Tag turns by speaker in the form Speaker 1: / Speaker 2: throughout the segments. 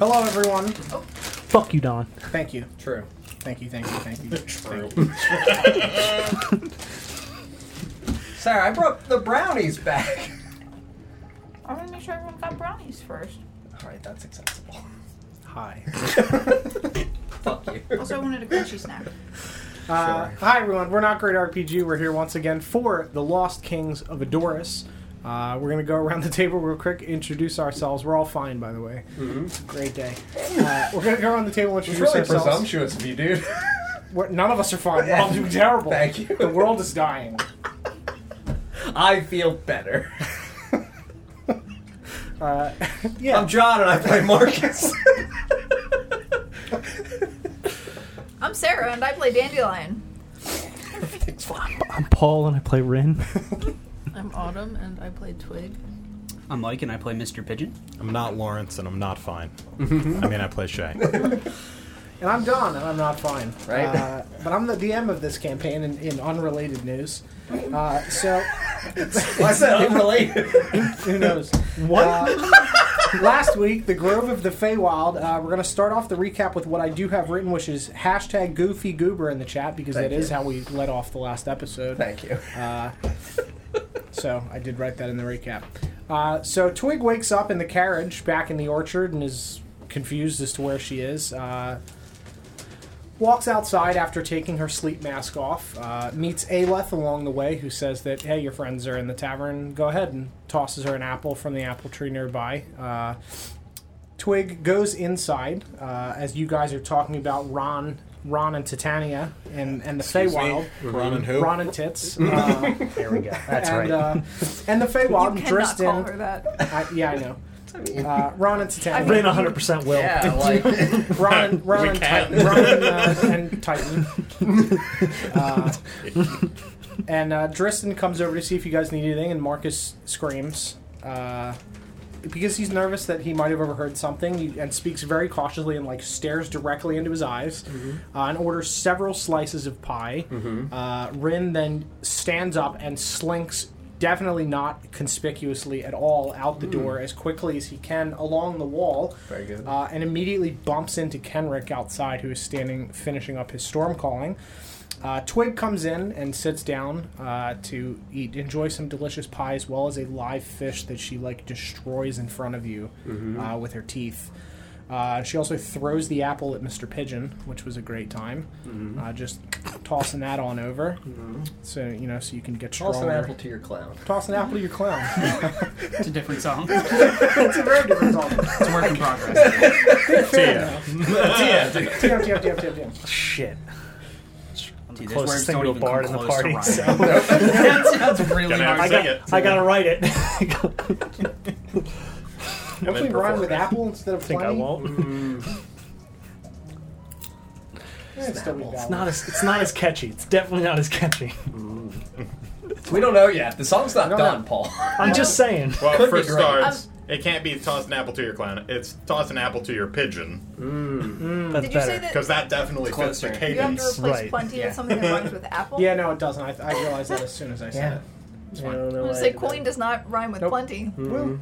Speaker 1: Hello, everyone.
Speaker 2: Fuck you, Don.
Speaker 1: Thank you.
Speaker 3: Oh. True.
Speaker 1: Thank you. Thank you. Thank you.
Speaker 3: True. Sarah, I brought the brownies back.
Speaker 4: I want to make sure everyone got brownies first.
Speaker 3: All right, that's acceptable.
Speaker 1: Hi.
Speaker 3: Fuck you.
Speaker 4: Also, I wanted a crunchy snack.
Speaker 1: Uh,
Speaker 3: Sure.
Speaker 1: hi, everyone. We're not great RPG. We're here once again for the Lost Kings of Adoris. Uh, we're gonna go around the table real quick, introduce ourselves. We're all fine, by the way. Great day. Uh, we're gonna go around the table,
Speaker 3: It's
Speaker 1: introduce
Speaker 3: Mm-hmm. really
Speaker 1: ourselves.
Speaker 3: presumptuous of you, dude.
Speaker 1: We're, none of us are fine. We're all doing terrible.
Speaker 3: Thank you.
Speaker 1: The world is dying.
Speaker 3: I feel better.
Speaker 1: Uh, yeah.
Speaker 3: I'm John and I play Marcus.
Speaker 4: I'm Sarah and I play Dandelion.
Speaker 2: I'm Paul and I play Rin.
Speaker 5: I'm Autumn, and I play Twig.
Speaker 6: I'm Mike, and I play Mr. Pigeon.
Speaker 7: I'm not Lawrence, and I'm not fine. I mean, I play Shay.
Speaker 1: And I'm Don, and I'm not fine.
Speaker 3: Right.
Speaker 1: Uh, but I'm the DM of this campaign in, in unrelated news. Uh, so,
Speaker 3: I said unrelated.
Speaker 1: who knows? Uh,
Speaker 2: What?
Speaker 1: Last week, the Grove of the Feywild. Uh, we're going to start off the recap with what I do have written, which is hashtag Goofy Goober in the chat because
Speaker 3: Thank
Speaker 1: that is
Speaker 3: you.
Speaker 1: how we let off the last episode.
Speaker 3: Thank you.
Speaker 1: Uh, so I did write that in the recap. Uh, so Twig wakes up in the carriage back in the orchard and is confused as to where she is. Uh, walks outside after taking her sleep mask off. Uh, meets Aleth along the way, who says that hey, your friends are in the tavern. Go ahead and tosses her an apple from the apple tree nearby. Uh, Twig goes inside uh, as you guys are talking about Ron, Ron and Titania and and the Feywild.
Speaker 7: Ron and who?
Speaker 1: Ron and tits. Uh,
Speaker 6: There we go. That's
Speaker 1: and,
Speaker 6: right.
Speaker 1: Uh, and the Feywild
Speaker 4: you cannot
Speaker 1: dressed
Speaker 4: call
Speaker 1: in.
Speaker 4: her that.
Speaker 1: I, yeah, I know. Uh, Ron and Titan.
Speaker 4: I mean-
Speaker 2: Rin 100% will.
Speaker 3: Yeah, like
Speaker 1: Ron, and- Ron and Titan. Ron and, uh, and Titan. Uh, and uh, Driston comes over to see if you guys need anything, and Marcus screams. Uh, because he's nervous that he might have overheard something you- and speaks very cautiously and like stares directly into his eyes uh, and orders several slices of pie uh, rin then stands up and slinks definitely not conspicuously at all out the door as quickly as he can along the wall
Speaker 3: Very good.
Speaker 1: uh, and immediately bumps into kenrick outside who is standing finishing up his storm calling uh, Twig comes in and sits down uh, to eat, enjoy some delicious pie as well as a live fish that she like destroys in front of you uh, with her teeth. Uh, she also throws the apple at Mr. Pigeon, which was a great time. Uh, just tossing that on over, so you know, so you can get stronger.
Speaker 3: toss an apple to your clown.
Speaker 1: Toss an apple to your clown.
Speaker 6: It's a different song.
Speaker 1: it's a very different song.
Speaker 6: It's a work in progress.
Speaker 3: yeah, dude.
Speaker 1: Damn, damn, damn, damn, damn.
Speaker 2: Shit.
Speaker 6: Dude, those
Speaker 2: Closest
Speaker 6: words
Speaker 2: thing
Speaker 6: don't
Speaker 2: to a
Speaker 6: even
Speaker 2: bard
Speaker 6: come
Speaker 2: in the
Speaker 6: close
Speaker 2: party.
Speaker 6: to
Speaker 2: so-
Speaker 6: rhyme. that sounds really
Speaker 7: Gonna
Speaker 6: hard.
Speaker 2: I,
Speaker 7: Sing
Speaker 2: got,
Speaker 7: it.
Speaker 2: I gotta write it. I
Speaker 1: Hopefully, rhyme
Speaker 7: perform
Speaker 1: with
Speaker 7: it.
Speaker 1: apple instead of Mm.
Speaker 2: think I
Speaker 1: plenty.
Speaker 2: won't.
Speaker 1: Eh, it's still be
Speaker 2: It's not, as, it's not as catchy. It's definitely not as catchy.
Speaker 7: Mm.
Speaker 3: We don't know yet. The song's not
Speaker 1: don't
Speaker 3: done,
Speaker 1: know.
Speaker 3: Paul.
Speaker 2: I'm just saying.
Speaker 7: Well,
Speaker 3: Could be
Speaker 7: for
Speaker 3: great.
Speaker 7: starts,
Speaker 4: Um,
Speaker 7: it can't be toss an apple to your clown. It's toss an apple to your pigeon Mm.
Speaker 2: That's
Speaker 4: Mm. Did you say
Speaker 2: better.
Speaker 4: that
Speaker 7: because that definitely fits the
Speaker 3: Closer.
Speaker 4: you have to replace
Speaker 7: cadence.
Speaker 2: Right.
Speaker 4: plenty with something that rhymes with apple?
Speaker 1: Yeah, no, it doesn't. I, I realized that as soon as I said it. I don't know
Speaker 4: I'm going
Speaker 1: why
Speaker 4: to
Speaker 1: I
Speaker 4: say
Speaker 1: did
Speaker 4: coin does not rime with
Speaker 1: Nope.
Speaker 4: plenty.
Speaker 1: that. Well,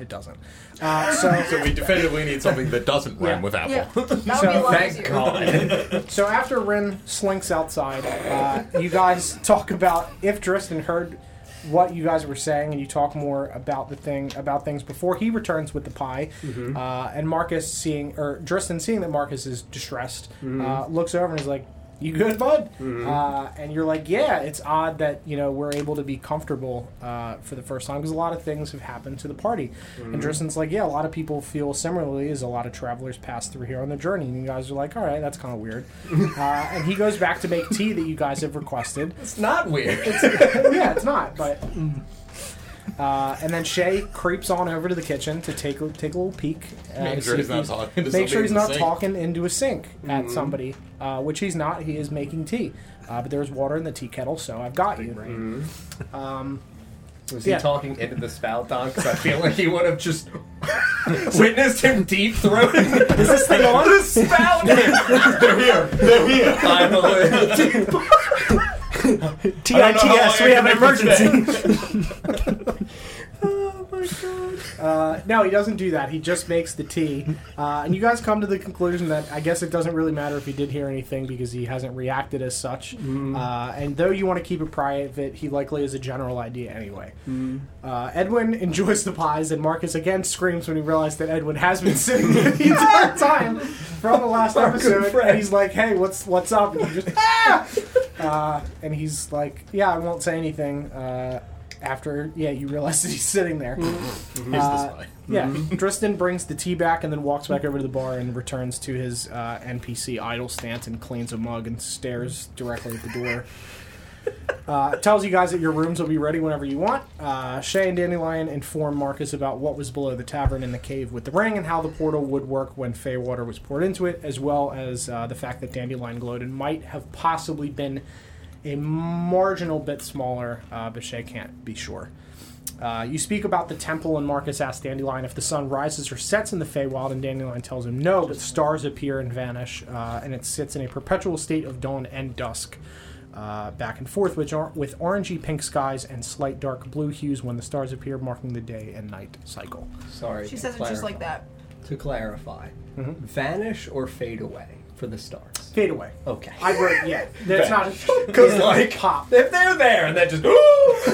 Speaker 1: It doesn't. Uh, so,
Speaker 7: So we definitively need something that doesn't rhyme
Speaker 1: Yeah.
Speaker 7: with apple.
Speaker 4: Yeah. That would be a
Speaker 1: So-
Speaker 4: lot
Speaker 3: Thank
Speaker 4: easier.
Speaker 3: God.
Speaker 1: so after Rin slinks outside, uh, you guys talk about if Driston heard what you guys were saying, and you talk more about the thing about things before he returns with the pie.
Speaker 4: Mm-hmm.
Speaker 1: Uh, and Marcus seeing or Driston seeing that Marcus is distressed, uh,
Speaker 4: Mm-hmm.
Speaker 1: looks over and is like, "You good, bud?" Uh, and you're like, "Yeah, it's odd that you know we're able to be comfortable uh, for the first time because a lot of things have happened to the party."
Speaker 3: Mm.
Speaker 1: And Driston's like, "Yeah, a lot of people feel similarly as a lot of travelers pass through here on their journey." And you guys are like, "All right, that's kind of weird." uh, and he goes back to make tea that you guys have requested.
Speaker 3: It's not weird.
Speaker 1: yeah, it's not, but. mm. Uh, and then Shay creeps on over to the kitchen to take a, take a little peek. uh, to
Speaker 7: Make sure
Speaker 1: see
Speaker 7: he's
Speaker 1: if
Speaker 7: not talking. To
Speaker 1: make
Speaker 7: somebody
Speaker 1: sure he's
Speaker 7: in the
Speaker 1: not
Speaker 7: sink. Mm-hmm.
Speaker 1: talking into a sink at somebody, uh, which he's not. He is making tea, uh, but there's water in the tea kettle, so I've got you.
Speaker 7: Mm-hmm.
Speaker 1: Um,
Speaker 3: Was he
Speaker 1: Yeah.
Speaker 3: talking into the spout, Don? Because I feel like he would have just witnessed him deep throating
Speaker 1: is this thing on?
Speaker 3: the spout.
Speaker 7: They're here. They're here.
Speaker 3: Finally.
Speaker 7: I don't know how long
Speaker 2: TITS,
Speaker 7: I
Speaker 2: we
Speaker 7: can
Speaker 2: have an
Speaker 7: make it
Speaker 2: emergency.
Speaker 7: today.
Speaker 1: Oh Uh, no, he doesn't do that. He just makes the tea. Uh, and you guys come to the conclusion that I guess it doesn't really matter if he did hear anything because he hasn't reacted as such.
Speaker 7: Mm-hmm.
Speaker 1: Uh, and though you want to keep it private, he likely is a general idea anyway. Uh, Edwin enjoys the pies, and Marcus again screams when he realizes that Edwin has been sitting there the entire time from the last
Speaker 3: Our good
Speaker 1: episode.
Speaker 3: friend.
Speaker 1: And he's like, "Hey, what's what's up?" And you just ah! uh, and he's like, "Yeah, I won't say anything." Uh, after yeah, you realize that he's sitting there.
Speaker 3: Mm-hmm.
Speaker 7: He's the
Speaker 1: Uh,
Speaker 7: spy.
Speaker 1: Yeah, Driston brings the tea back and then walks back over to the bar and returns to his uh, NPC idle stance and cleans a mug and stares directly at the door. Uh, tells you guys that your rooms will be ready whenever you want. Uh, Shay and Dandelion inform Marcus about what was below the tavern in the cave with the ring and how the portal would work when Fey water was poured into it, as well as uh, the fact that Dandelion Gloden might have possibly been a marginal bit smaller, uh, but Shay can't be sure. Uh, you speak about the temple, and Marcus asks Dandelion if the sun rises or sets in the Feywild, and Dandelion tells him no, but stars appear and vanish, uh, and it sits in a perpetual state of dawn and dusk, uh, back and forth, which are with orangey pink skies and slight dark blue hues when the stars appear, marking the day and night cycle.
Speaker 3: Sorry.
Speaker 4: She
Speaker 3: to
Speaker 4: says it just like
Speaker 3: clarify-
Speaker 4: that.
Speaker 3: To clarify,
Speaker 1: Mm-hmm.
Speaker 3: vanish or fade away for the stars.
Speaker 1: Fade away.
Speaker 3: Okay.
Speaker 1: I wrote, yeah, that's not
Speaker 3: Because
Speaker 1: yeah,
Speaker 3: like
Speaker 1: pop.
Speaker 3: if they're there and then just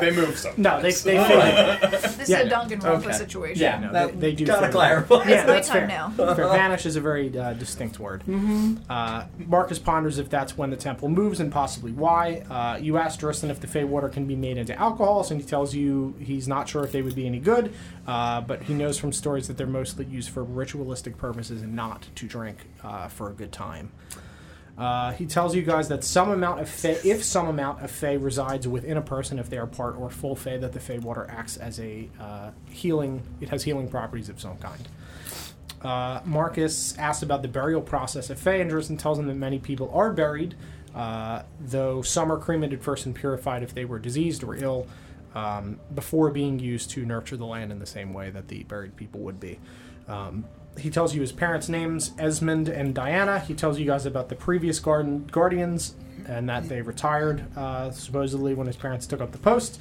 Speaker 7: They move something.
Speaker 1: No, they they fade.
Speaker 4: This
Speaker 1: Yeah.
Speaker 4: is a Danganronpa
Speaker 3: Okay.
Speaker 4: situation.
Speaker 3: yeah,
Speaker 1: No,
Speaker 3: that-
Speaker 1: they- they do fade
Speaker 3: Gotta
Speaker 1: away.
Speaker 3: clarify.
Speaker 1: Yeah,
Speaker 4: It's my
Speaker 1: that's fair.
Speaker 4: time now.
Speaker 1: Fair. Vanish is a very uh, distinct word.
Speaker 4: Mm-hmm.
Speaker 1: Uh, Marcus ponders if that's when the temple moves and possibly why. Uh, you ask Dristan if the Fey water can be made into alcohols, and he tells you he's not sure if they would be any good, uh, but he knows from stories that they're mostly used for ritualistic purposes and not to drink uh, for a good time. Uh, he tells you guys that some amount of fey, if some amount of fey resides within a person, if they are part or full fey, that the fey water acts as a uh, healing. It has healing properties of some kind. Uh, Marcus asks about the burial process of fey, and Drisden tells him that many people are buried, uh, though some are cremated first and purified if they were diseased or ill, um, before being used to nurture the land in the same way that the buried people would be. Um, he tells you his parents' names, Esmond and Diana. He tells you guys about the previous garden guardians and that they retired uh, supposedly when his parents took up the post.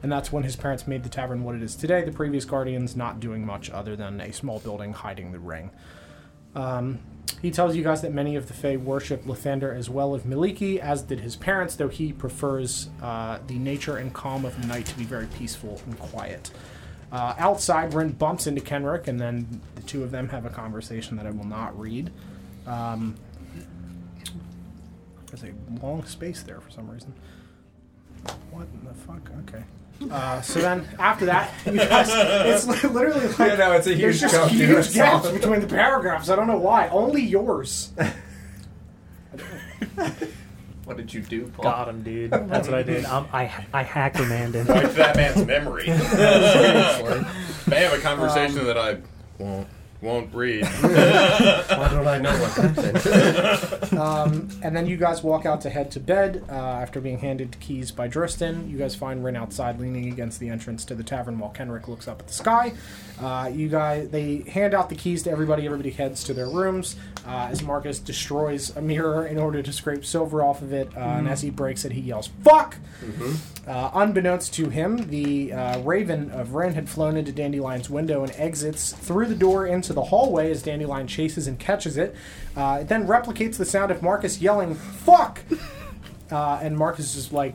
Speaker 1: And that's when his parents made the tavern what it is today. The previous guardians not doing much other than a small building hiding the ring. Um, He tells you guys that many of the Fae worship Lathander as well as Miliki, as did his parents, though he prefers uh, the nature and calm of night to be very peaceful and quiet. Uh, outside, Rin bumps into Kenrick, and then the two of them have a conversation that I will not read. Um, there's a long space there for some reason. What in the fuck? Okay. Uh, so then, after that, you guys, it's li- literally like
Speaker 3: Yeah, no, it's a
Speaker 1: there's
Speaker 3: huge
Speaker 1: just
Speaker 3: chunk, dude.
Speaker 1: huge
Speaker 3: It's all-
Speaker 1: gaps between the paragraphs. I don't know why. Only yours.
Speaker 3: What did you do, Paul?
Speaker 2: Got him, dude. That's what I did. i I I hacker manned him.
Speaker 7: Wipe that man's memory. they have a conversation that I won't won't read.
Speaker 3: Why don't I know what happened?
Speaker 1: Um, and then you guys walk out to head to bed uh, after being handed keys by Driston. You guys find Rin outside, leaning against the entrance to the tavern, while Kenrick looks up at the sky. Uh, you guys, they hand out the keys to everybody. Everybody heads to their rooms uh, as Marcus destroys a mirror in order to scrape silver off of it. Uh, And as he breaks it, he yells "Fuck!"
Speaker 7: Mm-hmm.
Speaker 1: Uh, unbeknownst to him, the uh, raven of Ren had flown into Dandelion's window and exits through the door into the hallway as Dandelion chases and catches it. Uh, it then replicates the sound of Marcus yelling, Fuck! Uh, and Marcus is like,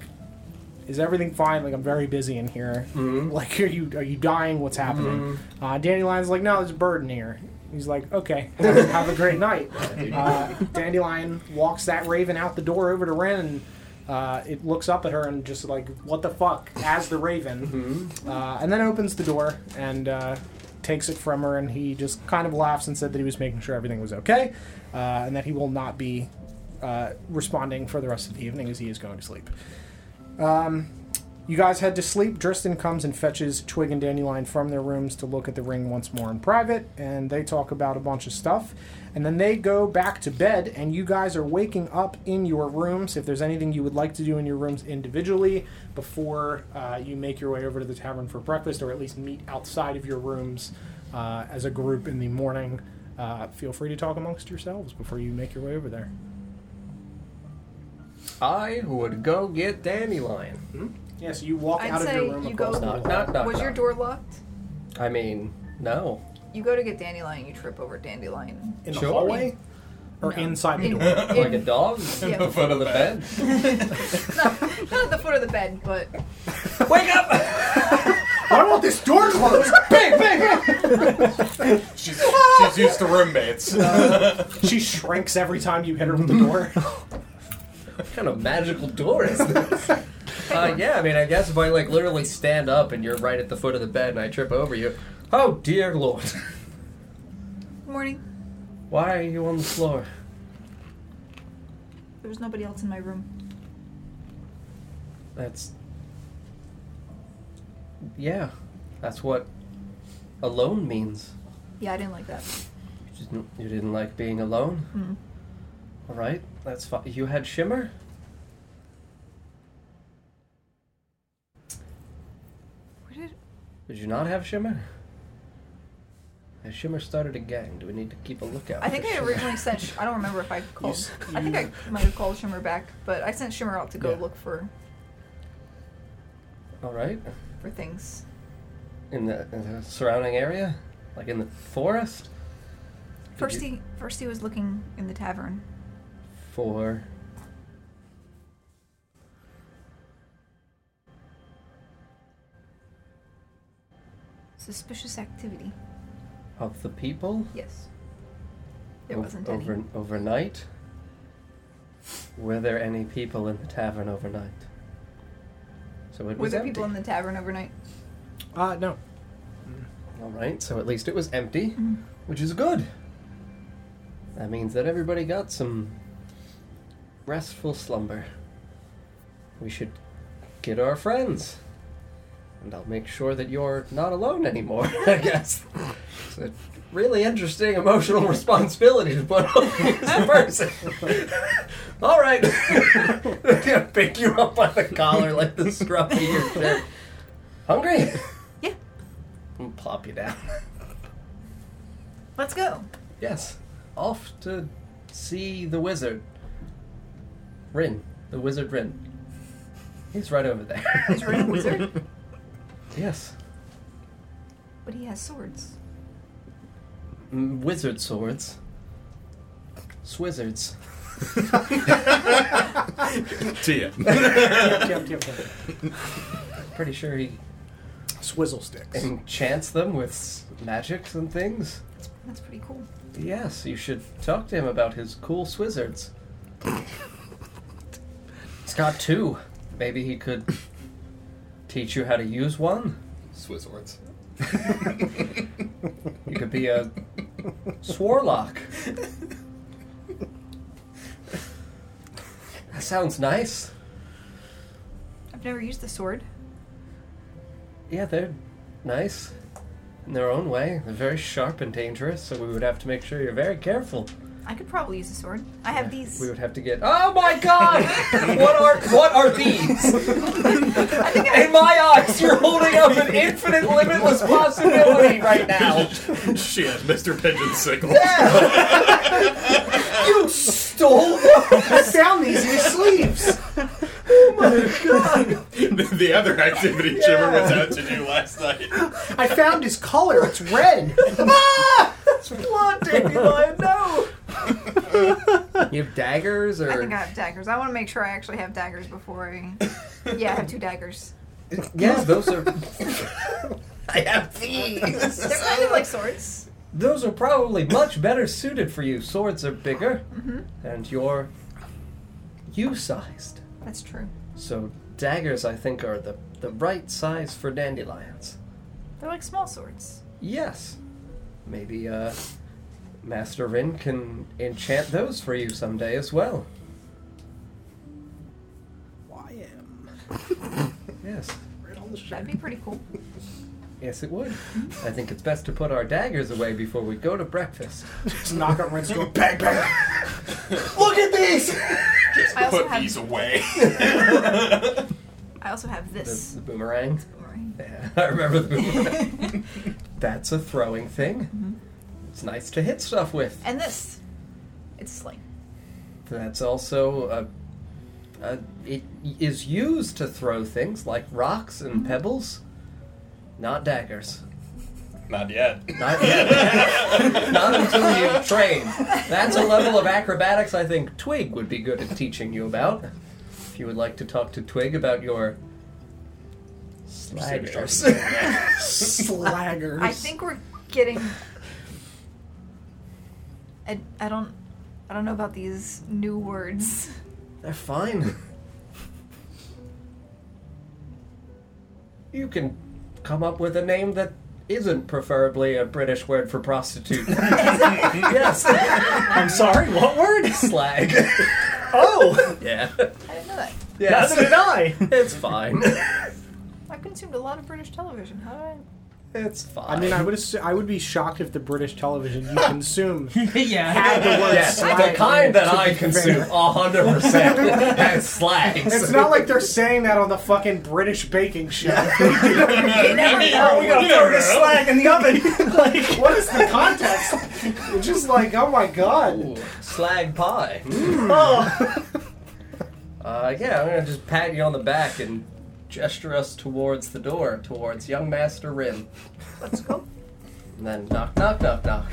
Speaker 1: Is everything fine? Like, I'm very busy in here. Like, are you, are you dying? What's happening? Uh, Dandelion's like, No, there's a bird in here. He's like, Okay, have, a- have a great night. Uh, Dandelion walks that raven out the door over to Ren and uh, it looks up at her and just like, what the fuck, as the raven. Uh, and then opens the door and uh, takes it from her, and he just kind of laughs and said that he was making sure everything was okay uh, and that he will not be uh, responding for the rest of the evening as he is going to sleep. Um, You guys head to sleep. Driston comes and fetches Twig and Dandelion from their rooms to look at the ring once more in private, and they talk about a bunch of stuff. And then they go back to bed, and you guys are waking up in your rooms. If there's anything you would like to do in your rooms individually before uh, you make your way over to the tavern for breakfast, or at least meet outside of your rooms uh, as a group in the morning, uh, feel free to talk amongst yourselves before you make your way over there.
Speaker 3: I would go get Dandelion.
Speaker 1: Yes, Hmm? you walk
Speaker 4: I'd
Speaker 1: out of
Speaker 4: say
Speaker 1: your room.
Speaker 4: you
Speaker 1: across
Speaker 4: go-
Speaker 1: the hall.
Speaker 3: Knock, knock, knock.
Speaker 4: Was your
Speaker 3: knock.
Speaker 4: door locked?
Speaker 8: I mean, no.
Speaker 4: You go to get dandelion, you trip over dandelion.
Speaker 1: In the
Speaker 8: Sure.
Speaker 1: hallway? Or inside the
Speaker 4: In-
Speaker 1: door?
Speaker 8: Like a
Speaker 4: in-
Speaker 8: dog?
Speaker 4: yeah,
Speaker 7: the foot of the bed.
Speaker 4: not at the foot of the bed, but
Speaker 8: Wake up!
Speaker 1: I want this door closed! bang, bang, bang!
Speaker 7: She's, she's used to roommates.
Speaker 4: Uh,
Speaker 1: She shrinks every time you hit her with the door.
Speaker 8: What kind of magical door is this? uh, yeah, I mean, I guess if I like literally stand up and you're right at the foot of the bed and I trip over you, oh dear lord!
Speaker 4: morning.
Speaker 8: Why are you on the floor?
Speaker 4: There's nobody else in my room.
Speaker 8: That's yeah, that's what alone means.
Speaker 4: Yeah, I didn't like that.
Speaker 8: You didn't, you didn't like being alone.
Speaker 4: Mm.
Speaker 8: All right, that's fine. You had shimmer.
Speaker 4: Where did?
Speaker 8: Did you not have shimmer? Has Shimmer started a gang? Do we need to keep a lookout?
Speaker 4: I
Speaker 8: for
Speaker 4: think I
Speaker 8: Shimmer?
Speaker 4: originally sent. Sh- I don't remember if I called.
Speaker 1: s-
Speaker 4: I think I might have called Shimmer back, but I sent Shimmer out to go
Speaker 1: Yeah.
Speaker 4: look for
Speaker 8: All right,
Speaker 4: for things.
Speaker 8: in the, in the surrounding area, like in the forest, Did
Speaker 4: First
Speaker 8: you-
Speaker 4: he first he was looking in the tavern.
Speaker 8: for
Speaker 4: Suspicious activity.
Speaker 8: of the people.
Speaker 4: Yes. There
Speaker 8: Ov-
Speaker 4: wasn't any.
Speaker 8: over, overnight. Were there any people in the tavern overnight? So it
Speaker 4: Were
Speaker 8: was
Speaker 4: there
Speaker 8: empty.
Speaker 4: people in the tavern overnight?
Speaker 1: Uh, no.
Speaker 8: All right, so at least it was empty,
Speaker 1: Mm.
Speaker 8: which is good. That means that everybody got some restful slumber. We should get our friends. And I'll make sure that you're not alone anymore, I guess. It's a really interesting emotional responsibility to put on this person. All right. Gonna pick you up by the collar like the scruff of your shirt. Hungry?
Speaker 4: Yeah.
Speaker 8: And plop you down.
Speaker 4: Let's go.
Speaker 8: Yes. Off to see the wizard. Rin. The wizard Rin. He's right over there.
Speaker 4: Is Ren a wizard?
Speaker 8: yes.
Speaker 4: But he has swords.
Speaker 8: Mm, Wizard swords. Swizzards.
Speaker 7: Tia.
Speaker 1: Yep, yep, yep.
Speaker 8: Pretty sure he
Speaker 1: Swizzle sticks.
Speaker 8: enchants them with s- magics and things.
Speaker 4: That's pretty cool.
Speaker 8: Yes, you should talk to him about his cool swizzards. He's got two. Maybe he could teach you how to use one.
Speaker 7: Swizzwords.
Speaker 8: You could be a swarlock. that sounds nice.
Speaker 4: I've never used the sword.
Speaker 8: Yeah, they're nice in their own way. They're very sharp and dangerous, so we would have to make sure you're very careful.
Speaker 4: I could probably use a sword. I have
Speaker 8: We
Speaker 4: these.
Speaker 8: would have to get. Oh my god! what are what are these? in my eyes, you're holding up an infinite, limitless possibility right now.
Speaker 7: Shit, Mr. Pigeon Sickle.
Speaker 8: You stole. them.
Speaker 1: Found these in his sleeves!
Speaker 4: Oh
Speaker 7: the other activity Jimmer was out to do last night.
Speaker 1: I found his collar. It's red.
Speaker 8: It's blood, Dandelion. No. You have daggers, or
Speaker 4: I think I have daggers. I want to make sure I actually have daggers before I. Yeah, I have two daggers.
Speaker 8: Yes, those are. I have these.
Speaker 4: They're kind of like swords.
Speaker 8: Those are probably much better suited for you. Swords are bigger,
Speaker 4: Mm-hmm.
Speaker 8: and you're you-sized.
Speaker 4: That's true.
Speaker 8: So daggers, I think, are the the right size for dandelions.
Speaker 4: They're like small swords.
Speaker 8: Yes, maybe uh, Master Rin can enchant those for you someday as well.
Speaker 1: Why am
Speaker 8: Yes,
Speaker 1: red on the shirt?
Speaker 4: That'd be pretty cool.
Speaker 8: yes, it would. I think it's best to put our daggers away before we go to breakfast.
Speaker 1: Just knock on Red's door. Bang, bang! Look at these!
Speaker 4: I also
Speaker 7: Put
Speaker 4: have.
Speaker 7: these away.
Speaker 4: I also have
Speaker 8: The,
Speaker 4: this.
Speaker 8: the boomerang.
Speaker 4: boomerang.
Speaker 8: Yeah, I remember the boomerang. That's a throwing thing. It's nice to hit stuff with.
Speaker 4: And this. It's a sling.
Speaker 8: That's also a, a it is
Speaker 4: Mm-hmm.
Speaker 8: used to throw things like rocks and pebbles, not daggers.
Speaker 7: Not yet.
Speaker 8: Not yet. Not until you train. That's a level of acrobatics I think Twig would be good at teaching you about. If you would like to talk to Twig about your sliders.
Speaker 1: Slaggers.
Speaker 4: I think we're getting. I, I don't I don't know about these new words.
Speaker 8: They're fine. You can come up with a name that isn't preferably a British word for prostitute. yes.
Speaker 2: I'm sorry, what word?
Speaker 8: Slag.
Speaker 2: Oh!
Speaker 8: Yeah.
Speaker 4: I didn't know that.
Speaker 2: Neither
Speaker 8: Yes.
Speaker 2: did I!
Speaker 8: It's fine.
Speaker 4: I consumed a lot of British television. How did I?
Speaker 8: It's fine.
Speaker 1: I mean, I would assu- I would be shocked if the British television you consume
Speaker 6: yeah.
Speaker 1: had the word
Speaker 8: Yes,
Speaker 1: slag
Speaker 8: the kind that
Speaker 1: to
Speaker 8: I
Speaker 1: be
Speaker 8: consume
Speaker 1: fair.
Speaker 8: 100% has slags.
Speaker 1: It's not like they're saying that on the fucking British baking show.
Speaker 4: You never
Speaker 1: oh, we
Speaker 4: know.
Speaker 1: gotta throw this slag in the oven. like, what is the context? It's just like, oh my god.
Speaker 8: Slag pie.
Speaker 4: Mm.
Speaker 1: Oh.
Speaker 8: Uh, yeah, I'm gonna just pat you on the back and gesture us towards the door, towards young master Rim.
Speaker 4: Let's go.
Speaker 8: And then knock, knock, knock, knock.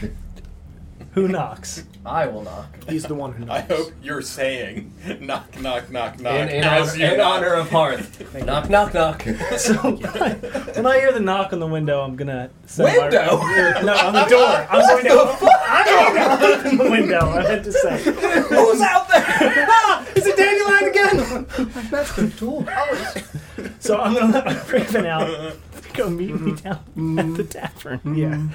Speaker 2: Who knocks?
Speaker 8: I will knock.
Speaker 1: He's the one who knows.
Speaker 7: I hope you're saying knock, knock, knock, knock.
Speaker 8: In, in,
Speaker 7: as
Speaker 8: honor,
Speaker 7: you
Speaker 8: in
Speaker 7: knock.
Speaker 8: honor of Hearth. knock, knock, knock.
Speaker 2: So, when I hear the knock on the window, I'm gonna. Say
Speaker 8: Window?
Speaker 2: My, no, on the door. I'm going to. I'm going to open the window, I meant to say.
Speaker 8: Who's out there?
Speaker 2: Ah! Is it dandelion again?
Speaker 8: That's the door.
Speaker 2: So I'm gonna let my raven out. Go meet me down at the tavern.
Speaker 1: Yeah.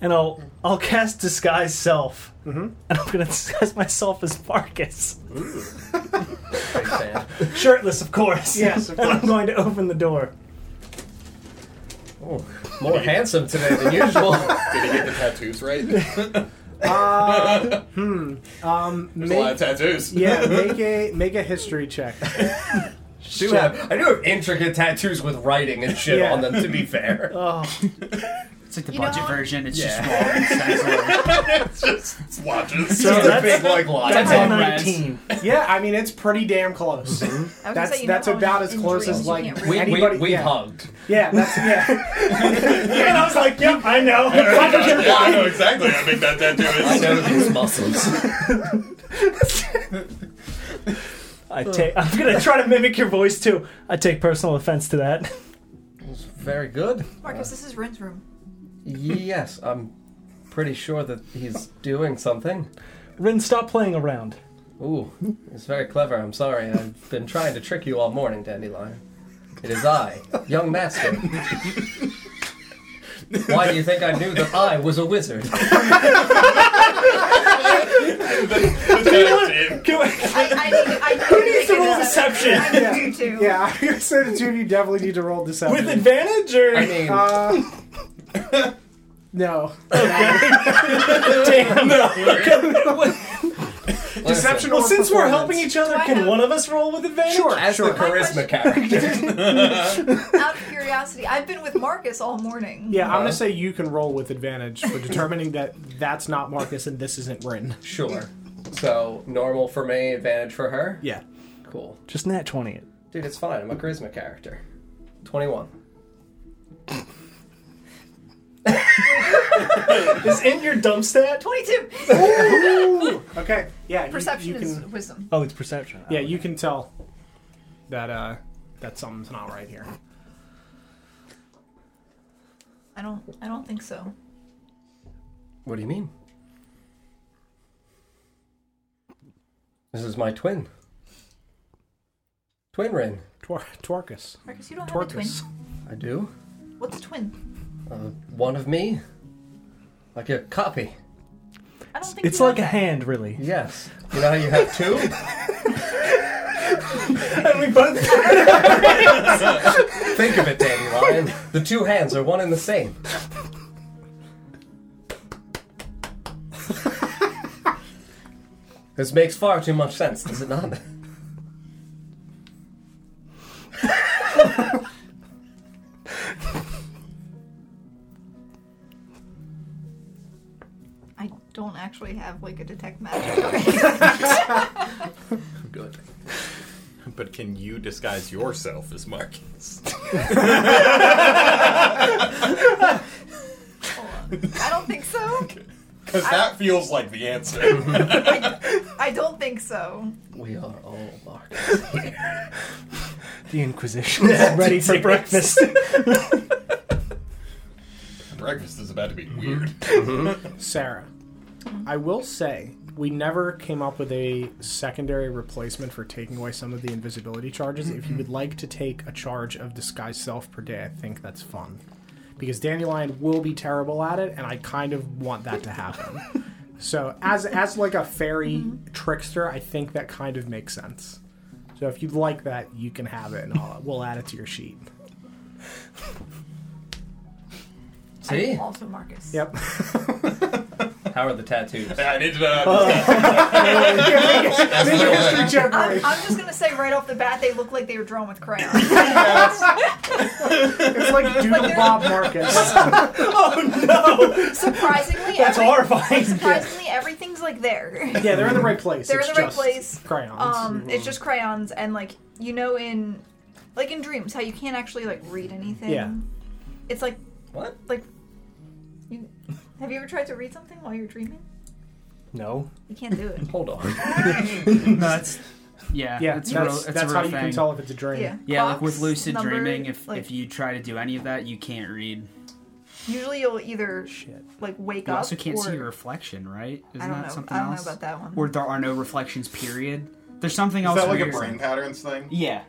Speaker 2: And I'll I'll cast disguise self. And I'm gonna disguise myself as Marcus, shirtless, of course.
Speaker 1: Yes, of
Speaker 2: and I'm going to open the door.
Speaker 8: Oh, more handsome today than usual.
Speaker 7: Did he get the tattoos right? There's
Speaker 1: Uh, hmm. Um,
Speaker 7: a lot
Speaker 1: make,
Speaker 7: of tattoos.
Speaker 1: yeah, make a make a history check.
Speaker 8: do have, I do have intricate tattoos with writing and shit
Speaker 1: Yeah.
Speaker 8: on them, to be fair.
Speaker 2: Oh,
Speaker 6: It's like the
Speaker 4: You
Speaker 6: budget
Speaker 4: know-
Speaker 6: version. It's just
Speaker 8: Yeah.
Speaker 6: raw and senseless.
Speaker 7: it's just it's watches.
Speaker 2: So
Speaker 8: Just a
Speaker 2: that's-
Speaker 8: big, like, line.
Speaker 2: that's
Speaker 6: all
Speaker 2: a
Speaker 6: res.
Speaker 2: 19.
Speaker 1: Yeah, I mean it's pretty damn close.
Speaker 4: I was gonna
Speaker 1: That's
Speaker 4: say, you
Speaker 1: that's
Speaker 4: know how
Speaker 1: about
Speaker 4: in-
Speaker 1: as close
Speaker 4: in dreams
Speaker 1: as
Speaker 4: you
Speaker 1: like
Speaker 4: can't read.
Speaker 8: We,
Speaker 1: anybody.
Speaker 8: we, we
Speaker 1: yeah.
Speaker 8: hugged.
Speaker 1: yeah, that's yeah.
Speaker 2: and I was like, yep, I know.
Speaker 7: yeah, I know exactly how big that tattoo
Speaker 8: I
Speaker 7: is.
Speaker 8: know these muscles.
Speaker 2: I take. I'm gonna try to mimic your voice too. I take personal offense to that.
Speaker 8: Very good.
Speaker 4: Marcus, this is Ren's room.
Speaker 8: Yes, I'm pretty sure that he's doing something.
Speaker 2: Rin, stop playing around.
Speaker 8: Ooh, it's very clever. I'm sorry. I've been trying to trick you all morning, Dandelion. It is I, young master. Why do you think I knew that I was a wizard?
Speaker 7: The tattoo.
Speaker 2: Can we-
Speaker 4: I, I need I need to make
Speaker 2: to roll
Speaker 4: a deception. I need you to.
Speaker 1: yeah, I would say the two of you definitely need to roll deception.
Speaker 2: with advantage or?
Speaker 8: I mean,
Speaker 1: Uh, no.
Speaker 2: Damn.
Speaker 8: deception.
Speaker 2: Well, since we're
Speaker 1: performance.
Speaker 2: helping each other,
Speaker 4: Do I
Speaker 2: can
Speaker 4: have-
Speaker 2: one of us roll with advantage?
Speaker 1: Sure,
Speaker 8: As
Speaker 1: sure.
Speaker 8: the charisma character,
Speaker 4: Out of curiosity, I've been with Marcus all morning.
Speaker 1: Yeah, I'm gonna say you can roll with advantage for determining that that's not Marcus and this isn't Rin.
Speaker 8: sure. So normal for me, advantage for her.
Speaker 1: Yeah.
Speaker 8: Cool,
Speaker 2: Just nat 20 it.
Speaker 8: dude. It's fine. I'm a charisma character. Twenty-one.
Speaker 2: Is in your dump stat?
Speaker 4: Twenty-two.
Speaker 1: Okay. Yeah. you-
Speaker 4: Perception
Speaker 1: you
Speaker 4: is
Speaker 1: can-
Speaker 4: wisdom.
Speaker 2: Oh, it's perception.
Speaker 1: Yeah, you can tell that uh that something's not right here.
Speaker 4: I don't. I don't think so.
Speaker 8: What do you mean? This is my twin. Twin Rin.
Speaker 1: Twar- Twarkus.
Speaker 4: Marcus, you don't have
Speaker 1: Twarkus.
Speaker 8: I do.
Speaker 4: a twin. What's a twin?
Speaker 8: Uh, one of me. Like a copy.
Speaker 4: I don't think
Speaker 2: It's
Speaker 4: you
Speaker 2: like a
Speaker 4: have
Speaker 2: hand, really.
Speaker 8: Yes. You know how you have two?
Speaker 2: And we both.
Speaker 8: Think of it, Dandelion. The two hands are one and the same. this makes far too much sense, does it not?
Speaker 4: I don't actually have like a detect magic.
Speaker 8: Good.
Speaker 7: But can you disguise yourself as Marcus?
Speaker 4: Oh, I don't think so.
Speaker 7: Because that feels like the answer.
Speaker 4: I don't think so.
Speaker 8: We are all marked.
Speaker 2: The Inquisition is ready for breakfast.
Speaker 7: Breakfast is about to be weird.
Speaker 1: Sarah, I will say we never came up with a secondary replacement for taking away some of the invisibility charges. If you would like to take a charge of disguise self per day, I think that's fun. Because Dandelion will be terrible at it, and I kind of want that to happen. so as as like a fairy trickster, I think that kind of makes sense. So if you'd like that, you can have it, and I'll, we'll add it to your sheet.
Speaker 8: See?
Speaker 4: Also, Marcus.
Speaker 1: Yep.
Speaker 6: How are the tattoos?
Speaker 7: I need to
Speaker 2: Oh.
Speaker 7: know.
Speaker 1: Make a history check,
Speaker 4: I'm,
Speaker 1: Marie.
Speaker 4: I'm just gonna say right off the bat, they look like they were drawn with crayon.
Speaker 1: It's like Doodle Bob Marcus. Oh,
Speaker 4: surprisingly,
Speaker 2: That's
Speaker 4: every-
Speaker 2: horrifying.
Speaker 4: Surprisingly, everything's like there.
Speaker 1: Yeah, they're in the right place.
Speaker 4: They're in
Speaker 1: It's
Speaker 4: the right
Speaker 1: just
Speaker 4: place.
Speaker 1: Crayons.
Speaker 4: Um, it's just crayons, and like you know, in like in dreams, how you can't actually like read anything.
Speaker 1: Yeah.
Speaker 4: It's like
Speaker 6: What?
Speaker 4: like you have you ever tried to read something while you're dreaming?
Speaker 2: no.
Speaker 4: You can't do it.
Speaker 8: Hold on.
Speaker 6: no, it's
Speaker 1: yeah,
Speaker 6: yeah.
Speaker 1: that's,
Speaker 6: it's a real, it's
Speaker 1: that's
Speaker 6: a
Speaker 1: how
Speaker 6: real
Speaker 1: you
Speaker 6: thing.
Speaker 1: can tell if it's a dream.
Speaker 4: Yeah.
Speaker 6: Yeah, like with
Speaker 4: Clocks,
Speaker 6: lucid
Speaker 4: number,
Speaker 6: dreaming, if
Speaker 4: like,
Speaker 6: if you try to do any of that, you can't read.
Speaker 4: usually you'll either
Speaker 2: Shit.
Speaker 4: like wake
Speaker 6: You
Speaker 4: up.
Speaker 6: also can't
Speaker 4: or,
Speaker 6: see your reflection, right? Isn't
Speaker 4: I don't
Speaker 6: that
Speaker 4: know.
Speaker 6: something
Speaker 4: I don't know
Speaker 6: else?
Speaker 4: about that one.
Speaker 6: Or there are no reflections. Period. There's something
Speaker 7: Is
Speaker 6: else.
Speaker 7: that like a
Speaker 6: weird.
Speaker 7: brain patterns thing?
Speaker 6: Yeah.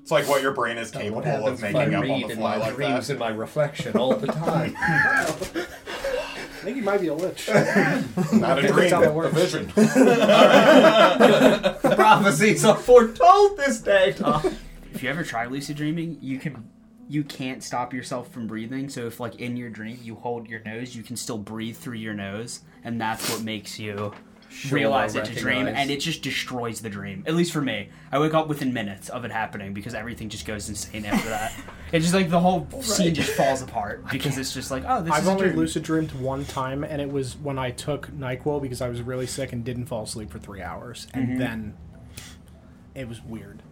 Speaker 7: It's like what your brain is capable of making up on the fly like that.
Speaker 8: my reflection all the time?
Speaker 1: I think you might be a lich.
Speaker 7: Not a
Speaker 1: That's
Speaker 7: dream,
Speaker 1: how it
Speaker 7: a
Speaker 1: works.
Speaker 7: vision.
Speaker 6: prophecies are foretold this day. Uh, if you ever try lucid dreaming, you can you can't stop yourself from breathing. So if like in your dream you hold your nose, you can still breathe through your nose, and that's what makes you realize it's a dream
Speaker 8: recognize.
Speaker 6: and it just destroys the dream. At least for me. I wake up within minutes of it happening because everything just goes insane after that. It's just like the whole scene just falls apart because it's just like, oh, this
Speaker 1: I've
Speaker 6: is a
Speaker 1: only
Speaker 6: dream.
Speaker 1: lucid dreamed one time, and it was when I took NyQuil because I was really sick and didn't fall asleep for three hours, and
Speaker 6: Mm-hmm.
Speaker 1: then it was weird.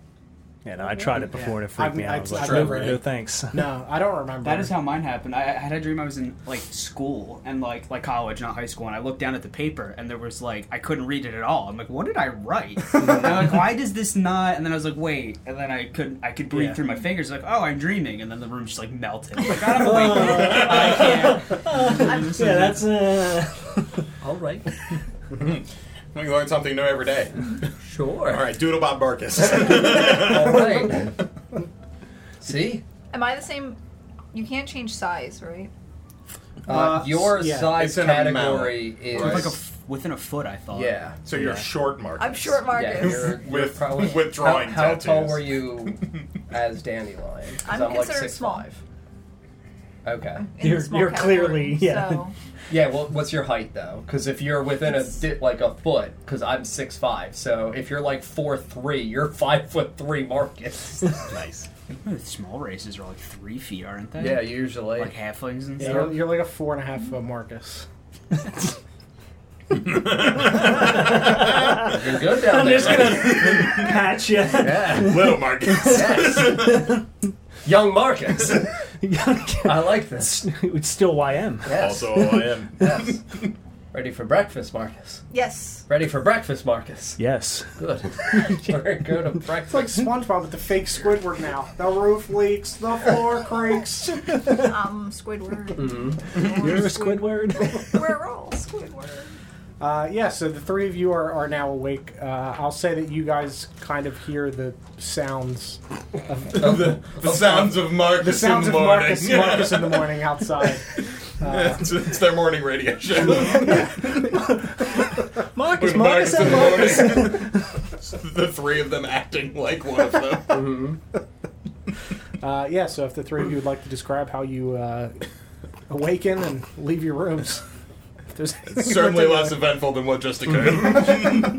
Speaker 2: Yeah, no, I tried it before and it freaked
Speaker 1: I've-
Speaker 2: me out. I was
Speaker 1: I've-
Speaker 2: like,
Speaker 1: I've
Speaker 2: no,
Speaker 1: tried
Speaker 2: no
Speaker 1: it.
Speaker 2: thanks.
Speaker 1: No, I don't remember.
Speaker 6: That is how mine happened. I I had a dream I was in like school and like like college, not high school, and I looked down at the paper and there was like I couldn't read it at all. I'm like, what did I write? and I'm like, why does this not? And then I was like, wait. And then I could I could breathe
Speaker 2: Yeah.
Speaker 6: through my fingers. Like, oh, I'm dreaming. And then the room just like melted. I'm like, God, I'm awake. I can't.
Speaker 2: yeah, that's. Uh...
Speaker 8: all right.
Speaker 7: Mm-hmm. We learn something new every day.
Speaker 8: Sure.
Speaker 7: All right, Doodle Bob Marcus.
Speaker 8: All right. See?
Speaker 4: Am I the same? You can't change size, right?
Speaker 8: Uh,
Speaker 1: Uh,
Speaker 8: your
Speaker 1: yeah.
Speaker 8: size
Speaker 7: It's in a mount,
Speaker 8: category is.
Speaker 7: right?
Speaker 6: Like a f- within a foot, I thought.
Speaker 8: yeah.
Speaker 7: so you're short, Marcus.
Speaker 4: I'm short, Marcus.
Speaker 8: Yeah, you're, you're
Speaker 7: With-
Speaker 8: probably,
Speaker 7: with drawing
Speaker 8: How, how tall
Speaker 7: tattoos.
Speaker 8: were you as Dandelion? 'Cause
Speaker 4: I'm considered small.
Speaker 8: Okay.
Speaker 4: In the
Speaker 2: You're-
Speaker 4: small
Speaker 2: you're
Speaker 4: category,
Speaker 2: clearly- yeah.
Speaker 4: So,
Speaker 8: Yeah. Well, what's your height though? Because if you're within a di- like a foot, because I'm six five, so if you're like four three, you're five foot three, Marcus.
Speaker 7: Nice.
Speaker 6: Ooh, Small races are like three feet, aren't they?
Speaker 8: yeah, usually.
Speaker 6: Like halflings and
Speaker 1: Yeah,
Speaker 6: stuff.
Speaker 1: you're, you're like a four and a half foot Marcus.
Speaker 8: You're good down
Speaker 2: I'm
Speaker 8: there.
Speaker 2: just gonna patch you.
Speaker 8: Yeah.
Speaker 7: Little Marcus.
Speaker 8: Yes. Young Marcus. I like this.
Speaker 2: it's still YM.
Speaker 8: Yes.
Speaker 7: also, I am.
Speaker 8: Yes. Ready for breakfast, Marcus.
Speaker 4: yes.
Speaker 8: Ready for breakfast, Marcus.
Speaker 2: Yes.
Speaker 8: Good. We're good at
Speaker 1: It's
Speaker 8: breakfast.
Speaker 1: like SpongeBob with the fake Squidward now. The roof leaks, the floor creaks.
Speaker 4: Um, Squidward.
Speaker 6: Mm-hmm.
Speaker 2: You're a Squidward.
Speaker 4: We're all Squidward.
Speaker 1: Uh, yeah, so the three of you are, are now awake. Uh, I'll say that you guys kind of hear the sounds
Speaker 7: the, the sounds of Marcus
Speaker 1: the sounds
Speaker 7: in
Speaker 1: of
Speaker 7: the morning.
Speaker 1: Marcus, Marcus in the morning outside.
Speaker 7: it's, it's their morning radio show.
Speaker 2: Marcus,
Speaker 7: With
Speaker 2: Marcus,
Speaker 7: Marcus
Speaker 2: and
Speaker 7: in the
Speaker 2: Marcus.
Speaker 7: the three of them acting like one of them.
Speaker 8: Mm-hmm.
Speaker 1: Uh, yeah, so if the three of you would like to describe how you uh, awaken and leave your rooms, if there's anything in
Speaker 7: Certainly
Speaker 1: particular.
Speaker 7: less eventful than what just occurred.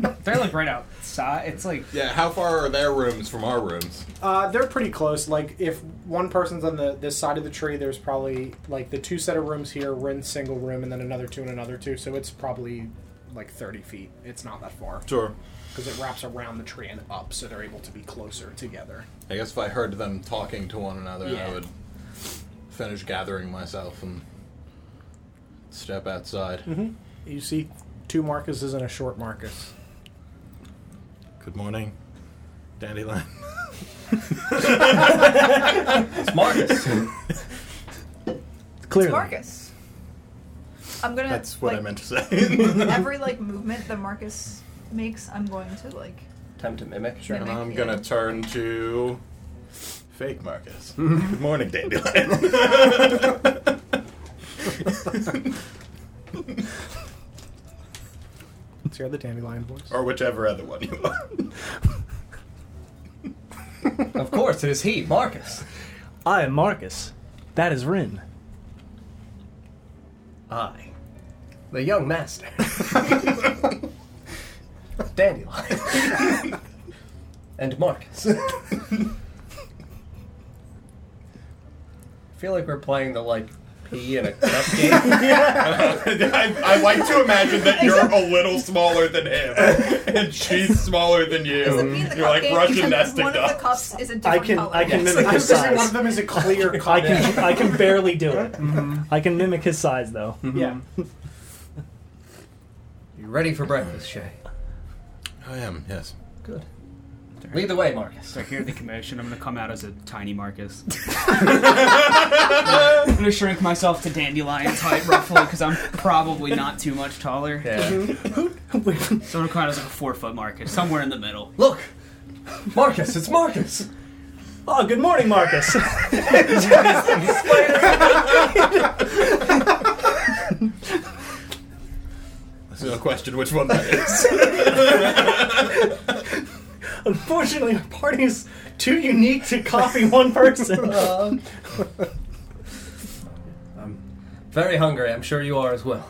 Speaker 6: They're like right outside. It's like
Speaker 7: yeah, how far are their rooms from our rooms?
Speaker 1: Uh, they're pretty close. Like if one person's on the this side of the tree, there's probably like the two set of rooms here, we're in single room, and then another two and another two. So it's probably like 30 feet. It's not that far
Speaker 7: Sure.
Speaker 1: because it wraps around the tree and up, so they're able to be closer together.
Speaker 7: I guess if I heard them talking to one another,
Speaker 6: Yeah.
Speaker 7: I would finish gathering myself and Step outside.
Speaker 1: Mm-hmm. You see two Marcuses and a short Marcus.
Speaker 7: Good morning, Dandelion.
Speaker 8: It's Marcus.
Speaker 2: Clearly.
Speaker 4: It's Marcus. I'm gonna.
Speaker 7: That's what
Speaker 4: like,
Speaker 7: I meant to say.
Speaker 4: Every like movement that Marcus makes, I'm going to like.
Speaker 8: Time to mimic.
Speaker 4: Sure.
Speaker 7: and
Speaker 4: mimic,
Speaker 7: I'm
Speaker 4: yeah.
Speaker 7: gonna turn to fake Marcus. Good morning, Dandelion.
Speaker 1: Let's hear the dandelion voice.
Speaker 7: or whichever other one you want.
Speaker 8: Of course, it is he, Marcus.
Speaker 2: I am Marcus. That is Rin.
Speaker 8: I, the young master. Dandelion. and Marcus. I feel like we're playing the like pee in a cup game.
Speaker 7: I, I like to imagine that you're a little smaller than him, and she's smaller than
Speaker 4: Does it
Speaker 7: you.
Speaker 4: mean the
Speaker 7: You're
Speaker 4: cup
Speaker 7: like
Speaker 4: game?
Speaker 7: Russian
Speaker 4: Because
Speaker 7: nesting
Speaker 4: One of the
Speaker 7: dolls.
Speaker 4: cups is a
Speaker 2: I
Speaker 4: different
Speaker 2: can
Speaker 4: color.
Speaker 2: I can
Speaker 4: Yes.
Speaker 2: mimic his
Speaker 1: one of
Speaker 2: size.
Speaker 1: them is a clear
Speaker 2: I
Speaker 1: cut.
Speaker 2: can I can barely do it.
Speaker 8: Mm-hmm.
Speaker 2: I can mimic his size though.
Speaker 1: Yeah.
Speaker 8: you ready for breakfast, Shay?
Speaker 7: I am, yes.
Speaker 8: Good. Lead the way, Marcus.
Speaker 6: So I hear the commotion. I'm gonna come out as a tiny Marcus. I'm gonna shrink myself to dandelion type roughly because I'm probably not too much taller.
Speaker 8: Yeah.
Speaker 6: So I'm gonna come out as like a four foot Marcus, somewhere in the middle.
Speaker 8: Look, Marcus. It's Marcus.
Speaker 2: Oh, good morning, Marcus.
Speaker 7: There's no question which one that is.
Speaker 2: Unfortunately, our party is too unique to copy one person.
Speaker 8: Uh-huh. I'm very hungry. I'm sure you are as well.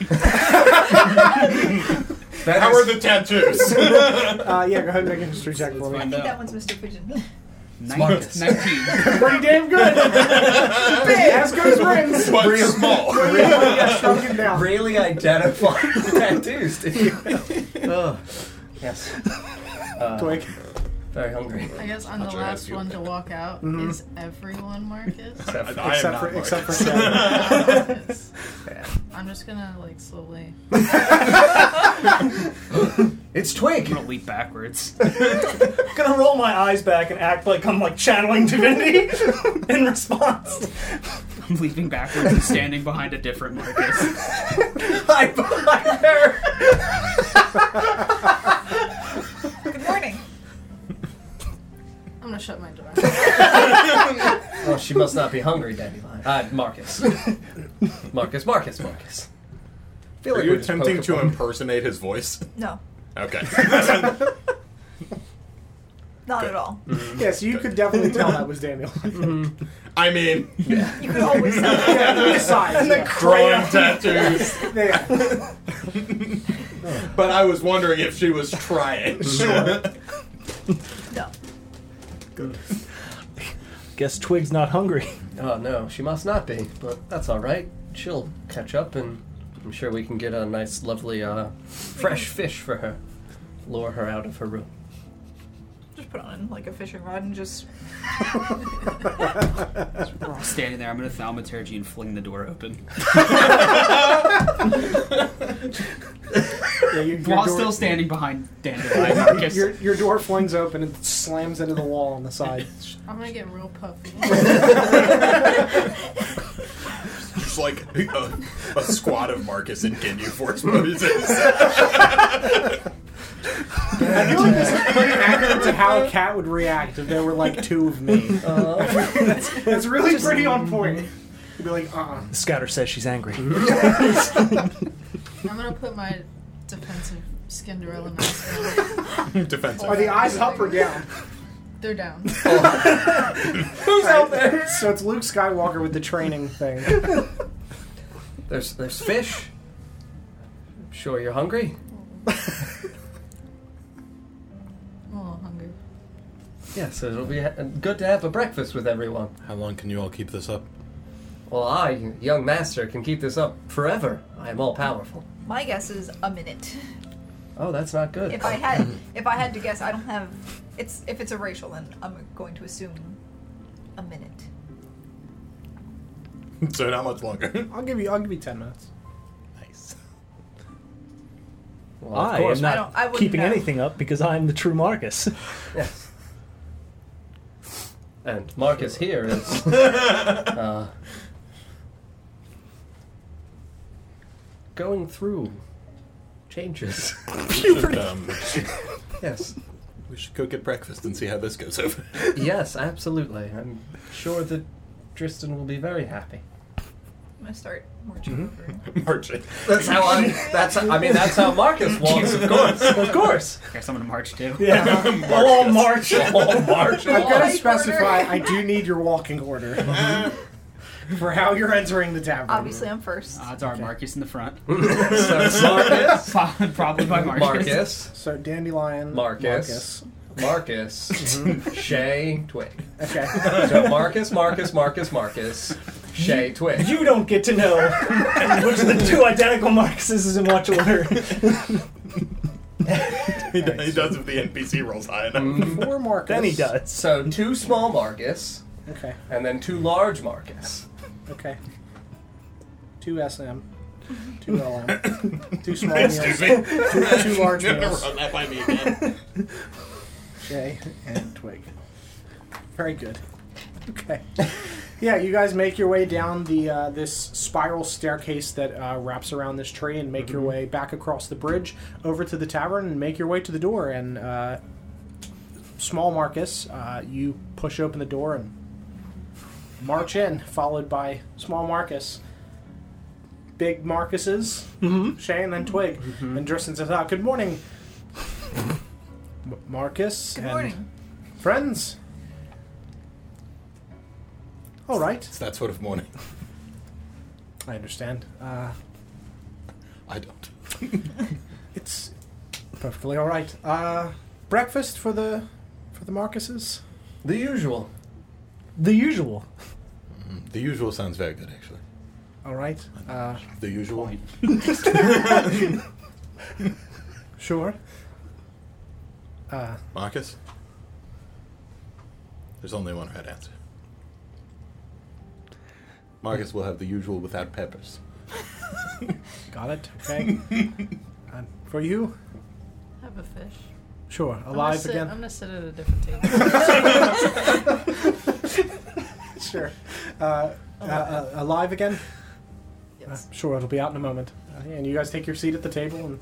Speaker 8: That
Speaker 7: How
Speaker 8: is-
Speaker 7: are the tattoos?
Speaker 1: Uh, yeah, go ahead and make a history check for
Speaker 4: I
Speaker 1: me.
Speaker 4: think that one's Mr. Pigeon.
Speaker 6: Nin-
Speaker 8: Marcus.
Speaker 6: Nineteen.
Speaker 1: Pretty damn good. As good as Rin's.
Speaker 7: but small.
Speaker 1: Yeah, shrunk it down.
Speaker 8: really identify the tattoos, did you? oh, yes. Uh,
Speaker 1: Twig.
Speaker 8: very hungry.
Speaker 5: I guess I'm the
Speaker 7: try to
Speaker 5: last
Speaker 7: help you.
Speaker 5: one to walk out.
Speaker 8: Mm-hmm.
Speaker 5: Is everyone Marcus?
Speaker 8: Except for-
Speaker 7: I am
Speaker 1: Except
Speaker 7: not
Speaker 1: for,
Speaker 7: Marcus.
Speaker 1: except for Shannon.
Speaker 5: Marcus. I'm just gonna like slowly.
Speaker 8: it's Twig.
Speaker 6: I'm gonna leap backwards.
Speaker 2: I'm gonna roll my eyes back and act like I'm like channeling divinity in response.
Speaker 6: I'm leaping backwards and standing behind a different Marcus.
Speaker 8: High five her.
Speaker 4: Good morning.
Speaker 5: I'm gonna shut my door.
Speaker 8: Oh, she must not be hungry, Dandelion. Uh, Marcus. Marcus, Marcus, Marcus. I feel
Speaker 7: Are you
Speaker 8: we're just
Speaker 7: attempting to
Speaker 8: Pokemon.
Speaker 7: impersonate his voice?
Speaker 4: No,
Speaker 7: Okay.
Speaker 4: not
Speaker 7: Good.
Speaker 4: at all.
Speaker 1: Yes, you could definitely tell that was Daniel.
Speaker 8: Mm-hmm.
Speaker 7: I mean,
Speaker 4: You could always tell.
Speaker 1: yeah, his size. And yeah.
Speaker 7: drawing tattoos.
Speaker 1: Yeah.
Speaker 7: But I was wondering if she was trying. Sure.
Speaker 4: No.
Speaker 2: Guess Twig's not hungry.
Speaker 8: Oh no, she must not be. But that's all right. She'll catch up, and I'm sure we can get a nice, lovely, uh, fresh fish for her. Lure her out of her room.
Speaker 4: Just put on like a fishing rod and just.
Speaker 6: Standing there, I'm gonna thaumaturgy and fling the door open.
Speaker 1: Yeah, you- your
Speaker 6: While
Speaker 1: door-
Speaker 6: still standing behind Dandelion Marcus.
Speaker 1: Your, your door flings open and slams into the wall on the side.
Speaker 5: I'm gonna get real puffy.
Speaker 7: Just like a, a squad of Marcus and Ginyu Force poses.
Speaker 1: I feel like this is pretty accurate to how a cat would react if there were like two of me.
Speaker 8: Uh.
Speaker 1: that's, that's really pretty on point. You'd be like, uh-uh.
Speaker 2: The scouter says she's angry.
Speaker 5: I'm gonna put my defensive Skinderella mask on.
Speaker 7: Defensive.
Speaker 1: Are the eyes up or down?
Speaker 5: They're down.
Speaker 1: Who's out there? So it's Luke Skywalker with the training thing.
Speaker 8: There's there's fish. I'm sure you're hungry.
Speaker 5: I'm a little hungry.
Speaker 8: Yes, it'll be ha- good to have a breakfast with everyone.
Speaker 7: How long can you all keep this up?
Speaker 8: Well, I, young master, can keep this up forever. I am all powerful.
Speaker 4: My guess is a minute.
Speaker 8: Oh, that's not good.
Speaker 4: If I had, if I had to guess, I don't have. It's if it's a racial, then I'm going to assume a minute.
Speaker 7: so not much longer.
Speaker 1: I'll give you. I'll give you ten minutes.
Speaker 7: nice.
Speaker 8: Well, of
Speaker 2: I
Speaker 8: course.
Speaker 2: am
Speaker 4: I
Speaker 2: not
Speaker 4: don't- I wouldn't
Speaker 2: keeping
Speaker 4: know.
Speaker 2: anything up because I'm the true Marcus.
Speaker 8: Yes. And Marcus here is. uh, going through changes.
Speaker 7: Puberty.
Speaker 8: Um, yes.
Speaker 7: we should go get breakfast and see how this goes over.
Speaker 8: Yes, absolutely. I'm sure that Tristan will be very happy.
Speaker 4: I'm gonna start marching over.
Speaker 7: Marching.
Speaker 8: Mm-hmm. That's how I. That's. I mean, that's how Marcus walks, of course. Of course.
Speaker 6: Guess I'm gonna march too.
Speaker 1: Yeah.
Speaker 2: Oh, March.
Speaker 7: All march.
Speaker 1: I've got to
Speaker 4: Walking
Speaker 1: specify.
Speaker 4: order.
Speaker 1: I do need your walking order for how you're entering the tavern.
Speaker 4: Obviously, I'm first.
Speaker 6: Odds are Marcus in the front.
Speaker 8: So Marcus,
Speaker 6: Followed Probably by Marcus.
Speaker 8: Marcus,
Speaker 1: So dandelion.
Speaker 8: Marcus. Marcus, Shay, Twig.
Speaker 1: Marcus. Mm-hmm. Okay.
Speaker 8: So Marcus, Marcus, Marcus, Marcus, Shay, Twig.
Speaker 2: You don't get to know which of the two identical Marcuses is in what order.
Speaker 7: He, d- he does if the NPC rolls high enough.
Speaker 1: Four Marcus.
Speaker 2: then he does.
Speaker 8: So two small Marcus
Speaker 1: Okay.
Speaker 8: and then two large Marcus.
Speaker 1: Okay. Two SM. Two LM. Two small
Speaker 7: Excuse
Speaker 1: meals.
Speaker 7: me.
Speaker 1: Two, two large
Speaker 7: You're gonna
Speaker 1: meals.
Speaker 7: run that by me again.
Speaker 1: Jay and Twig. Very good. Okay. Yeah, you guys make your way down the uh, this spiral staircase that uh, wraps around this tree, and make your way back across the bridge over to the tavern, and make your way to the door. And uh, small Marcus, uh, you push open the door and march in, followed by small Marcus. Big Marcuses, Shay, and then Twig. And Driston says, ah, "Good morning, M- Marcus."
Speaker 4: Good
Speaker 1: and
Speaker 4: morning.
Speaker 1: Friends. All right.
Speaker 7: It's that sort of morning.
Speaker 1: I understand. Uh,
Speaker 7: I don't.
Speaker 1: it's perfectly all right. Uh, breakfast for the for the Marcuses.
Speaker 8: The usual.
Speaker 2: The usual.
Speaker 7: The usual sounds very good, actually.
Speaker 1: All right. Uh,
Speaker 7: The usual.
Speaker 1: sure. Uh,
Speaker 7: Marcus? There's only one right answer. Marcus will have the usual without peppers.
Speaker 1: got it. Okay. um, for you.
Speaker 5: Have a fish.
Speaker 1: Sure.
Speaker 5: I'm gonna
Speaker 1: Alive
Speaker 5: sit-
Speaker 1: again.
Speaker 5: I'm gonna sit at a different table.
Speaker 1: Sure. Uh,
Speaker 6: Oh,
Speaker 1: uh, uh, alive again.
Speaker 5: Yes.
Speaker 1: Uh, sure. It'll be out in a moment. Uh, and you guys take your seat at the table, and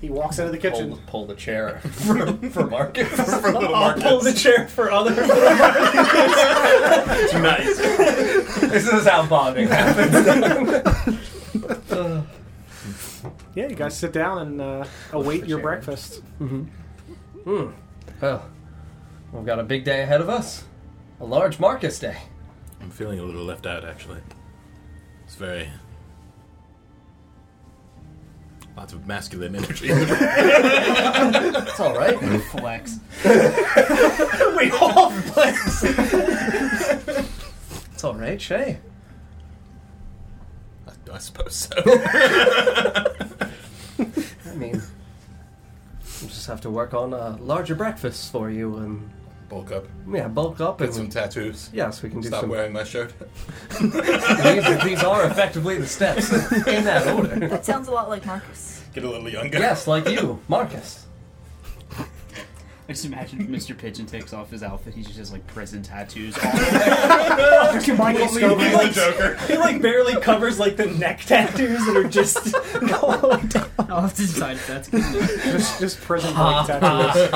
Speaker 1: he walks out of the kitchen.
Speaker 8: Pull, pull the chair for, for Marcus.
Speaker 7: For little
Speaker 2: I'll pull the chair for other.
Speaker 7: nice.
Speaker 8: this is how bonding happens.
Speaker 1: Yeah, you guys sit down and uh, await your
Speaker 8: chair.
Speaker 1: breakfast.
Speaker 8: Hmm. Well, we've got a big day ahead of us. A large Marcus day.
Speaker 7: I'm feeling a little left out, actually. It's very. Lots of masculine energy.
Speaker 8: That's all right.
Speaker 6: Flex.
Speaker 8: we all flex. it's all right, Shay.
Speaker 7: I, I suppose so.
Speaker 8: I mean, we'll just have to work on uh, larger breakfasts for you and
Speaker 7: Bulk up.
Speaker 8: yeah, bulk up
Speaker 7: Get
Speaker 8: and
Speaker 7: some tattoos.
Speaker 8: yes, we can do
Speaker 7: Stop
Speaker 8: some.
Speaker 7: wearing my shirt.
Speaker 8: These, these are effectively the steps in that order.
Speaker 4: That sounds a lot like Marcus.
Speaker 7: Get a little younger.
Speaker 8: Yes, like you, Marcus.
Speaker 6: I just imagine if Mr. Pigeon takes off his outfit, he just has like prison tattoos. All the way.
Speaker 1: Michael Scoville.
Speaker 7: He's
Speaker 2: Like-
Speaker 7: the Joker.
Speaker 2: He like barely covers like the neck tattoos that are just going down.
Speaker 6: I'll have to decide if that's good. enough.
Speaker 1: Just, just prison break tattoos.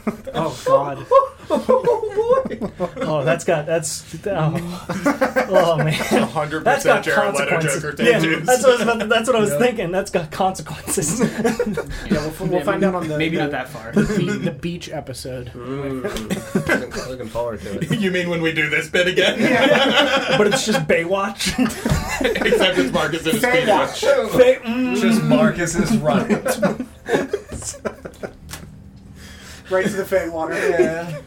Speaker 1: oh God!
Speaker 2: Oh, that's got that's oh, oh man,
Speaker 7: 100%
Speaker 2: that's got
Speaker 7: Jared Leto
Speaker 2: consequences.
Speaker 7: Joker
Speaker 2: yeah,
Speaker 7: tattoos.
Speaker 2: that's what I was, about to- that's what I was thinking. That's got consequences.
Speaker 1: Yeah, we'll, f- we'll
Speaker 6: Yeah,
Speaker 1: find out on the
Speaker 6: maybe
Speaker 1: the,
Speaker 6: not that far.
Speaker 1: be- the beach episode.
Speaker 8: Looking, Mm. looking forward to it.
Speaker 7: you mean when we do this bit again?
Speaker 2: but it's just Baywatch.
Speaker 7: Except it's Marcus and his
Speaker 1: Baywatch.
Speaker 7: Baywatch.
Speaker 2: Bay- mm.
Speaker 8: Just Marcus is running.
Speaker 1: Right to the fake water. Yeah.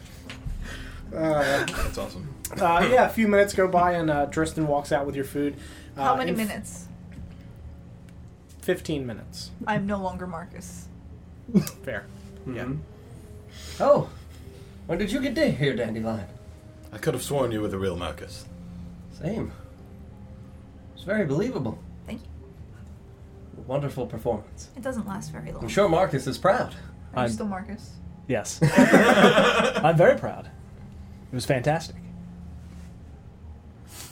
Speaker 1: Uh,
Speaker 7: That's awesome.
Speaker 1: uh, yeah, a few minutes go by and uh, Tristan walks out with your food. Uh,
Speaker 4: How many
Speaker 1: in f-
Speaker 4: minutes?
Speaker 1: Fifteen minutes.
Speaker 4: I'm no longer Marcus.
Speaker 1: Fair.
Speaker 4: Mm-hmm.
Speaker 8: Oh, when did you get da- here, Dandelion?
Speaker 7: I could have sworn you were the real Marcus.
Speaker 8: Same. It's very believable.
Speaker 4: Thank you.
Speaker 8: Wonderful performance.
Speaker 4: It doesn't last very long.
Speaker 8: I'm sure Marcus is proud.
Speaker 4: Are you
Speaker 2: I'm-
Speaker 4: still Marcus?
Speaker 2: Yes. I'm very proud. It was fantastic.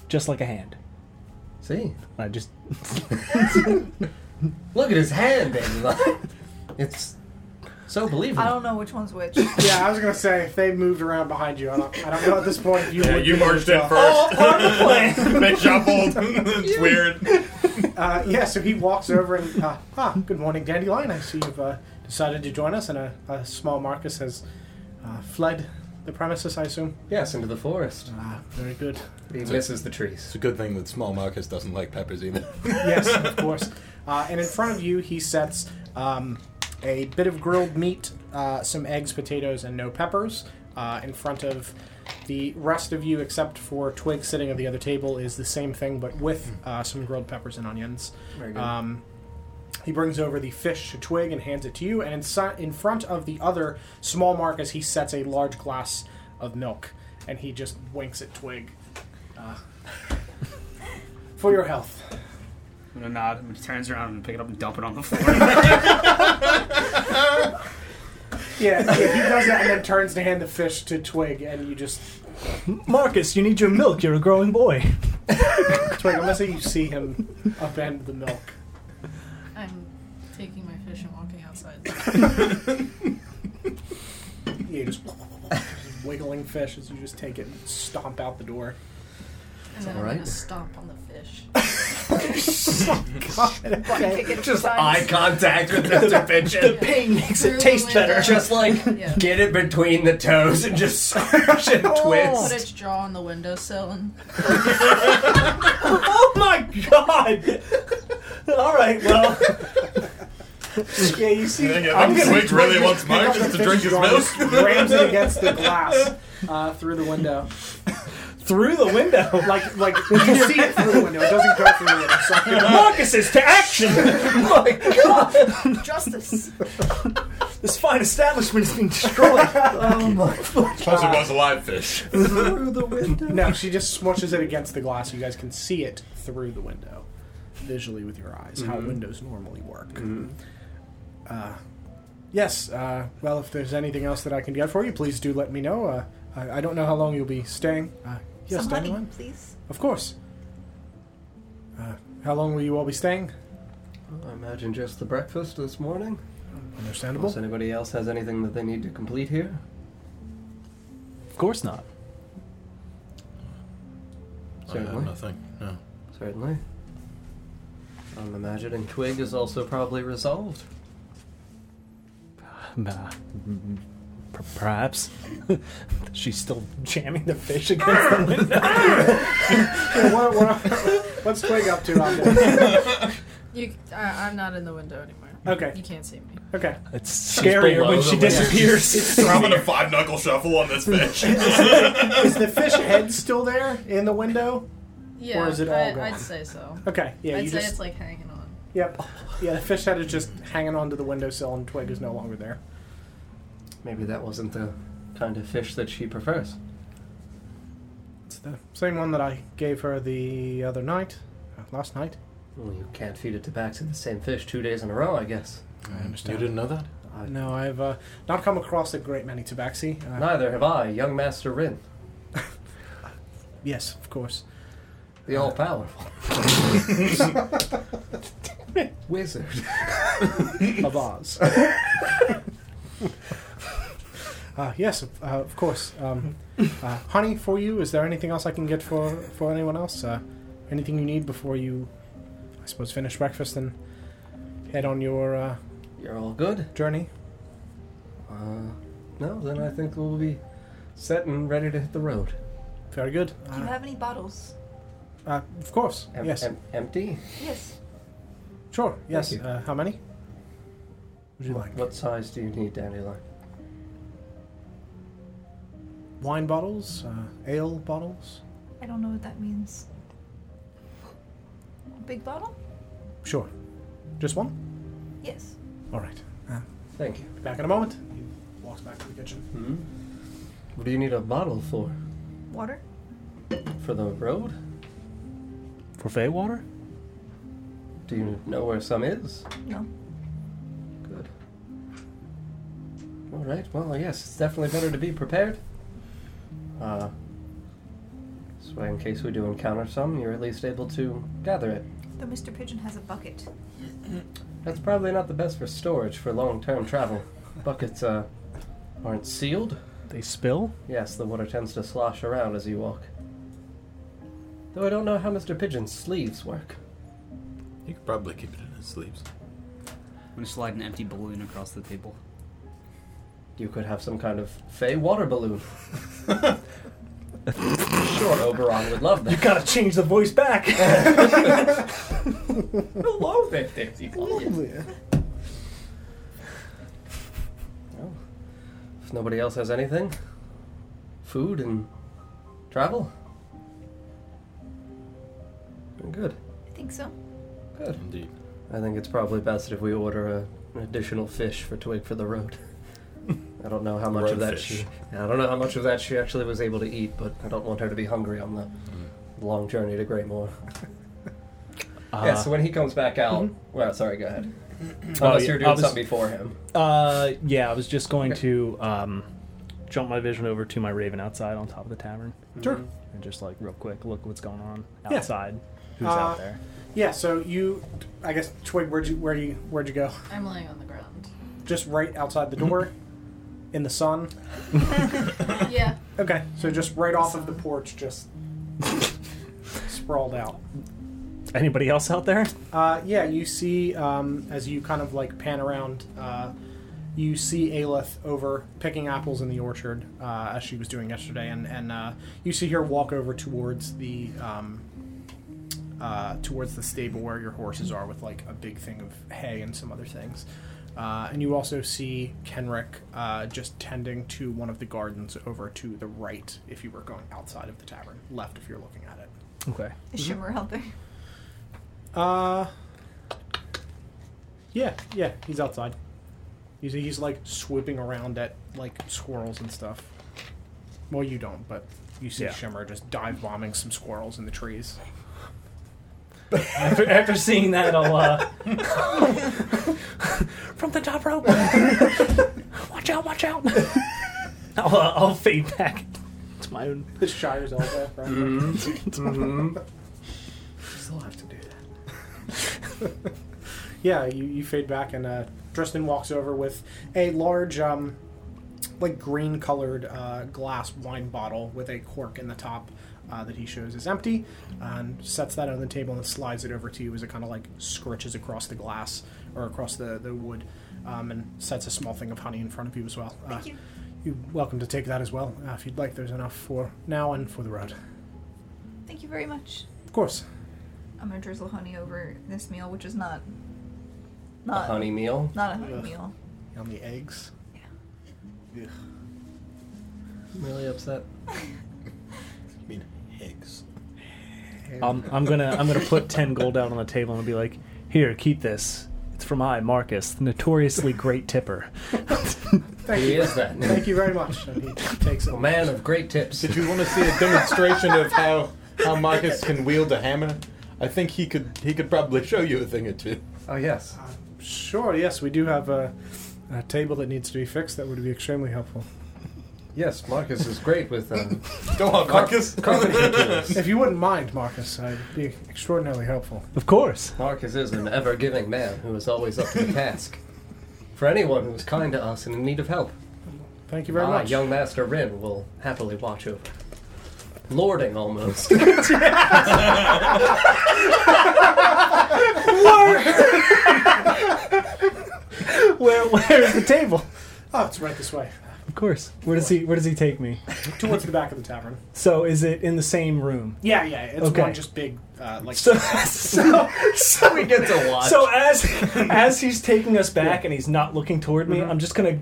Speaker 2: Just like a hand.
Speaker 8: See?
Speaker 2: I just
Speaker 8: Look at his hand, Angela. it's so believable.
Speaker 4: I don't know which one's which.
Speaker 1: Yeah, I was gonna say if they moved around behind you, I don't, I don't know at this point. if You
Speaker 7: Yeah,
Speaker 1: would
Speaker 7: you
Speaker 1: be able
Speaker 7: marched
Speaker 1: to
Speaker 7: in
Speaker 1: tell.
Speaker 7: first. they shuffled. it's weird.
Speaker 1: Uh, yeah, so he walks over and, uh, ah, good morning, Dandelion. I see you've uh, decided to join us, and a, a small Marcus has uh, fled the premises, I assume.
Speaker 8: Yes, into the forest.
Speaker 1: Ah, very good.
Speaker 8: He misses the trees.
Speaker 9: It's a good thing that small Marcus doesn't like peppers either.
Speaker 1: yes, of course. Uh, and in front of you, he sets um, a bit of grilled meat, uh, some eggs, potatoes, and no peppers. Uh, in front of the rest of you, except for Twig sitting at the other table, is the same thing, but with uh, some grilled peppers and onions.
Speaker 8: Very good.
Speaker 1: Um, he brings over the fish to Twig and hands it to you, and in, si- in front of the other small Marcus, he sets a large glass of milk, and he just winks at Twig. Uh, for your health.
Speaker 6: I'm gonna nod. and He turns around and pick it up and dump it on the floor.
Speaker 1: Yeah, yeah, he does that and then turns to hand the fish to Twig, and you just
Speaker 2: Marcus, you need your milk. You're a growing boy.
Speaker 1: Twig. I'm gonna say you see him upend the milk.
Speaker 5: I'm taking my fish and walking outside.
Speaker 1: You just wiggling fish as you just take it and stomp out the door.
Speaker 5: And then I'm
Speaker 8: alright.
Speaker 5: gonna stomp on the fish.
Speaker 1: Oh, Okay.
Speaker 4: Kick it
Speaker 8: Just
Speaker 4: aside.
Speaker 8: eye contact with Mr. Pigeon.
Speaker 2: Pain makes
Speaker 5: Through
Speaker 2: it
Speaker 5: the
Speaker 2: taste better.
Speaker 5: window.
Speaker 8: Just like
Speaker 5: Yeah.
Speaker 8: get it between the toes and just
Speaker 4: Oh,
Speaker 8: search and
Speaker 1: Oh.
Speaker 5: Put
Speaker 8: twist.
Speaker 5: its jaw on the windowsill and
Speaker 2: Oh my god! All right, well. yeah, you see.
Speaker 7: I think, I think Twig really wants
Speaker 1: Pick up
Speaker 7: Marcus
Speaker 1: the
Speaker 7: to drink
Speaker 1: fish
Speaker 7: his
Speaker 1: jar,
Speaker 7: milk.
Speaker 1: Rams it against the glass uh, through the window.
Speaker 2: through the window.
Speaker 1: Like like you see it through the window. It doesn't go through the window. So
Speaker 3: uh,
Speaker 2: Marcus is to action! my god!
Speaker 4: Justice.
Speaker 2: This fine establishment is being destroyed.
Speaker 8: Oh my
Speaker 7: Plus, it was a live fish.
Speaker 8: through the window.
Speaker 1: no, she just smushes it against the glass. You guys can see it through the window, visually with your eyes, how windows normally work. Uh, yes. Uh, well, if there's anything else that I can get for you, please do let me know. Uh, I, I don't know how long you'll be staying. Uh, yes,
Speaker 4: Some money,
Speaker 1: Dandelion?
Speaker 4: please.
Speaker 1: Of course. Uh, how long will you all be staying?
Speaker 8: I imagine just the breakfast this morning.
Speaker 1: Understandable.
Speaker 8: Unless anybody else has anything that they need to complete here.
Speaker 2: Of course not.
Speaker 9: I have
Speaker 8: Certainly.
Speaker 9: nothing. No.
Speaker 8: Certainly. I'm imagining Twig is also probably resolved.
Speaker 2: Nah, mm, per- perhaps. She's still jamming the fish against the window.
Speaker 1: Okay, what, what, what's Twig up to out there?
Speaker 5: you. I, I'm not in the window anymore.
Speaker 1: Okay.
Speaker 5: You can't see me.
Speaker 1: Okay.
Speaker 2: It's scarier
Speaker 7: below
Speaker 2: when
Speaker 7: the
Speaker 2: she
Speaker 7: window.
Speaker 2: disappears.
Speaker 7: Throwing a five knuckle shuffle on this fish.
Speaker 1: Is the fish head still there in the window?
Speaker 5: Yeah,
Speaker 1: is it all
Speaker 5: I,
Speaker 1: gone?
Speaker 5: I'd say so.
Speaker 1: Okay. Yeah.
Speaker 5: I'd
Speaker 1: you
Speaker 5: say
Speaker 1: just
Speaker 5: it's like hanging on.
Speaker 1: Yep. Yeah, the fish head is just hanging onto the windowsill and Twig is no longer there.
Speaker 8: Maybe that wasn't the kind of fish that she prefers.
Speaker 1: It's the same one that I gave her the other night. uh, Last night.
Speaker 8: Well, you can't feed it to back to the same fish two days in a row, I guess.
Speaker 1: I
Speaker 9: You
Speaker 1: understand.
Speaker 9: didn't know that?
Speaker 8: I,
Speaker 1: No, I've uh, not come across a great many tabaxi. Uh,
Speaker 8: Neither have I, young Master Rin,
Speaker 1: Yes, of course.
Speaker 8: the all powerful. Wizard.
Speaker 1: Of Oz.
Speaker 3: Mm.
Speaker 1: uh, yes, of- uh, of course. Um, uh, honey, for you, is there anything else I can get for, for anyone else? Uh, anything you need before you, I suppose, finish breakfast and head on your uh,
Speaker 8: You're all good?
Speaker 1: journey?
Speaker 8: Uh, no, then I think we'll be set and ready to hit the road.
Speaker 1: Very good.
Speaker 4: Do
Speaker 1: Uh,
Speaker 4: you have any bottles?
Speaker 1: Uh, of course.
Speaker 8: Em-
Speaker 1: yes.
Speaker 8: em- empty?
Speaker 4: Yes.
Speaker 1: sure. Yes.
Speaker 8: you.
Speaker 1: Uh, how many? Would you like
Speaker 8: What size do you need, Dandelion?
Speaker 1: wine bottles, uh, ale bottles?
Speaker 4: I don't know what that means. A big bottle?
Speaker 1: Sure. Just one.
Speaker 4: Yes.
Speaker 1: All right.
Speaker 8: Thank you. Hmm?
Speaker 1: Be back in a moment. He walks back to the kitchen.
Speaker 8: What do you need a bottle for?
Speaker 4: Water?
Speaker 8: For the road?
Speaker 2: For Fey water?
Speaker 8: Do you know where some is?
Speaker 4: No.
Speaker 8: Good. All right. Well, yes, it's definitely better to be prepared. Uh, this way, in case we do encounter some, you're at least able to gather it.
Speaker 4: Though Mr. Pigeon has a bucket.
Speaker 8: That's probably not the best for storage for long-term travel. Buckets uh, aren't sealed.
Speaker 2: They spill?
Speaker 8: Yes, the water tends to slosh around as you walk. Though I don't know how Mr. Pigeon's sleeves work.
Speaker 9: You could probably keep it in his sleeves.
Speaker 6: I'm gonna slide an empty balloon across the table.
Speaker 8: You could have some kind of fey water balloon. sure, Oberon would love that.
Speaker 2: Gotta change the voice back.
Speaker 3: Hello there, Daisy.
Speaker 8: If nobody else has anything, food and travel. Good,
Speaker 4: I think so.
Speaker 8: Mm-hmm. good.
Speaker 9: Indeed.
Speaker 8: I think it's probably best if we order a, an additional fish for Twig for the road. I don't know how much of
Speaker 9: Road
Speaker 8: that
Speaker 9: fish.
Speaker 8: she. I don't know how much of that she actually was able to eat, but I don't want her to be hungry on the
Speaker 9: Mm.
Speaker 8: long journey to Greymoor. yeah,
Speaker 9: Uh,
Speaker 8: so when he comes back out,
Speaker 4: Mm-hmm.
Speaker 8: well, sorry, go ahead. Unless
Speaker 2: Oh, yeah,
Speaker 8: you're doing
Speaker 2: I was-
Speaker 8: something before him.
Speaker 2: Uh, yeah, I was just going to um, jump my vision over to my raven outside on top of the tavern.
Speaker 1: Sure.
Speaker 2: And just like real quick, look what's going on
Speaker 1: Yeah.
Speaker 2: outside. Who's
Speaker 1: Uh,
Speaker 2: out there?
Speaker 1: Yeah. So you, I guess, Twig, where'd you, where you, where'd you go?
Speaker 5: I'm laying on the ground.
Speaker 1: Just right outside the door, in the sun.
Speaker 5: yeah.
Speaker 1: Okay. So just right off of the porch, just sprawled out.
Speaker 2: Anybody else out there?
Speaker 1: Uh, yeah, you see um, as you kind of like pan around, uh, you see Aelith over picking apples in the orchard uh, as she was doing yesterday, and and uh, you see her walk over towards the um, uh, towards the stable where your horses are with like a big thing of hay and some other things. Uh, and you also see Kenrick uh, just tending to one of the gardens over to the right if you were going outside of the tavern, left if you're looking at it. Mm-hmm.
Speaker 2: Okay.
Speaker 4: Is Shimmer out there?
Speaker 1: Uh, yeah, yeah, he's outside. He's, he's like swooping around at like squirrels and stuff. Well, you don't, but you see
Speaker 2: Yeah.
Speaker 1: Shimmer just dive bombing some squirrels in the trees.
Speaker 2: after, after seeing that, I'll uh, from the top rope. watch out! Watch out! I'll, uh, I'll fade back to my own. Mm-hmm.
Speaker 1: The Shire's elbow, right?
Speaker 3: Still have to do that.
Speaker 1: yeah, you, you fade back, and uh, Driston walks over with a large, um, like green colored uh, glass wine bottle with a cork in the top uh, that he shows is empty, and sets that on the table and slides it over to you as it kind of like scritches across the glass or across the, the wood, um, and sets a small thing of honey in front of you as well. Uh,
Speaker 4: Thank you.
Speaker 1: You're welcome to take that as well uh, if you'd like. There's enough for now and for the road.
Speaker 4: Thank you very much.
Speaker 1: Of course.
Speaker 4: I'm gonna drizzle honey over this meal, which is not
Speaker 8: A
Speaker 4: not
Speaker 8: honey meal.
Speaker 4: not a honey
Speaker 1: Ugh.
Speaker 4: meal.
Speaker 1: On the eggs.
Speaker 8: Really upset.
Speaker 9: I mean, eggs.
Speaker 2: Um, I'm gonna I'm gonna put ten gold out on the table and be like, here, keep this. It's from I, Marcus, the notoriously great tipper.
Speaker 1: Thank
Speaker 8: He
Speaker 1: you.
Speaker 8: is that.
Speaker 1: Thank you very much. And he takes it.
Speaker 8: A man of great tips.
Speaker 9: Did you want to see a demonstration of how how Marcus can wield a hammer? I think he could he could probably show you a thing or two.
Speaker 8: Oh yes.
Speaker 1: Uh, Sure, yes, we do have a, a table that needs to be fixed. That would be extremely helpful.
Speaker 8: Yes, Marcus is great with uh,
Speaker 7: Go on, Marcus.
Speaker 8: carpet making.
Speaker 1: If you wouldn't mind, Marcus, I'd be extraordinarily helpful.
Speaker 2: of course.
Speaker 8: Marcus is an ever giving man who is always up to the task. For anyone who is kind to us and in need of help,
Speaker 1: Thank you very
Speaker 8: my
Speaker 1: much.
Speaker 8: young master Rin will happily watch over. Lording almost.
Speaker 2: Where where's the table?
Speaker 1: Oh, it's right this way.
Speaker 2: Of course. Where does he Where does he take me?
Speaker 1: Towards the back of the tavern.
Speaker 2: So is it in the same room?
Speaker 1: Yeah, yeah, it's
Speaker 2: Okay.
Speaker 1: one just big, uh, like,
Speaker 2: So so so
Speaker 8: we get to watch.
Speaker 2: So as as he's taking us back and he's not looking toward me,
Speaker 8: Mm-hmm.
Speaker 2: I'm just gonna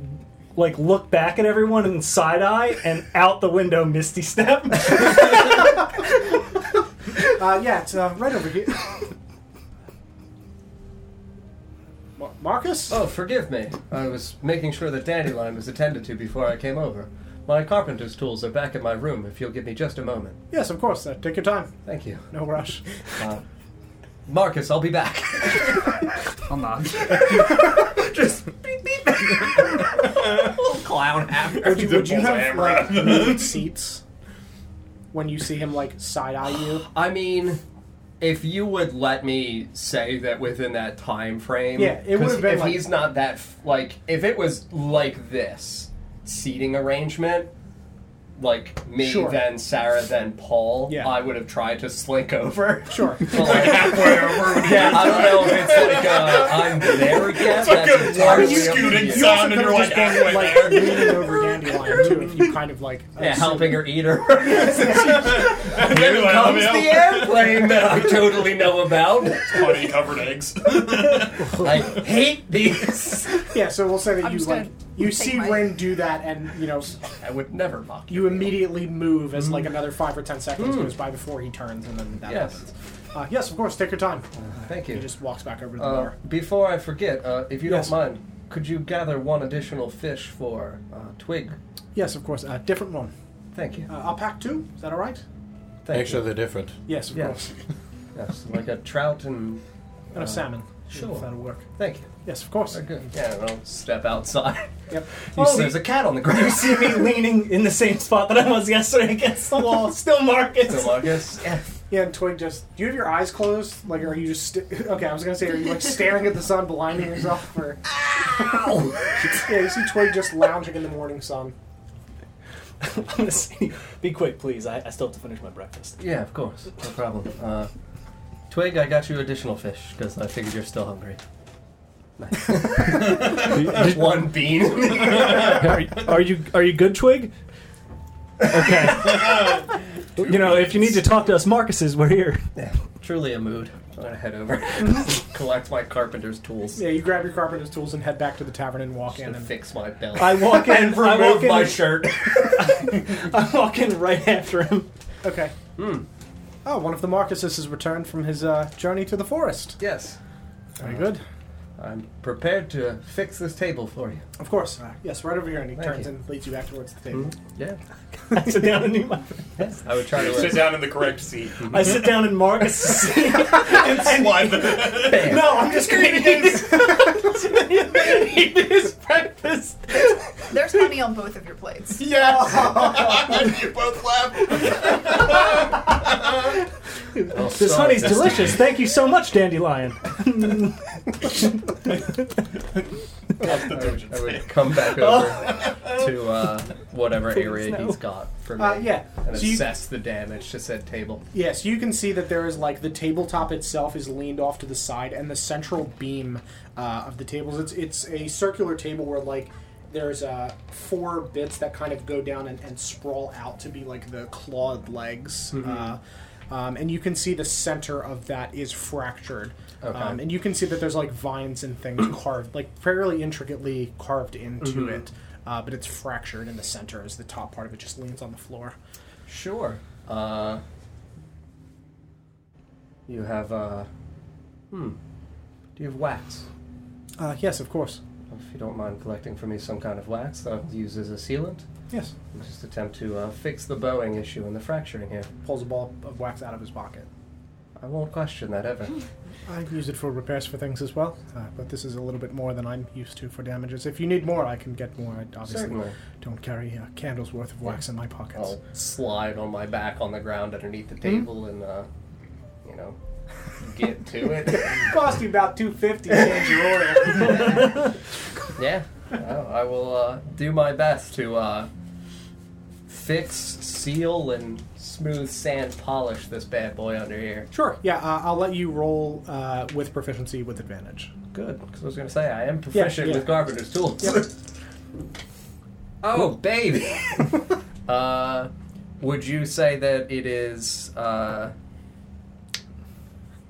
Speaker 2: like look back at everyone and side eye and out the window misty step.
Speaker 1: uh, yeah, it's uh, right over here. Mar- Marcus?
Speaker 8: oh, forgive me. I was making sure the dandelion was attended to before I came over. My carpenter's tools are back in my room if you'll give me just a moment.
Speaker 1: Uh, Yes, of course, sir. Take your time.
Speaker 8: Thank you.
Speaker 1: No rush.
Speaker 8: Uh, Marcus, I'll be back.
Speaker 6: I'm not.
Speaker 8: Little clown hammer.
Speaker 1: Would you, would you
Speaker 7: Pull the
Speaker 1: have
Speaker 7: hammer
Speaker 1: like
Speaker 7: out.
Speaker 1: moved seats when you see him like side eye you?
Speaker 8: I mean, if you would let me say that within that time frame,
Speaker 1: Yeah, it
Speaker 8: 'cause
Speaker 1: would've been
Speaker 8: If
Speaker 1: like-
Speaker 8: he's not that f- like, if it was like this seating arrangement, like me,
Speaker 1: Sure.
Speaker 8: then Sarah, then Paul,
Speaker 1: Yeah.
Speaker 8: I would have tried to slink over.
Speaker 1: Sure.
Speaker 8: Like,
Speaker 7: halfway over when
Speaker 8: yeah, I don't know if it's like uh, I'm there again.
Speaker 7: It's like
Speaker 8: That's
Speaker 7: a
Speaker 8: entirely
Speaker 7: water
Speaker 8: up to
Speaker 7: scooting
Speaker 8: you.
Speaker 1: You also
Speaker 7: Sound and
Speaker 1: could
Speaker 7: you're
Speaker 1: have
Speaker 7: like
Speaker 1: just been
Speaker 7: halfway
Speaker 1: like
Speaker 7: there.
Speaker 1: leaning over dandelion too, if you kind of like
Speaker 8: Yeah,
Speaker 1: assumed-
Speaker 8: helping her eat her.
Speaker 7: Anyway,
Speaker 8: Here
Speaker 7: let
Speaker 8: comes
Speaker 7: me
Speaker 8: the
Speaker 7: out.
Speaker 8: airplane that I totally know about.
Speaker 7: Honey covered eggs.
Speaker 8: I hate these.
Speaker 1: Yeah, so we'll say that
Speaker 5: I'm
Speaker 1: you
Speaker 5: just
Speaker 1: like
Speaker 5: gonna
Speaker 1: you
Speaker 5: take
Speaker 1: see
Speaker 5: my-
Speaker 1: Rin do that, and you know
Speaker 8: I would never mock
Speaker 1: you immediately move as
Speaker 8: Mm.
Speaker 1: like another five or ten seconds goes by before he turns, and then that
Speaker 8: Yes,
Speaker 1: happens. Uh, yes, of course. Take your time.
Speaker 8: Uh, thank
Speaker 1: He
Speaker 8: you.
Speaker 1: just walks back over to the
Speaker 8: Uh,
Speaker 1: bar.
Speaker 8: before I forget, uh, if you
Speaker 1: Yes.
Speaker 8: don't mind, could you gather one additional fish for uh, Twig?
Speaker 1: Yes, of course. Uh, different one.
Speaker 8: Thank you.
Speaker 1: Uh, I'll pack two. Is that all right?
Speaker 8: Thank
Speaker 9: Make sure
Speaker 8: you.
Speaker 9: they're different.
Speaker 1: Yes, of
Speaker 8: Yeah.
Speaker 1: course.
Speaker 8: Yes, like a trout and. uh,
Speaker 1: And a salmon.
Speaker 8: sure.
Speaker 1: If that'll work.
Speaker 8: Thank you.
Speaker 1: Yes, of course.
Speaker 8: Very good. Yeah, and I'll step outside.
Speaker 1: Yep.
Speaker 8: oh, there's a cat on the ground.
Speaker 2: You see me leaning in the same spot that I was yesterday against the wall, still Marcus.
Speaker 8: So I guess. Yeah.
Speaker 1: Yeah, and Twig just. Do you have your eyes closed? Like, are you just. St- okay, I was gonna say, are you like staring at the sun, blinding yourself? Or. yeah, you see Twig just lounging in the morning sun.
Speaker 2: I'm gonna say, be quick, please. I, I still have to finish my breakfast.
Speaker 8: Yeah, of course. No problem. Uh, Twig, I got you additional fish because I figured you're still hungry. Nice. One bean.
Speaker 2: Are, are you are you good, Twig? Okay. you know, if you need to talk to us, Marcuses, we're here.
Speaker 8: Truly a mood. I'm gonna head over, collect my carpenter's tools,
Speaker 1: Yeah, you grab your carpenter's tools and head back to the tavern and walk in.
Speaker 8: and
Speaker 1: And
Speaker 8: fix my belt.
Speaker 2: I walk in.
Speaker 8: and
Speaker 2: I walk
Speaker 8: remove
Speaker 2: in,
Speaker 8: my shirt.
Speaker 2: I walk in right after him.
Speaker 1: okay.
Speaker 8: Hmm.
Speaker 1: Oh, one of the Marcuses has returned from his uh, journey to the forest.
Speaker 8: yes,
Speaker 1: Very good.
Speaker 8: I'm prepared to fix this table for you.
Speaker 1: Of course. Yes, right over here, and he
Speaker 8: Thank
Speaker 1: turns
Speaker 8: you. Hmm.
Speaker 1: and leads you back towards the table.
Speaker 8: Yeah,
Speaker 2: I sit down and eat my.
Speaker 8: I would try to
Speaker 7: Sit down in the correct seat.
Speaker 2: I sit down in Marcus's seat. and
Speaker 7: Slide the.
Speaker 8: Bam.
Speaker 2: No, I'm just gonna eat his, eat his breakfast.
Speaker 4: There's honey on both of your plates.
Speaker 7: you both laugh.
Speaker 8: I'll
Speaker 2: This
Speaker 8: start
Speaker 2: honey's
Speaker 8: this
Speaker 2: delicious. Thank you so much, Dandelion.
Speaker 8: time. I would come back over to uh, whatever area
Speaker 2: no.
Speaker 8: he's got for me.
Speaker 1: Uh, yeah.
Speaker 8: And
Speaker 1: So you-
Speaker 8: assess the damage to said table.
Speaker 1: Yes, you can see that there is like the tabletop itself is leaned off to the side, and the central beam uh, of the tables. It's it's a circular table where like there's uh, four bits that kind of go down and, and sprawl out to be like the clawed legs.
Speaker 8: Mm-hmm.
Speaker 1: Uh, um, and you can see the center of that is fractured.
Speaker 8: Okay.
Speaker 1: Um, and you can see that there's like vines and things carved, like fairly intricately carved into
Speaker 8: Mm-hmm.
Speaker 1: it. Uh, but it's fractured in the center as the top part of it just leans on the floor.
Speaker 8: Sure. Uh, you have, uh, hmm. Do you have wax?
Speaker 1: Uh, yes, of course.
Speaker 8: If you don't mind collecting for me some kind of wax that I'll use as a sealant,
Speaker 1: Yes.
Speaker 8: I'll just attempt to uh, fix the bowing issue and the fracturing here.
Speaker 1: pulls a ball of wax out of his pocket.
Speaker 8: I won't question that ever.
Speaker 1: I use it for repairs for things as well, uh, but this is a little bit more than I'm used to for damages. If you need more, I can get more. I obviously
Speaker 8: Certainly. Oh.
Speaker 1: don't carry a candle's worth of wax in my pockets.
Speaker 8: I'll slide on my back on the ground underneath
Speaker 1: Hmm?
Speaker 8: the table and, uh, you know, get to it.
Speaker 1: Cost you about two fifty. Change your order.
Speaker 8: yeah. Well, I will uh, do my best to uh, fix, seal, and smooth sand polish this bad boy under here.
Speaker 1: sure. Yeah, uh, I'll let you roll uh, with proficiency with advantage.
Speaker 8: Good, because I was going to say, I am proficient
Speaker 1: yeah.
Speaker 8: with carpenter's tools. oh, baby! uh, would you say that it is. uh, Because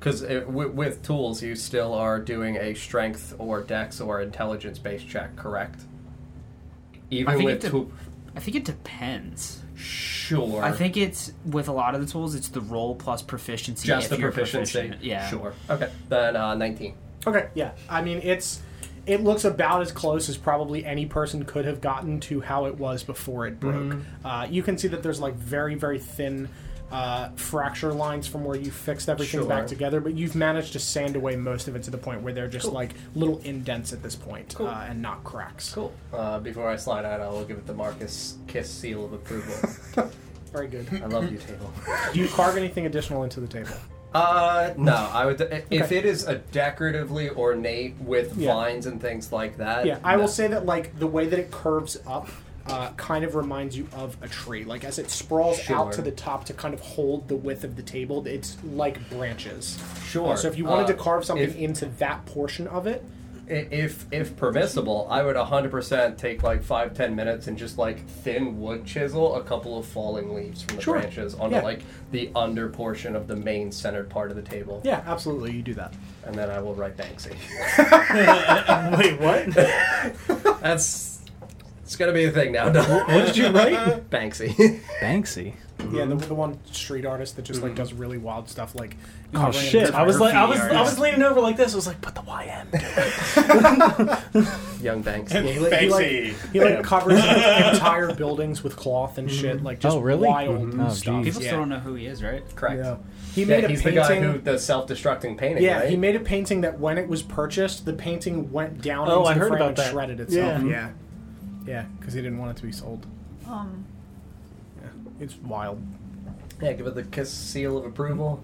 Speaker 8: w- with tools, you still are doing a strength or dex or intelligence based check, correct? Even
Speaker 6: think
Speaker 8: with
Speaker 6: it de-
Speaker 8: tool.
Speaker 6: I think it depends.
Speaker 8: Sure.
Speaker 6: I think it's with a lot of the tools, it's the roll plus proficiency.
Speaker 8: Just
Speaker 6: if
Speaker 8: the
Speaker 6: you're
Speaker 8: proficiency.
Speaker 6: proficient. Yeah.
Speaker 8: Sure. Okay. Then uh, 19.
Speaker 1: Okay. Yeah. I mean, it's it looks about as close as probably any person could have gotten to how it was before it broke. Uh, you can see that there's like very very thin uh, fracture lines from where you fixed everything back
Speaker 8: Sure.
Speaker 1: together, but you've managed to sand away most of it to the point where they're just like little indents at this point
Speaker 8: Cool.
Speaker 1: uh, and not cracks.
Speaker 8: Cool. Uh, before I slide out, I will give it the Marcus Kiss seal of approval.
Speaker 1: Very good.
Speaker 8: I love you, table.
Speaker 1: Do you carve anything additional into the table?
Speaker 8: Uh, no, I would. If it is a decoratively ornate with
Speaker 1: Yeah.
Speaker 8: vines and things like that.
Speaker 1: Yeah, I
Speaker 8: Uh, no.
Speaker 1: will say that like the way that it curves up uh, kind of reminds you of a tree. Like as it sprawls out
Speaker 8: Sure.
Speaker 1: to the top to kind of hold the width of the table, it's like branches.
Speaker 8: Sure.
Speaker 1: Uh, so if you wanted to
Speaker 8: Uh,
Speaker 1: carve something
Speaker 8: if-
Speaker 1: into that portion of it,
Speaker 8: I- if if permissible, I would 100% take like five ten minutes and just like thin wood chisel a couple of falling leaves from the
Speaker 1: Sure.
Speaker 8: branches onto
Speaker 1: Yeah.
Speaker 8: like the under portion of the main centered part of the table,
Speaker 1: yeah, absolutely, you do that.
Speaker 8: and then I will write Banksy.
Speaker 2: Wait, what?
Speaker 8: That's it's gonna be a thing now. No.
Speaker 2: What did you write?
Speaker 8: Banksy.
Speaker 2: Banksy.
Speaker 1: Yeah, the, the one street artist that just
Speaker 8: Mm-hmm.
Speaker 1: like does really wild stuff, like
Speaker 2: Oh
Speaker 1: covering
Speaker 2: shit!
Speaker 1: his-
Speaker 2: I was like, I was,
Speaker 6: Graffiti
Speaker 2: I was leaning over like this. I was like, but the YM.
Speaker 8: Young Banksy.
Speaker 1: He, like- he, like-
Speaker 7: Banksy.
Speaker 1: he, like covers entire buildings with cloth and shit, like just
Speaker 2: Oh, really?
Speaker 1: wild
Speaker 2: Mhm. Oh,
Speaker 1: stuff.
Speaker 2: geez.
Speaker 6: People
Speaker 1: yeah.
Speaker 6: still don't know who he is, right?
Speaker 8: Correct.
Speaker 1: Yeah. He
Speaker 8: Mm, Yeah,
Speaker 1: made a
Speaker 8: he's
Speaker 1: painting.
Speaker 8: the guy who the self-destructing painting.
Speaker 1: Yeah,
Speaker 8: right?
Speaker 1: he made a painting that when it was purchased, the painting went down
Speaker 2: Oh,
Speaker 1: into
Speaker 2: I
Speaker 1: the
Speaker 2: heard
Speaker 1: frame
Speaker 2: about
Speaker 1: and
Speaker 2: that.
Speaker 1: shredded itself.
Speaker 2: Yeah. Mm-hmm.
Speaker 1: yeah, yeah, because he didn't want it to be sold.
Speaker 4: Um,
Speaker 1: It's wild.
Speaker 8: Yeah, give it the kiss seal of approval.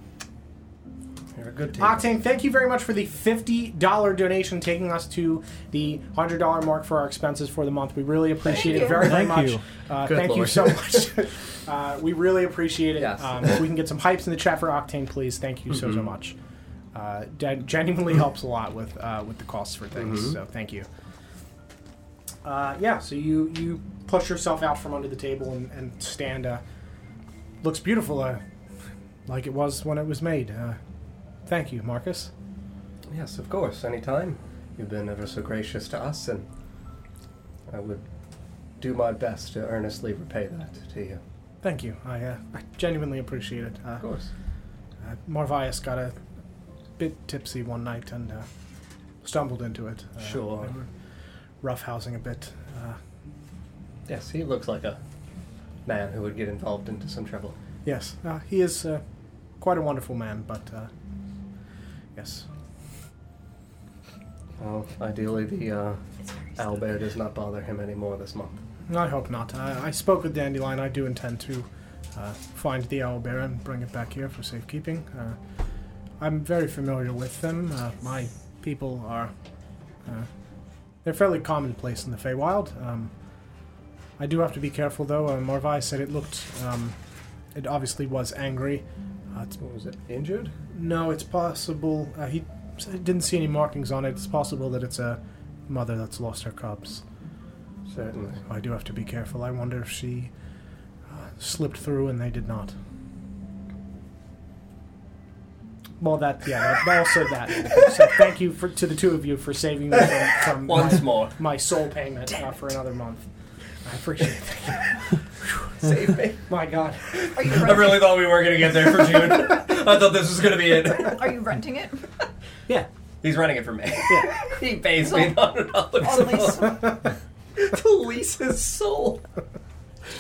Speaker 8: You're a good team.
Speaker 1: Octane, thank you very much for the fifty dollar donation, taking us to the hundred dollar mark for our expenses for the month. We really appreciate
Speaker 4: Thank
Speaker 1: it very, very
Speaker 2: Thank
Speaker 1: much.
Speaker 2: you.
Speaker 1: Uh,
Speaker 8: Good
Speaker 1: thank you
Speaker 8: lord.
Speaker 1: so much. uh, we really appreciate it.
Speaker 8: Yes.
Speaker 1: Um, if we can get some hypes in the chat for Octane, please. Thank you so so much. Uh, gen- genuinely helps a lot with uh, with the costs for things. So thank you. Uh, yeah, so you you push yourself out from under the table and, and stand. Uh, looks beautiful, uh, like it was when it was made. Uh, thank you, Marcus.
Speaker 8: Yes, of course. Anytime. You've been ever so gracious to us, and I would do my best to earnestly repay that to you.
Speaker 1: Thank you. I, uh, I genuinely appreciate it. Uh,
Speaker 8: course.
Speaker 1: uh, Marvius got a bit tipsy one night and uh, stumbled into it. Uh,
Speaker 8: Sure.
Speaker 1: we were Roughhousing a bit. Uh,
Speaker 8: Yes, he looks like a man who would get involved into some trouble.
Speaker 1: yes, uh, he is uh, quite a wonderful man, but uh, yes.
Speaker 8: Well, ideally, the uh, owlbear does not bother him anymore this month.
Speaker 1: I hope not. I, I spoke with Dandelion. I do intend to uh, find the owlbear and bring it back here for safekeeping. Uh, I'm very familiar with them. Uh, my people are. Uh, they're fairly commonplace in the Feywild. Um, I do have to be careful, though. Uh, Marvai said it looked. Um, it obviously was angry. Uh, it's,
Speaker 8: What was it? Injured?
Speaker 1: no, it's possible. Uh, he said- didn't see any markings on it. It's possible that it's a mother that's lost her cubs.
Speaker 8: Certainly.
Speaker 1: I do have to be careful. I wonder if she uh, slipped through and they did not. Well, that yeah, that, also that. So thank you for, to the two of you for saving me from, from
Speaker 8: Once
Speaker 1: my,
Speaker 8: more.
Speaker 1: my soul payment uh, for another month. I appreciate it. Thank
Speaker 8: Save me.
Speaker 1: you. My God,
Speaker 4: are you
Speaker 8: I
Speaker 4: renting,
Speaker 8: really thought we were going to get there for June. I thought this was going to be it.
Speaker 4: are you renting it?
Speaker 1: yeah,
Speaker 8: He's running it for me.
Speaker 1: yeah.
Speaker 8: He pays me hundred dollars
Speaker 4: On lease?
Speaker 8: to lease his soul.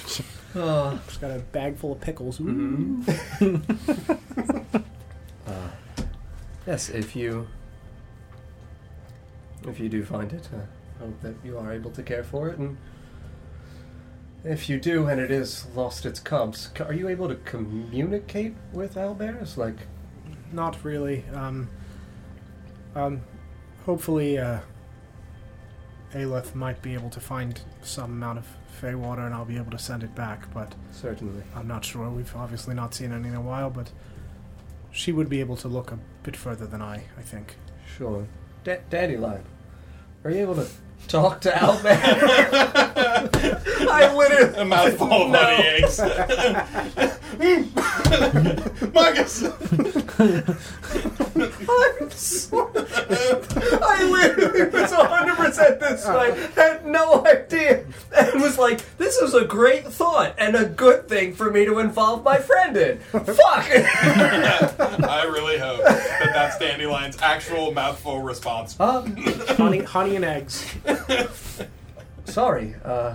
Speaker 1: Just got a bag full of pickles. Ooh.
Speaker 8: Mm-hmm. Uh, Yes, if you if you do find it, uh, I hope that you are able to care for it. And if you do, and it is lost its cubs, c- are you able to communicate with owlbears? Like,
Speaker 1: Not really. Um, um, hopefully, uh, Aelith might be able to find some amount of fey water, and I'll be able to send it back. But
Speaker 8: certainly.
Speaker 1: I'm not sure. We've obviously not seen any in a while, but she would be able to look a bit further than I. I think.
Speaker 8: Sure. Da- Dandelion, are you able to talk to owlbears? I literally.
Speaker 7: A mouthful of honey eggs. Marcus!
Speaker 8: I'm sorry. I literally was 100% this way. Had no idea. And was like, this is a great thought and a good thing for me to involve my friend in. Fuck!
Speaker 7: I really hope that that's Dandelion's actual mouthful response.
Speaker 8: um,
Speaker 1: honey, honey and eggs.
Speaker 8: sorry. Uh,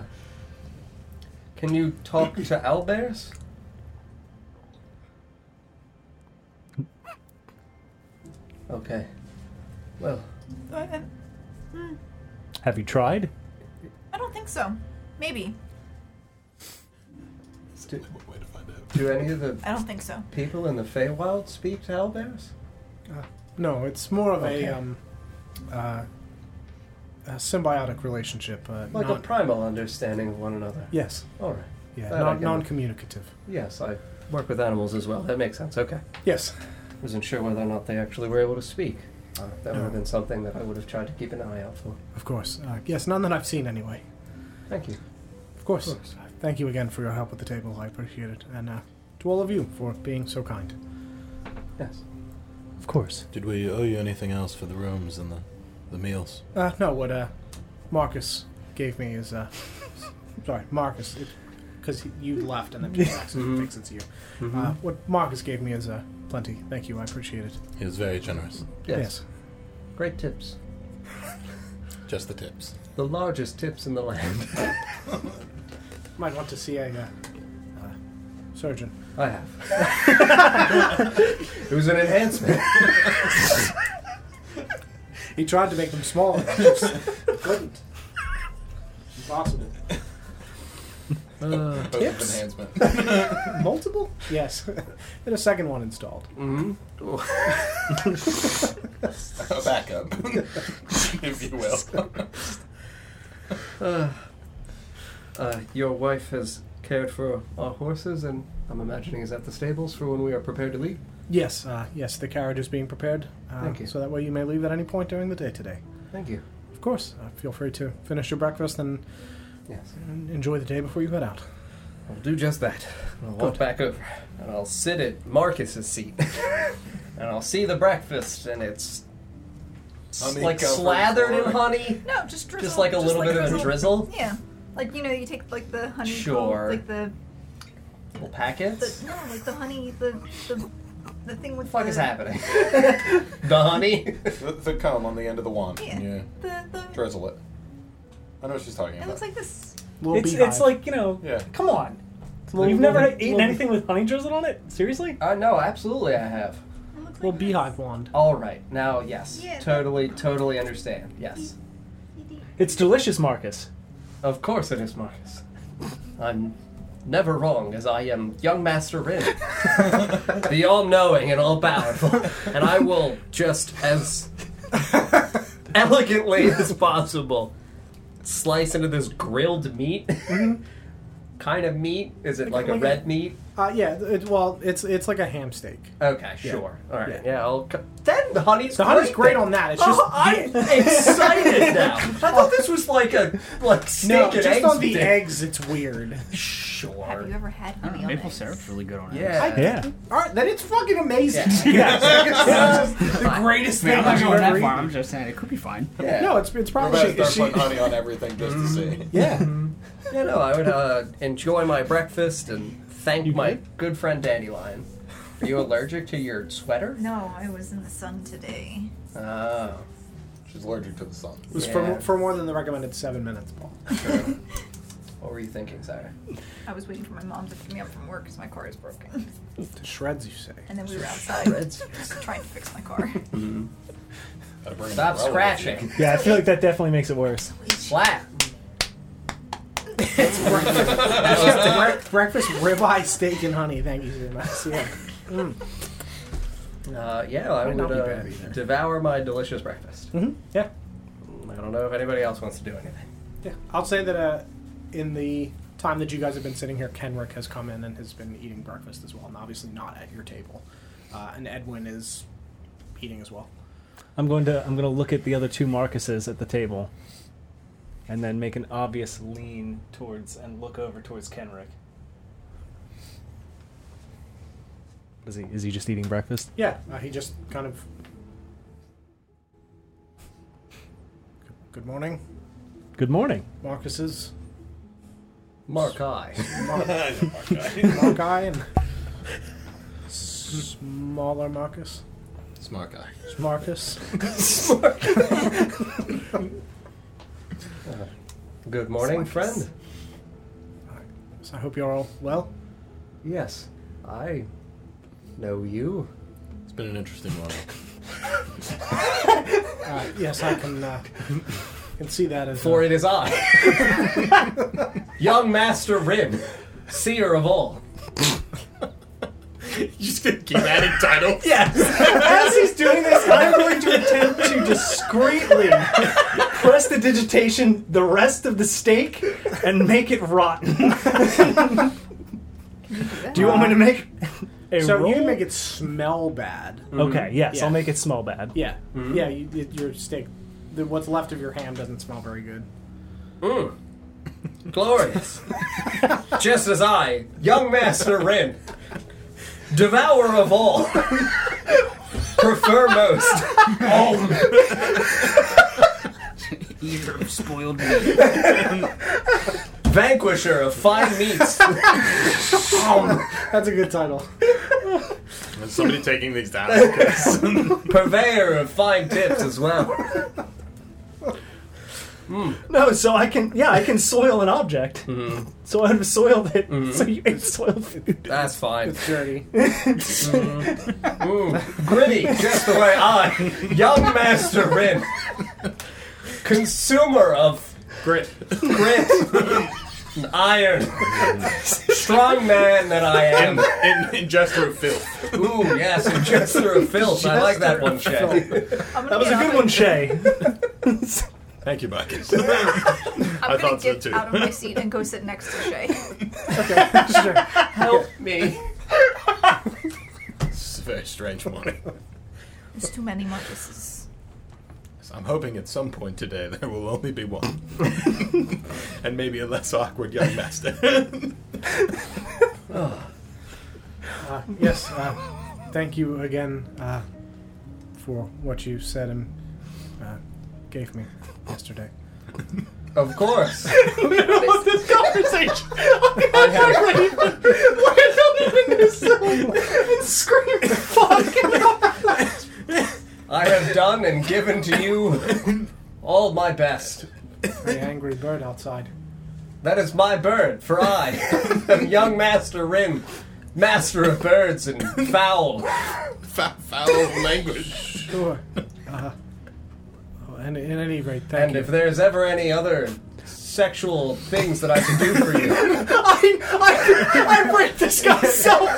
Speaker 8: can you talk to owlbears? Okay. Well,
Speaker 4: I, I,
Speaker 8: Hmm.
Speaker 2: Have you tried?
Speaker 4: I don't think so. Maybe.
Speaker 8: do, do any of the
Speaker 4: I don't think so.
Speaker 8: people in the Feywild speak to owlbears?
Speaker 1: No, it's more of
Speaker 8: Okay.
Speaker 1: a, um, uh, a symbiotic relationship. Uh,
Speaker 8: Like a
Speaker 1: non-
Speaker 8: primal understanding of one another.
Speaker 1: yes,
Speaker 8: All right.
Speaker 1: yeah,
Speaker 8: That I
Speaker 1: non-
Speaker 8: can-
Speaker 1: non-communicative.
Speaker 8: Yes, I work with animals as well. That makes sense. Okay.
Speaker 1: Yes,
Speaker 8: Wasn't sure whether or not they actually were able to speak. Uh, that would
Speaker 1: No.
Speaker 8: have been something that I would have tried to keep an eye out for.
Speaker 1: of course. Uh, yes, none that I've seen anyway.
Speaker 8: Thank you.
Speaker 1: Of course.
Speaker 8: Of course.
Speaker 1: Thank you again for your help at the table. I appreciate it, and uh, to all of you for being so kind.
Speaker 8: Yes.
Speaker 2: Of course.
Speaker 9: Did we owe you anything else for the rooms and the, the meals?
Speaker 1: Uh, no, what uh, Marcus gave me is uh, sorry, Marcus, because you left and then came back, so he
Speaker 8: Mhm.
Speaker 1: thinks it's you. Uh, what Marcus gave me is uh, plenty. Thank you, I appreciate it.
Speaker 9: He was very generous.
Speaker 8: yes. Great tips.
Speaker 9: Just the tips.
Speaker 8: The largest tips in the land.
Speaker 1: might want to see a uh, uh, surgeon.
Speaker 8: I have. it was an enhancement.
Speaker 1: He tried to make them smaller, he just couldn't. Impossible.
Speaker 8: Uh,
Speaker 9: Post
Speaker 1: Tips?
Speaker 9: enhancement.
Speaker 1: Multiple? Yes. and a second one installed.
Speaker 8: mm
Speaker 9: Mm-hmm. a backup, if you will.
Speaker 8: uh, uh, your wife has cared for our horses, and I'm imagining is at the stables for when we are prepared to leave.
Speaker 1: Yes, uh, yes, the carriage is being prepared. Uh,
Speaker 8: Thank you.
Speaker 1: So that way you may leave at any point during the day today.
Speaker 8: Thank you.
Speaker 1: Of course, uh, feel free to finish your breakfast and
Speaker 8: Yes.
Speaker 1: and enjoy the day before you head out.
Speaker 8: I'll do just that. I'll walk
Speaker 1: Good.
Speaker 8: back over and I'll sit at Marcus's seat. and I'll see the breakfast and it's s-
Speaker 9: Honey
Speaker 8: like
Speaker 9: covered
Speaker 8: slathered in
Speaker 9: floor.
Speaker 8: honey.
Speaker 4: No, just drizzle.
Speaker 8: Just like a little bit of a drizzle.
Speaker 4: Yeah. Like, you know, you take, like, the honey.
Speaker 8: Sure.
Speaker 4: Like, the,
Speaker 8: Little
Speaker 4: the.
Speaker 8: packets.
Speaker 4: No, like the honey, the. The, the thing with
Speaker 8: The fuck
Speaker 4: the,
Speaker 8: is happening? the honey?
Speaker 9: The, the comb on the end of the wand.
Speaker 4: Yeah.
Speaker 9: Yeah.
Speaker 4: The, the,
Speaker 9: Drizzle it. I know what she's talking
Speaker 4: it
Speaker 9: about.
Speaker 4: looks like this.
Speaker 1: Little
Speaker 2: It's,
Speaker 1: beehive.
Speaker 2: it's like, you know,
Speaker 9: Yeah.
Speaker 2: come on.
Speaker 1: little-
Speaker 2: You've never
Speaker 1: little-
Speaker 2: eaten
Speaker 1: little-
Speaker 2: anything with honey drizzled on it? Seriously?
Speaker 8: Uh, no, absolutely I have.
Speaker 4: It looks
Speaker 1: little
Speaker 4: like this.
Speaker 1: beehive wand.
Speaker 8: All right, now yes.
Speaker 4: Yeah.
Speaker 8: Totally, totally understand. Yes.
Speaker 2: It's delicious, Marcus.
Speaker 8: Of course it is, Marcus. I'm never wrong, as I am young master Rin, the all-knowing and all-powerful, and I will just as elegantly as possible slice into this grilled meat. kind of meat? Is it like,
Speaker 1: like a-
Speaker 8: a red meat?
Speaker 1: Uh, yeah, it, well, it's it's like a ham steak.
Speaker 8: Okay, sure. All right. Yeah, I'll. Co- then the honey's
Speaker 1: The honey's great
Speaker 8: then.
Speaker 1: on that. It's just
Speaker 8: oh, I'm excited now. I thought Oh, this was like a like steak
Speaker 1: no,
Speaker 8: and
Speaker 1: just
Speaker 8: eggs
Speaker 1: on the
Speaker 8: thing.
Speaker 1: eggs. It's weird.
Speaker 8: Sure.
Speaker 4: Have you ever had
Speaker 6: I don't
Speaker 4: honey
Speaker 6: know.
Speaker 4: on
Speaker 6: Maple
Speaker 4: eggs?
Speaker 6: syrup's really good on it.
Speaker 8: Yeah.
Speaker 2: Yeah.
Speaker 1: All right, then it's fucking amazing.
Speaker 8: Yeah.
Speaker 1: the greatest
Speaker 6: I mean, I'm not
Speaker 1: thing I've
Speaker 6: going that
Speaker 1: ever
Speaker 6: far.
Speaker 1: eaten.
Speaker 6: I'm just saying it could be fine.
Speaker 8: Yeah.
Speaker 1: No, it's it's
Speaker 9: We're
Speaker 1: probably Mm.
Speaker 9: about to
Speaker 1: she,
Speaker 9: start
Speaker 1: she,
Speaker 9: putting honey on everything just to see.
Speaker 1: yeah.
Speaker 8: Yeah, no, I would uh, enjoy my breakfast and thank my good friend Dandelion. Are you allergic to your sweater?
Speaker 4: No, I was in the sun today.
Speaker 8: Oh.
Speaker 9: She's allergic to the sun.
Speaker 1: It was for,
Speaker 8: Yeah.
Speaker 1: mo- for more than the recommended seven minutes, Paul.
Speaker 8: True. what were you thinking, Sarah?
Speaker 4: I was waiting for my mom to pick me up from work because my car is broken.
Speaker 1: To shreds, you say.
Speaker 4: And then we were outside
Speaker 8: Shreds.
Speaker 4: trying to fix my car.
Speaker 9: Gotta bring
Speaker 8: Stop
Speaker 9: umbrella with
Speaker 8: scratching.
Speaker 2: Yeah, I feel like that definitely makes it worse.
Speaker 8: Slap.
Speaker 1: Bre- breakfast ribeye steak and honey. Thank you so much. Yeah. Mm.
Speaker 8: Uh, yeah, I
Speaker 1: Might
Speaker 8: would
Speaker 1: not be
Speaker 8: uh,
Speaker 1: bad either.
Speaker 8: devour my delicious breakfast. Mm,
Speaker 1: hmm Yeah.
Speaker 8: I don't know if anybody else wants to do anything.
Speaker 1: Yeah. I'll say that uh, in the time that you guys have been sitting here, Kenrick has come in and has been eating breakfast as well, and obviously not at your table. Uh, and Edwin is eating as well.
Speaker 2: I'm going to I'm going to look at the other two Marcuses at the table, and then make an obvious lean towards and look over towards Kenrick. Is he is he just eating breakfast?
Speaker 1: Yeah. Uh, he just kind of. Good morning,
Speaker 2: Good morning.
Speaker 1: Marcus's
Speaker 8: Mark I.
Speaker 1: Marki and smaller Marcus.
Speaker 9: you. Smart guy.
Speaker 1: Marcus.
Speaker 8: Good morning, friend.
Speaker 1: So I hope you're all well.
Speaker 8: Yes, I know you.
Speaker 9: It's been an interesting one.
Speaker 1: Uh, yes, I can uh, can see that as
Speaker 8: For it is I, young Master Rin, seer of all.
Speaker 7: You just gonna keep adding titles.
Speaker 8: Yes.
Speaker 2: As he's doing this, I'm going to attempt to discreetly press the digitation the rest of the steak and make it rotten. Do you want me to make a
Speaker 1: so
Speaker 2: roll?
Speaker 1: you can make it smell bad.
Speaker 2: Okay, yes,
Speaker 1: Yeah.
Speaker 2: I'll make it smell bad.
Speaker 1: Yeah,
Speaker 8: Mm-hmm.
Speaker 1: yeah. You, it- your steak, the, what's left of your ham doesn't smell very good.
Speaker 8: Mm. Glorious. Just as I, young Master Rin, devourer of all, prefer most.
Speaker 6: Eater of spoiled meat.
Speaker 8: vanquisher of fine meats.
Speaker 1: That's a good title.
Speaker 7: Is somebody taking these down? Okay.
Speaker 8: purveyor of fine tips as well.
Speaker 2: No, so I can yeah, I can soil an object. So I've soiled it. So you ate soiled food.
Speaker 8: That's fine.
Speaker 1: It's dirty.
Speaker 8: Ooh, gritty, just the way I, young master Rin, consumer of
Speaker 7: Grit.
Speaker 8: grit, and iron, strong man that I am.
Speaker 7: And, and just through filth.
Speaker 8: Ooh, yes, ingester of filth. I like that one, Shay.
Speaker 2: That was a good one, Shay.
Speaker 7: Thank you, Buckets.
Speaker 4: I'm
Speaker 7: I
Speaker 4: gonna
Speaker 7: thought so,
Speaker 4: get
Speaker 7: too.
Speaker 4: out of my seat and go sit next to Shay.
Speaker 1: Okay, sure.
Speaker 8: Help me.
Speaker 7: This is a very strange morning.
Speaker 4: It's too many monkeys.
Speaker 7: I'm hoping at some point today there will only be one. and maybe a less awkward young master.
Speaker 1: Uh, yes. Uh, thank you again uh, for what you said and uh, gave me yesterday.
Speaker 8: Of course.
Speaker 2: this conversation.
Speaker 8: I have-
Speaker 2: Scream fuck.
Speaker 8: I have done and given to you all my best.
Speaker 1: Very angry bird outside.
Speaker 8: That is my bird, for I am young Master Rin, master of birds and fowl.
Speaker 7: Foul, foul language.
Speaker 1: Sure. Uh, oh, and at any rate, thank
Speaker 8: And
Speaker 1: you.
Speaker 8: if there's ever any other sexual things that I can do for you,
Speaker 2: I, I, I raped this guy's self.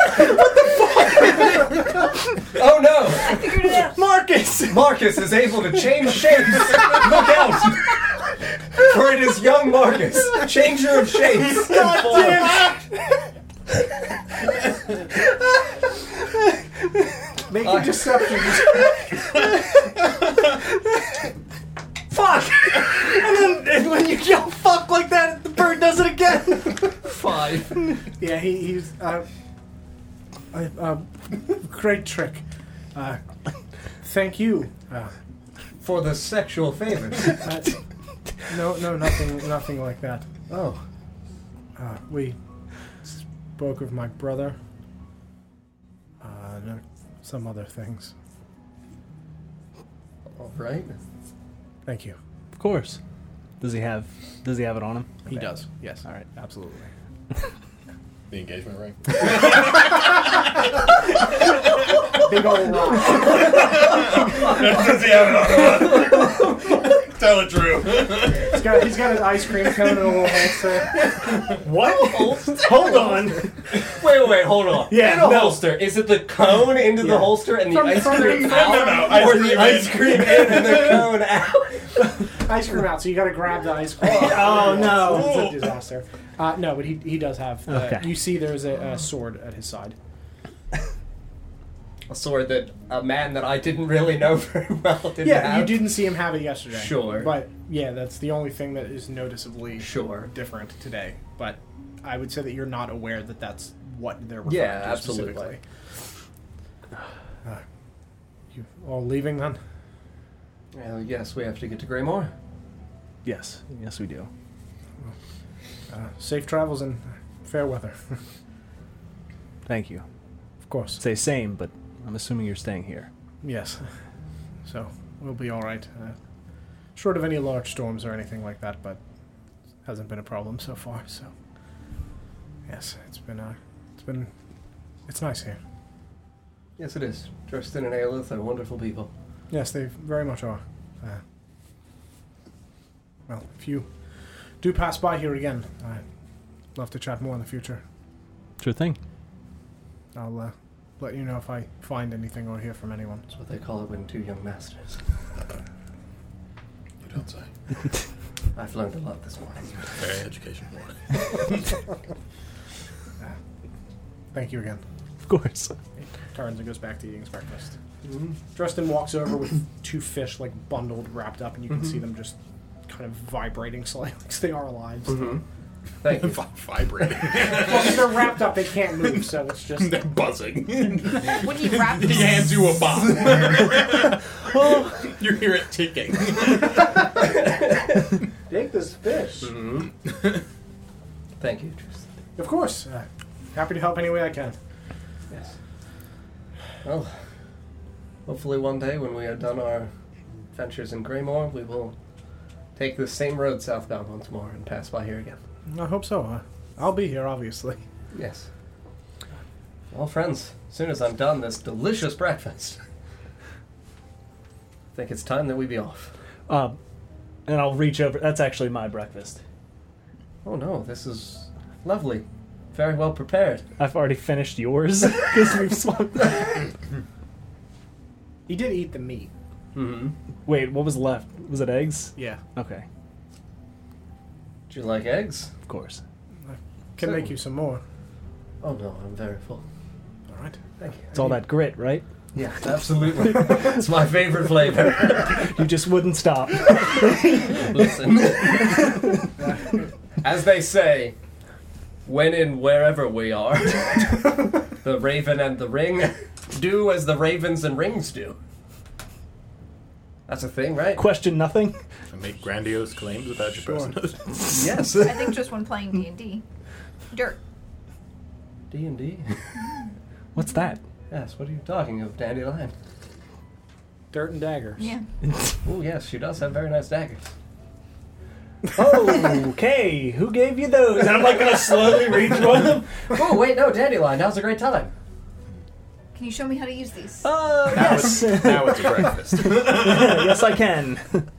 Speaker 8: oh no!
Speaker 4: Figured it out.
Speaker 2: Marcus.
Speaker 8: Marcus is able to change shapes! Look out! For it is young Marcus, changer of shapes! God
Speaker 1: Make
Speaker 8: I-
Speaker 1: a deception.
Speaker 2: Fuck. And then and when you yell fuck like that, the bird does it again.
Speaker 8: Five.
Speaker 1: yeah, he, he's uh, a a great trick. Uh, thank you. Uh,
Speaker 8: For the sexual favors.
Speaker 1: uh, no, no, nothing, nothing like that.
Speaker 8: Oh.
Speaker 1: Uh, we spoke of my brother. Uh, and some other things.
Speaker 8: Alright.
Speaker 1: Thank you.
Speaker 2: Of course. Does he have? Does he have it on him?
Speaker 1: He does. Yes. All right. Absolutely.
Speaker 7: The engagement ring.
Speaker 1: Big old rock.
Speaker 7: Does he have it on? Tell it, Drew.
Speaker 1: He's got, he's got an ice cream cone and a little holster.
Speaker 2: What? Hold on.
Speaker 8: Wait, wait, hold on.
Speaker 2: Yeah,
Speaker 8: In a
Speaker 2: no.
Speaker 8: holster. Is it the cone into the
Speaker 1: Yeah.
Speaker 8: holster and the
Speaker 1: From-
Speaker 8: ice
Speaker 1: from the-
Speaker 8: cream
Speaker 1: No,
Speaker 8: out?
Speaker 7: no, no, ice
Speaker 8: or
Speaker 7: cream in.
Speaker 8: the ice cream in and the cone out?
Speaker 1: Ice cream out, so you got to grab the ice cream.
Speaker 2: Oh, no.
Speaker 1: It's a disaster. Uh, no, but he, he does have. Uh,
Speaker 2: Okay.
Speaker 1: You see, there's a, a sword at his side.
Speaker 8: a sword that a man that I didn't really know very well didn't
Speaker 1: Yeah, you
Speaker 8: have.
Speaker 1: didn't see him have it yesterday.
Speaker 8: Sure.
Speaker 1: But yeah, that's the only thing that is noticeably
Speaker 8: Sure.
Speaker 1: different today. But I would say that you're not aware that that's what they're referring
Speaker 8: Yeah,
Speaker 1: to
Speaker 8: absolutely.
Speaker 1: specifically. Uh, you all leaving then?
Speaker 8: Uh, yes, we have to get to Greymore.
Speaker 2: Yes. Yes, we do.
Speaker 1: Uh, safe travels and fair weather,
Speaker 2: Thank you.
Speaker 1: of course.
Speaker 2: Say same, but I'm assuming you're staying here.
Speaker 1: Yes. So we'll be all right. Uh, short of any large storms or anything like that, but hasn't been a problem so far. So yes, it's been uh, it's been it's nice here.
Speaker 8: Yes, it is. Dresden and Aelith are wonderful people.
Speaker 1: Yes, they very much are. Uh, well, if you do pass by here again, I'd love to chat more in the future.
Speaker 10: Sure thing.
Speaker 1: I'll uh, let you know if I find anything or hear from anyone.
Speaker 8: That's what they call it when two young masters.
Speaker 9: You don't say.
Speaker 8: I've learned a lot this morning.
Speaker 9: Very educational.
Speaker 1: Thank you again.
Speaker 10: Of course.
Speaker 1: He turns and goes back to eating his breakfast.
Speaker 8: Mm-hmm.
Speaker 1: Dresden walks over with two fish, like bundled, wrapped up, and
Speaker 8: Mm-hmm.
Speaker 1: you can see them just kind of vibrating slightly, because they are alive.
Speaker 8: Mm-hmm. Thank you.
Speaker 9: Vibrating.
Speaker 1: Well, 'cause they're wrapped up; they can't move, so it's just
Speaker 9: They're buzzing.
Speaker 4: When he wrapped
Speaker 9: he hands you a box. you hear it ticking.
Speaker 2: Mm-hmm.
Speaker 1: take this fish.
Speaker 8: Thank you, Tristan.
Speaker 1: Of course, uh, happy to help any way I can.
Speaker 8: Yes. Well, hopefully one day when we are done our adventures in Greymore, we will take the same road southbound once more and pass by here again.
Speaker 1: I hope so. Uh, I'll be here, obviously.
Speaker 8: Yes. Well, friends, as soon as I'm done this delicious breakfast, I think it's time that we be off.
Speaker 2: Um, and I'll reach over. That's actually my breakfast.
Speaker 8: Oh no, this is lovely. Very well prepared.
Speaker 2: I've already finished yours because we've swapped.
Speaker 1: He did eat the meat.
Speaker 8: Mm-hmm.
Speaker 2: Wait, what was left? Was it eggs?
Speaker 1: Yeah,
Speaker 2: Okay,
Speaker 8: Do you like eggs?
Speaker 2: of course.
Speaker 1: can
Speaker 8: So-
Speaker 1: make you some more.
Speaker 8: Oh no, I'm very full.
Speaker 1: All right.
Speaker 8: Thank you.
Speaker 2: It's all that grit, right?
Speaker 8: Yeah, absolutely. it's my favorite flavor.
Speaker 2: You just wouldn't stop.
Speaker 8: Listen. As they say, when in wherever we are, the raven and the ring do as the ravens and rings do. That's a thing, right?
Speaker 2: Question nothing.
Speaker 9: I make grandiose claims about your personhood.
Speaker 8: Yes.
Speaker 4: I think just when playing D and D, dirt.
Speaker 8: D and D.
Speaker 2: What's that?
Speaker 8: Yes. What are you talking of, Dandelion?
Speaker 1: Dirt and daggers.
Speaker 4: Yeah.
Speaker 8: Oh yes, she does have very nice daggers.
Speaker 2: okay, who gave you those? And I'm like gonna slowly reach one of them.
Speaker 8: Oh wait, no, Dandelion. Now's a great time.
Speaker 4: Can you show me how to use these?
Speaker 2: Uh, yes,
Speaker 9: now it's a breakfast.
Speaker 2: yes, I can.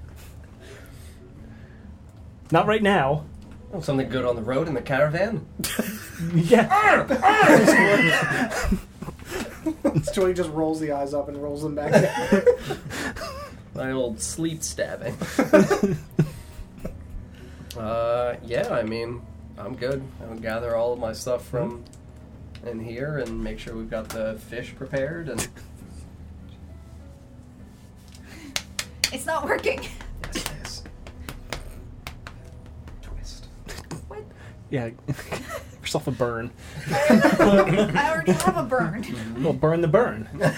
Speaker 2: Not right now.
Speaker 8: Oh, something good on the road in the caravan.
Speaker 2: Yeah,
Speaker 1: So he just rolls the eyes up and rolls them back. down.
Speaker 8: My old sleep stabbing. uh, yeah, I mean, I'm good. I would gather all of my stuff from
Speaker 2: Mm-hmm.
Speaker 8: in here and make sure we've got the fish prepared. And
Speaker 4: It's not working.
Speaker 8: yes, yes. Twist.
Speaker 4: What?
Speaker 2: yeah. Yourself a burn.
Speaker 4: I already have a burn.
Speaker 2: Well, burn the burn. What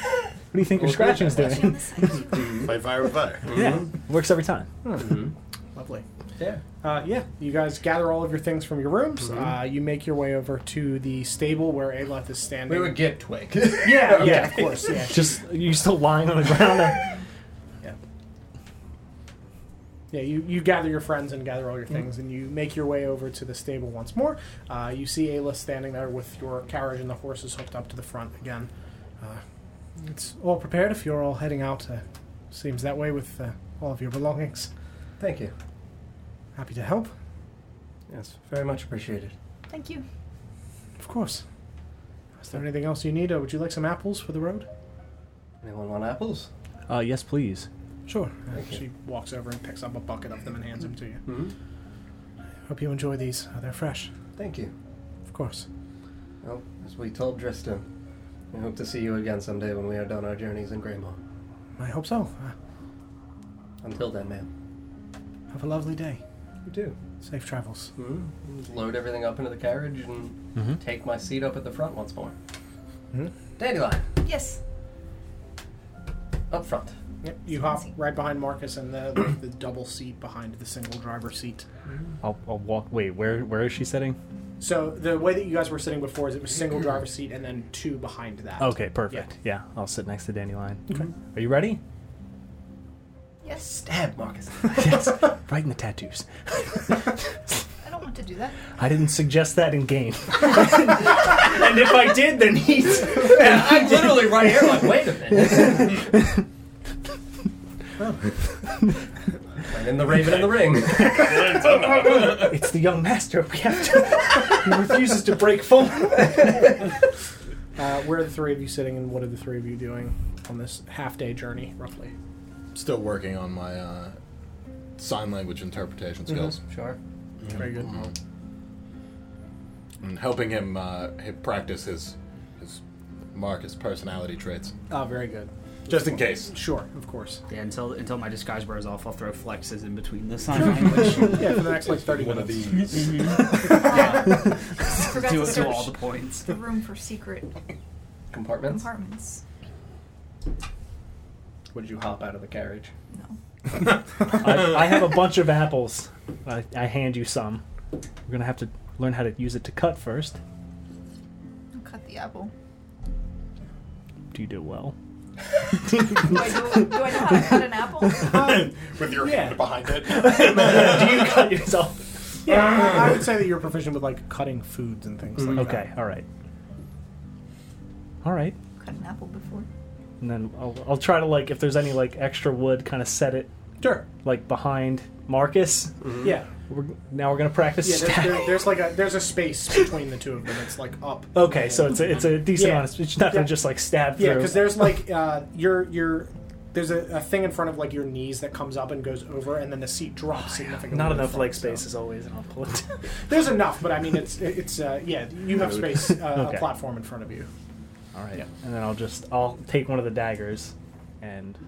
Speaker 2: do you think your scratching's
Speaker 4: Actually, on
Speaker 2: doing?
Speaker 4: this side, too.
Speaker 9: Play fire with fire.
Speaker 2: Yeah, works every time.
Speaker 1: Hmm.
Speaker 2: Hmm.
Speaker 1: Lovely.
Speaker 8: Yeah.
Speaker 1: Uh, yeah, you guys gather all of your things from your rooms.
Speaker 2: Mm-hmm.
Speaker 1: Uh, you make your way over to the stable where Aleth is standing.
Speaker 8: We would get twig.
Speaker 1: yeah, yeah, of
Speaker 2: Okay.
Speaker 1: course. Yeah.
Speaker 2: Just you still lying on the ground.
Speaker 1: Yeah, you, you gather your friends and gather all
Speaker 2: Mm.
Speaker 1: your things, and you make your way over to the stable once more. Uh, you see Ayla standing there with your carriage and the horses hooked up to the front again. Uh, it's all prepared if you're all heading out. Uh, seems that way with uh, all of your belongings.
Speaker 8: Thank you.
Speaker 1: Happy to help,
Speaker 8: Yes, very much appreciated.
Speaker 4: Thank you.
Speaker 1: of course. Is there anything else you need, or would you like some apples for the road?
Speaker 8: Anyone want apples?
Speaker 10: Uh, yes, please.
Speaker 1: Sure. Uh,
Speaker 8: Thank you.
Speaker 1: she walks over and picks up a bucket of them and hands them to you.
Speaker 8: hmm
Speaker 1: Hope you enjoy these. Uh, they're fresh,
Speaker 8: Thank you.
Speaker 1: of course.
Speaker 8: Well, as we told Driston, we hope to see you again someday when we are done our journeys in Greymore.
Speaker 1: I hope so. Uh,
Speaker 8: Until then, ma'am.
Speaker 1: have a lovely day.
Speaker 8: You do.
Speaker 1: Safe travels.
Speaker 8: Mm-hmm. Load everything up into the carriage and take my seat up at the front once more.
Speaker 1: Mhm.
Speaker 8: Dandelion,
Speaker 4: Yes.
Speaker 8: up front.
Speaker 1: Yep, you hop right behind Marcus and the, the, the double seat behind the single driver seat.
Speaker 8: Mm-hmm.
Speaker 10: I'll, I'll walk. Wait, where where is she sitting?
Speaker 1: So the way that you guys were sitting before is it was single driver seat and then two behind that.
Speaker 10: Okay, perfect. Yeah, I'll sit next to Dandelion. Okay. Are you ready?
Speaker 4: Yes.
Speaker 8: Dab, Marcus.
Speaker 10: yes. Right in the tattoos.
Speaker 4: I don't want to do that.
Speaker 10: I didn't suggest that in game.
Speaker 2: and if I did, then he's.
Speaker 8: I'm literally right here, like, wait a minute. And in the Raven and the Ring.
Speaker 2: it's the young master we have to. He refuses to break full.
Speaker 1: Uh, where are the three of you sitting, and what are the three of you doing on this half-day journey, roughly?
Speaker 9: Still working on my uh, sign language interpretation
Speaker 8: Mm-hmm.
Speaker 9: skills.
Speaker 6: Sure.
Speaker 1: Very good.
Speaker 9: And helping him uh, hi- practice his his mark, his personality traits.
Speaker 1: Oh, very good.
Speaker 9: Just in case.
Speaker 1: Sure, of course.
Speaker 6: Yeah, until until my disguise wears off, I'll throw flexes in between the sign language.
Speaker 1: Yeah, for the next like thirty
Speaker 9: One of
Speaker 1: minutes. Mm-hmm.
Speaker 9: these.
Speaker 6: Mm-hmm.
Speaker 4: Forgot
Speaker 6: do,
Speaker 4: to
Speaker 6: do
Speaker 4: search
Speaker 6: all the points.
Speaker 4: the room for secret
Speaker 8: Compartments?
Speaker 4: compartments.
Speaker 8: Would you hop out of the carriage?
Speaker 4: No.
Speaker 2: I, I have a bunch of apples. I, I hand you some. We're gonna have to learn how to use it to cut first.
Speaker 4: I'll cut the apple.
Speaker 2: Do you do well?
Speaker 4: Do I, do, do I know how to cut an apple?
Speaker 7: With your
Speaker 1: Yeah.
Speaker 7: hand behind it.
Speaker 2: do you cut yourself?
Speaker 1: Yeah, I would say that you're proficient with like cutting foods and things like that.
Speaker 2: Mm, Okay, all right, all right.
Speaker 4: cut an apple before.
Speaker 2: And then I'll, I'll try to like if there's any like extra wood, kind of set it
Speaker 1: Sure.
Speaker 2: like behind Marcus.
Speaker 1: Yeah.
Speaker 2: We're, now we're gonna practice.
Speaker 1: Yeah. There's,
Speaker 2: stabbing.
Speaker 1: there, there's like a there's a space between the two of them. It's like up.
Speaker 2: Okay, so it's a, it's a decent
Speaker 1: Yeah.
Speaker 2: honest. It's not
Speaker 1: Yeah.
Speaker 2: gonna just like stab
Speaker 1: Yeah,
Speaker 2: through.
Speaker 1: because there's like uh, your your there's a, a thing in front of like your knees that comes up and goes over, and then the seat drops significantly.
Speaker 2: Oh, not
Speaker 1: in
Speaker 2: enough
Speaker 1: front,
Speaker 2: leg
Speaker 1: so.
Speaker 2: space as always, and I'll pull it.
Speaker 1: There's enough, but I mean it's it's uh, yeah you have space uh,
Speaker 2: Okay.
Speaker 1: a platform in front of you.
Speaker 2: all right, and then I'll just I'll take one of the daggers, and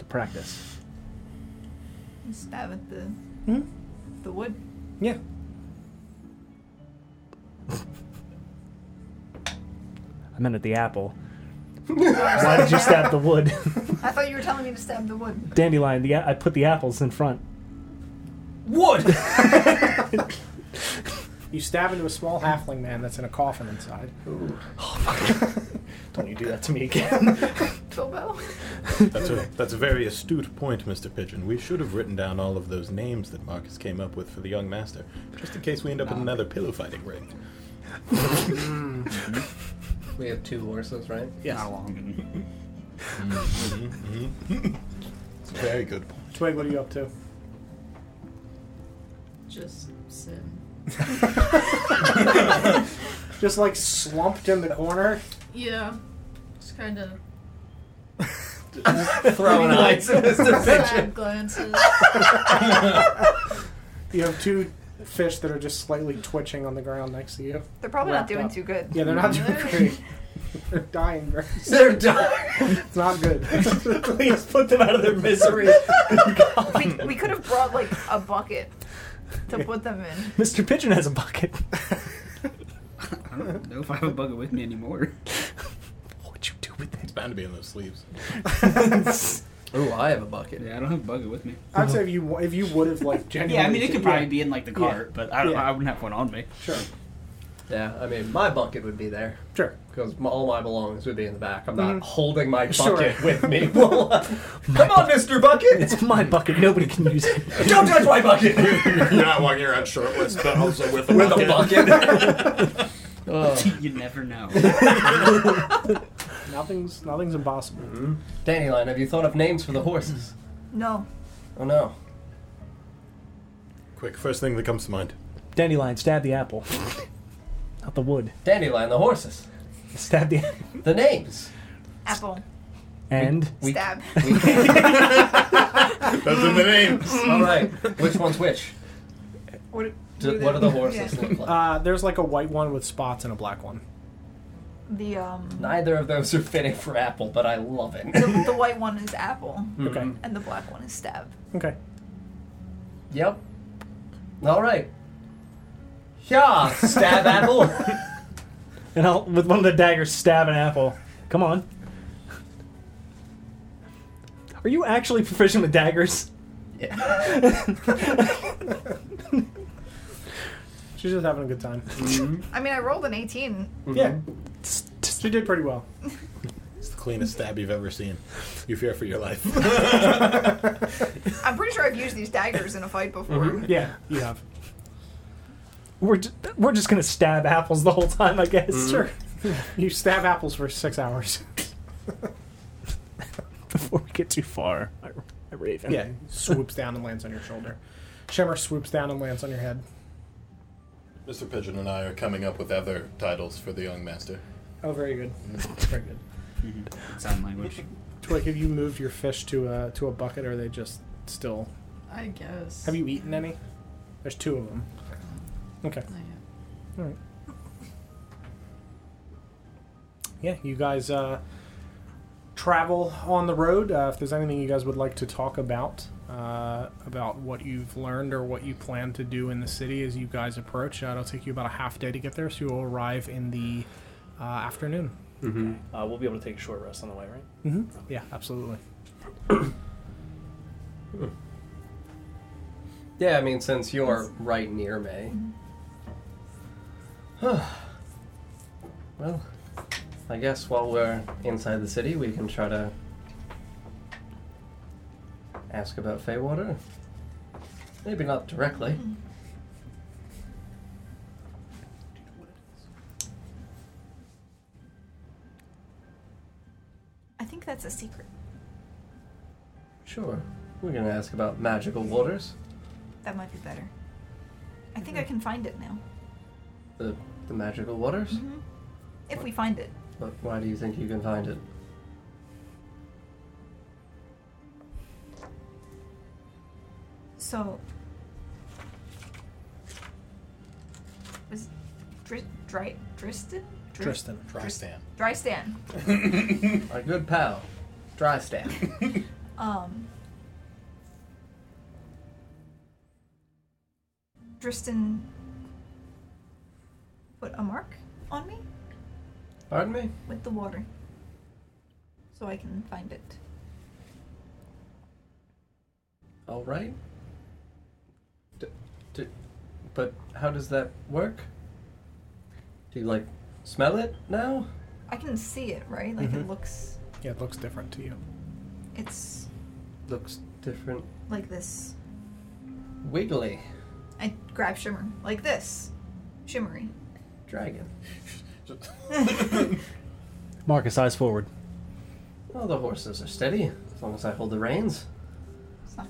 Speaker 2: to practice.
Speaker 4: You stab at the the wood.
Speaker 1: Yeah.
Speaker 2: I meant at the apple. Why did you stab the wood?
Speaker 4: I thought you were telling me to stab the wood.
Speaker 2: Dandelion, the a- I put the apples in front.
Speaker 6: Wood.
Speaker 1: You stab into a small halfling man that's in a coffin inside. Oh,
Speaker 2: Don't you do that to me again.
Speaker 4: Bilbo.
Speaker 9: That's a, that's a very astute point, Mr. Pigeon. We should have written down all of those names that Marcus came up with for the young master, just in case we end up in another pillow fighting ring.
Speaker 8: Mm. We have two horses, right? Mm-hmm.
Speaker 6: Not long.
Speaker 9: It's a very good point.
Speaker 1: Twig, what are you up to?
Speaker 5: Just sit.
Speaker 1: Just like slumped in the corner.
Speaker 5: Yeah. Just kind of
Speaker 8: Throwing eyes at Mr.
Speaker 5: sad glances.
Speaker 1: You have two fish that are just slightly twitching on the ground next to you.
Speaker 4: They're probably
Speaker 1: Wrapped
Speaker 4: not doing
Speaker 1: up.
Speaker 4: too good.
Speaker 1: Yeah, they're not doing great. They're dying. very-
Speaker 8: They're dying.
Speaker 1: It's not good.
Speaker 2: Please put them out of their misery.
Speaker 4: We, we could have brought like a bucket to put them in.
Speaker 2: Mr. Pigeon has a bucket.
Speaker 6: I don't know if I have a bucket with me anymore.
Speaker 2: What'd you do with it?
Speaker 9: It's bound to be in those sleeves.
Speaker 8: Ooh, I have a bucket.
Speaker 6: Yeah, I don't have a bucket with me.
Speaker 1: I'd say if you if you would have like genuinely.
Speaker 6: Yeah, I mean it could probably be in like the
Speaker 1: Yeah.
Speaker 6: cart, but I don't.
Speaker 1: Yeah.
Speaker 6: I wouldn't have one on me.
Speaker 1: Sure,
Speaker 8: Yeah, I mean, my bucket would be there.
Speaker 1: sure.
Speaker 8: Because all my belongings would be in the back. I'm not
Speaker 1: Mhm.
Speaker 8: holding my
Speaker 1: Sure.
Speaker 8: bucket with me. Well, uh, Come on, Mr. Bucket!
Speaker 2: It's my bucket. Nobody can use it.
Speaker 8: Don't touch my bucket!
Speaker 9: You're not walking around shirtless, but also with a
Speaker 8: With a
Speaker 9: bucket.
Speaker 8: bucket. Oh.
Speaker 6: you never know.
Speaker 1: Nothing's nothing's impossible.
Speaker 8: Mm-hmm. Dandelion, have you thought of names for the horses?
Speaker 4: No.
Speaker 8: Oh no.
Speaker 9: Quick, first thing that comes to mind.
Speaker 2: Dandelion, stab the apple. Not the wood.
Speaker 8: Dandelion, the horses.
Speaker 2: Stab the
Speaker 8: The names.
Speaker 4: Apple.
Speaker 2: And
Speaker 8: We-
Speaker 4: Stab.
Speaker 9: Those are the names.
Speaker 8: Alright, which one's which?
Speaker 1: What?
Speaker 8: Do, what do the horses
Speaker 4: Yeah.
Speaker 8: look like?
Speaker 1: Uh, there's like a white one with spots and a black one.
Speaker 4: The um
Speaker 8: Neither of those are fitting for Apple, but I love it.
Speaker 4: the, the white one is apple
Speaker 1: Okay.
Speaker 4: and the black one is stab.
Speaker 1: Okay.
Speaker 8: yep. Alright. Yeah, stab apple.
Speaker 2: and I'll with one of the daggers stab an apple. Come on. Are you actually proficient with daggers?
Speaker 8: yeah.
Speaker 1: She's just having a good time.
Speaker 4: I mean I rolled an eighteen.
Speaker 1: Yeah. She did pretty well.
Speaker 9: It's the cleanest stab you've ever seen. You fear for your life.
Speaker 4: I'm pretty sure I've used these daggers in a fight before.
Speaker 1: Yeah, you have.
Speaker 2: We're just, we're just gonna stab apples the whole time, I guess.
Speaker 1: Sure. You stab apples for six hours.
Speaker 2: Before we get too far, I A raven.
Speaker 1: Yeah, swoops down and lands on your shoulder. Shimmer swoops down and lands on your head.
Speaker 9: Mr. Pigeon and I are coming up with other titles for the young master.
Speaker 1: Oh, very good.
Speaker 8: Mm.
Speaker 1: Very good.
Speaker 6: Sound language.
Speaker 1: Twig, have you moved your fish to a to a bucket, or are they just still?
Speaker 5: I guess.
Speaker 1: Have you eaten any? There's two of them. Okay. All right. Yeah, you guys uh, travel on the road. Uh, if there's anything you guys would like to talk about, uh, about what you've learned or what you plan to do in the city as you guys approach, uh, it'll take you about a half day to get there, so you'll arrive in the uh, afternoon.
Speaker 2: Uh, we'll be able to take a short rest on the way, right?
Speaker 1: hmm Yeah, absolutely.
Speaker 8: Yeah, I mean, since you're right near me. well, I guess while we're inside the city, we can try to ask about Feywater. Maybe not directly.
Speaker 4: I think that's a secret.
Speaker 8: Sure. We're gonna ask about magical waters.
Speaker 4: That might be better. I think I can find it now.
Speaker 8: The, the magical waters?
Speaker 4: hmm If we find it.
Speaker 8: But why do you think you can find it?
Speaker 4: So. Was Dri- Dri- Dristan? Dri-
Speaker 1: Tristan.
Speaker 9: Drystan.
Speaker 4: Drystan.
Speaker 8: Our good pal, Dry Staff.
Speaker 4: Um, Dristan put a mark on me
Speaker 8: Pardon me?
Speaker 4: with the water so I can find it.
Speaker 8: All right. D- d- but how does that work? Do you like smell it now?
Speaker 4: I can see it, right? Like it
Speaker 8: Mm-hmm.
Speaker 1: Mhm.
Speaker 4: looks.
Speaker 1: Yeah, it looks different to you.
Speaker 4: It's
Speaker 8: Looks different.
Speaker 4: like this.
Speaker 8: Wiggly
Speaker 4: I grab Shimmer. Like this. Shimmery.
Speaker 8: dragon.
Speaker 10: Marcus, eyes forward.
Speaker 8: Well, the horses are steady as long as I hold the reins.
Speaker 4: It's not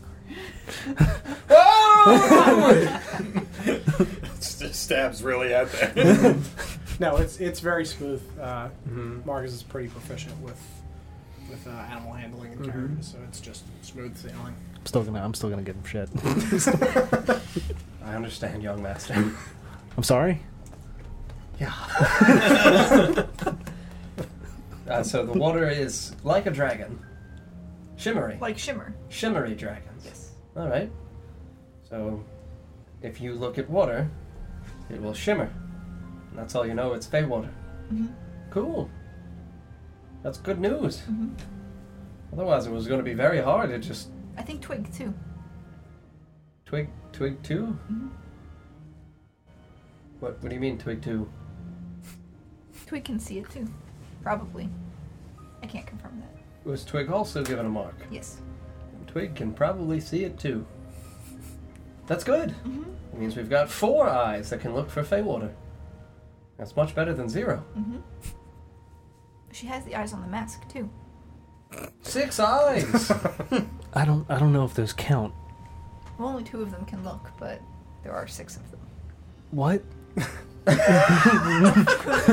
Speaker 4: correct.
Speaker 9: St- stabs really out there.
Speaker 1: No, it's it's very smooth. Uh, Marcus is pretty proficient with with uh, animal handling and carriage, so it's just smooth sailing.
Speaker 10: I'm still gonna I'm still gonna give him shit.
Speaker 8: I understand, young master.
Speaker 10: I'm sorry.
Speaker 8: Uh, so the water is like a dragon, shimmery,
Speaker 4: Like Shimmer.
Speaker 8: shimmery dragons.
Speaker 4: Yes.
Speaker 8: All right. So, if you look at water, it will shimmer. And that's all you know. It's Feywater. water.
Speaker 4: Mhm.
Speaker 8: Cool. That's good news.
Speaker 4: Mhm.
Speaker 8: Otherwise, it was going to be very hard. It just
Speaker 4: I think Twig too.
Speaker 8: twig, twig 2
Speaker 4: Mhm.
Speaker 8: What? What do you mean twig two?
Speaker 4: Twig can see it too. Probably. I can't confirm that.
Speaker 8: Was twig also given a mark?
Speaker 4: Yes.
Speaker 8: Twig can probably see it too. That's good.
Speaker 4: Mhm.
Speaker 8: It means we've got four eyes that can look for Feywater. That's much better than zero.
Speaker 4: Mm-hmm. She has the eyes on the mask too.
Speaker 8: Six eyes.
Speaker 10: I don't I don't know if those count.
Speaker 4: Well, only two of them can look, but there are six of them.
Speaker 10: What?
Speaker 4: Two.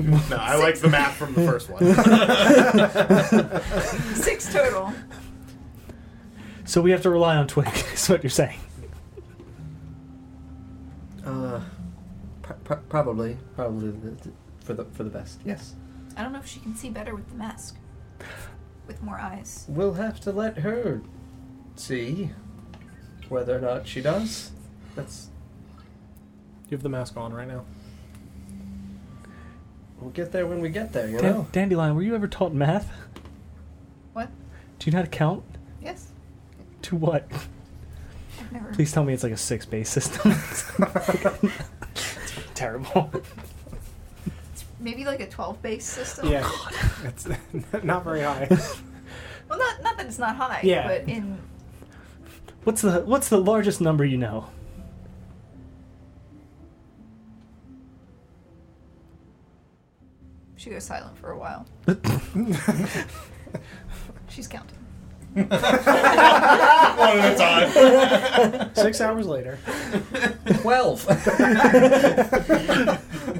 Speaker 9: no, I like the map from the first one.
Speaker 4: Six total.
Speaker 10: So we have to rely on Twig, is what you're saying.
Speaker 8: Uh, pr- pr- probably, probably the, the- for the for the best. Yes,
Speaker 4: I don't know if she can see better with the mask. With more eyes.
Speaker 8: we'll have to let her see whether or not she does. That's
Speaker 1: You have the mask on right now.
Speaker 8: we'll get there when we get there. You
Speaker 10: Dan-
Speaker 8: know.
Speaker 10: Dandelion, were you ever taught math?
Speaker 4: What?
Speaker 10: Do you know how to count?
Speaker 4: Yes.
Speaker 10: To what?
Speaker 4: I've never.
Speaker 10: Please tell me it's like a six base system. Terrible.
Speaker 4: Maybe like a 12 base system. Oh,
Speaker 1: Yeah, it's not very high.
Speaker 4: Well, not not that it's not high.
Speaker 1: Yeah.
Speaker 4: But in
Speaker 10: What's the what's the largest number you know?
Speaker 4: She goes silent for a while. She's counting.
Speaker 1: One at a time. Six hours later.
Speaker 3: Twelve.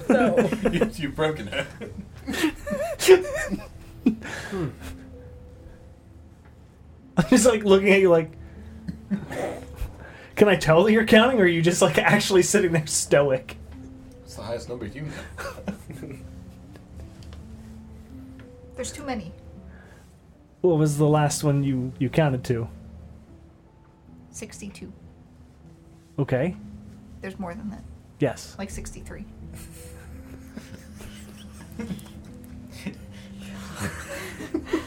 Speaker 1: no.
Speaker 7: you, you've broken it.
Speaker 2: I'm just like looking at you like Can I tell that you're counting or are you just like actually sitting there stoic?
Speaker 7: It's the highest number you know.
Speaker 4: There's too many.
Speaker 2: What was the last one you you counted to?
Speaker 4: 62.
Speaker 2: Okay.
Speaker 4: There's more than that.
Speaker 2: Yes.
Speaker 4: Like 63.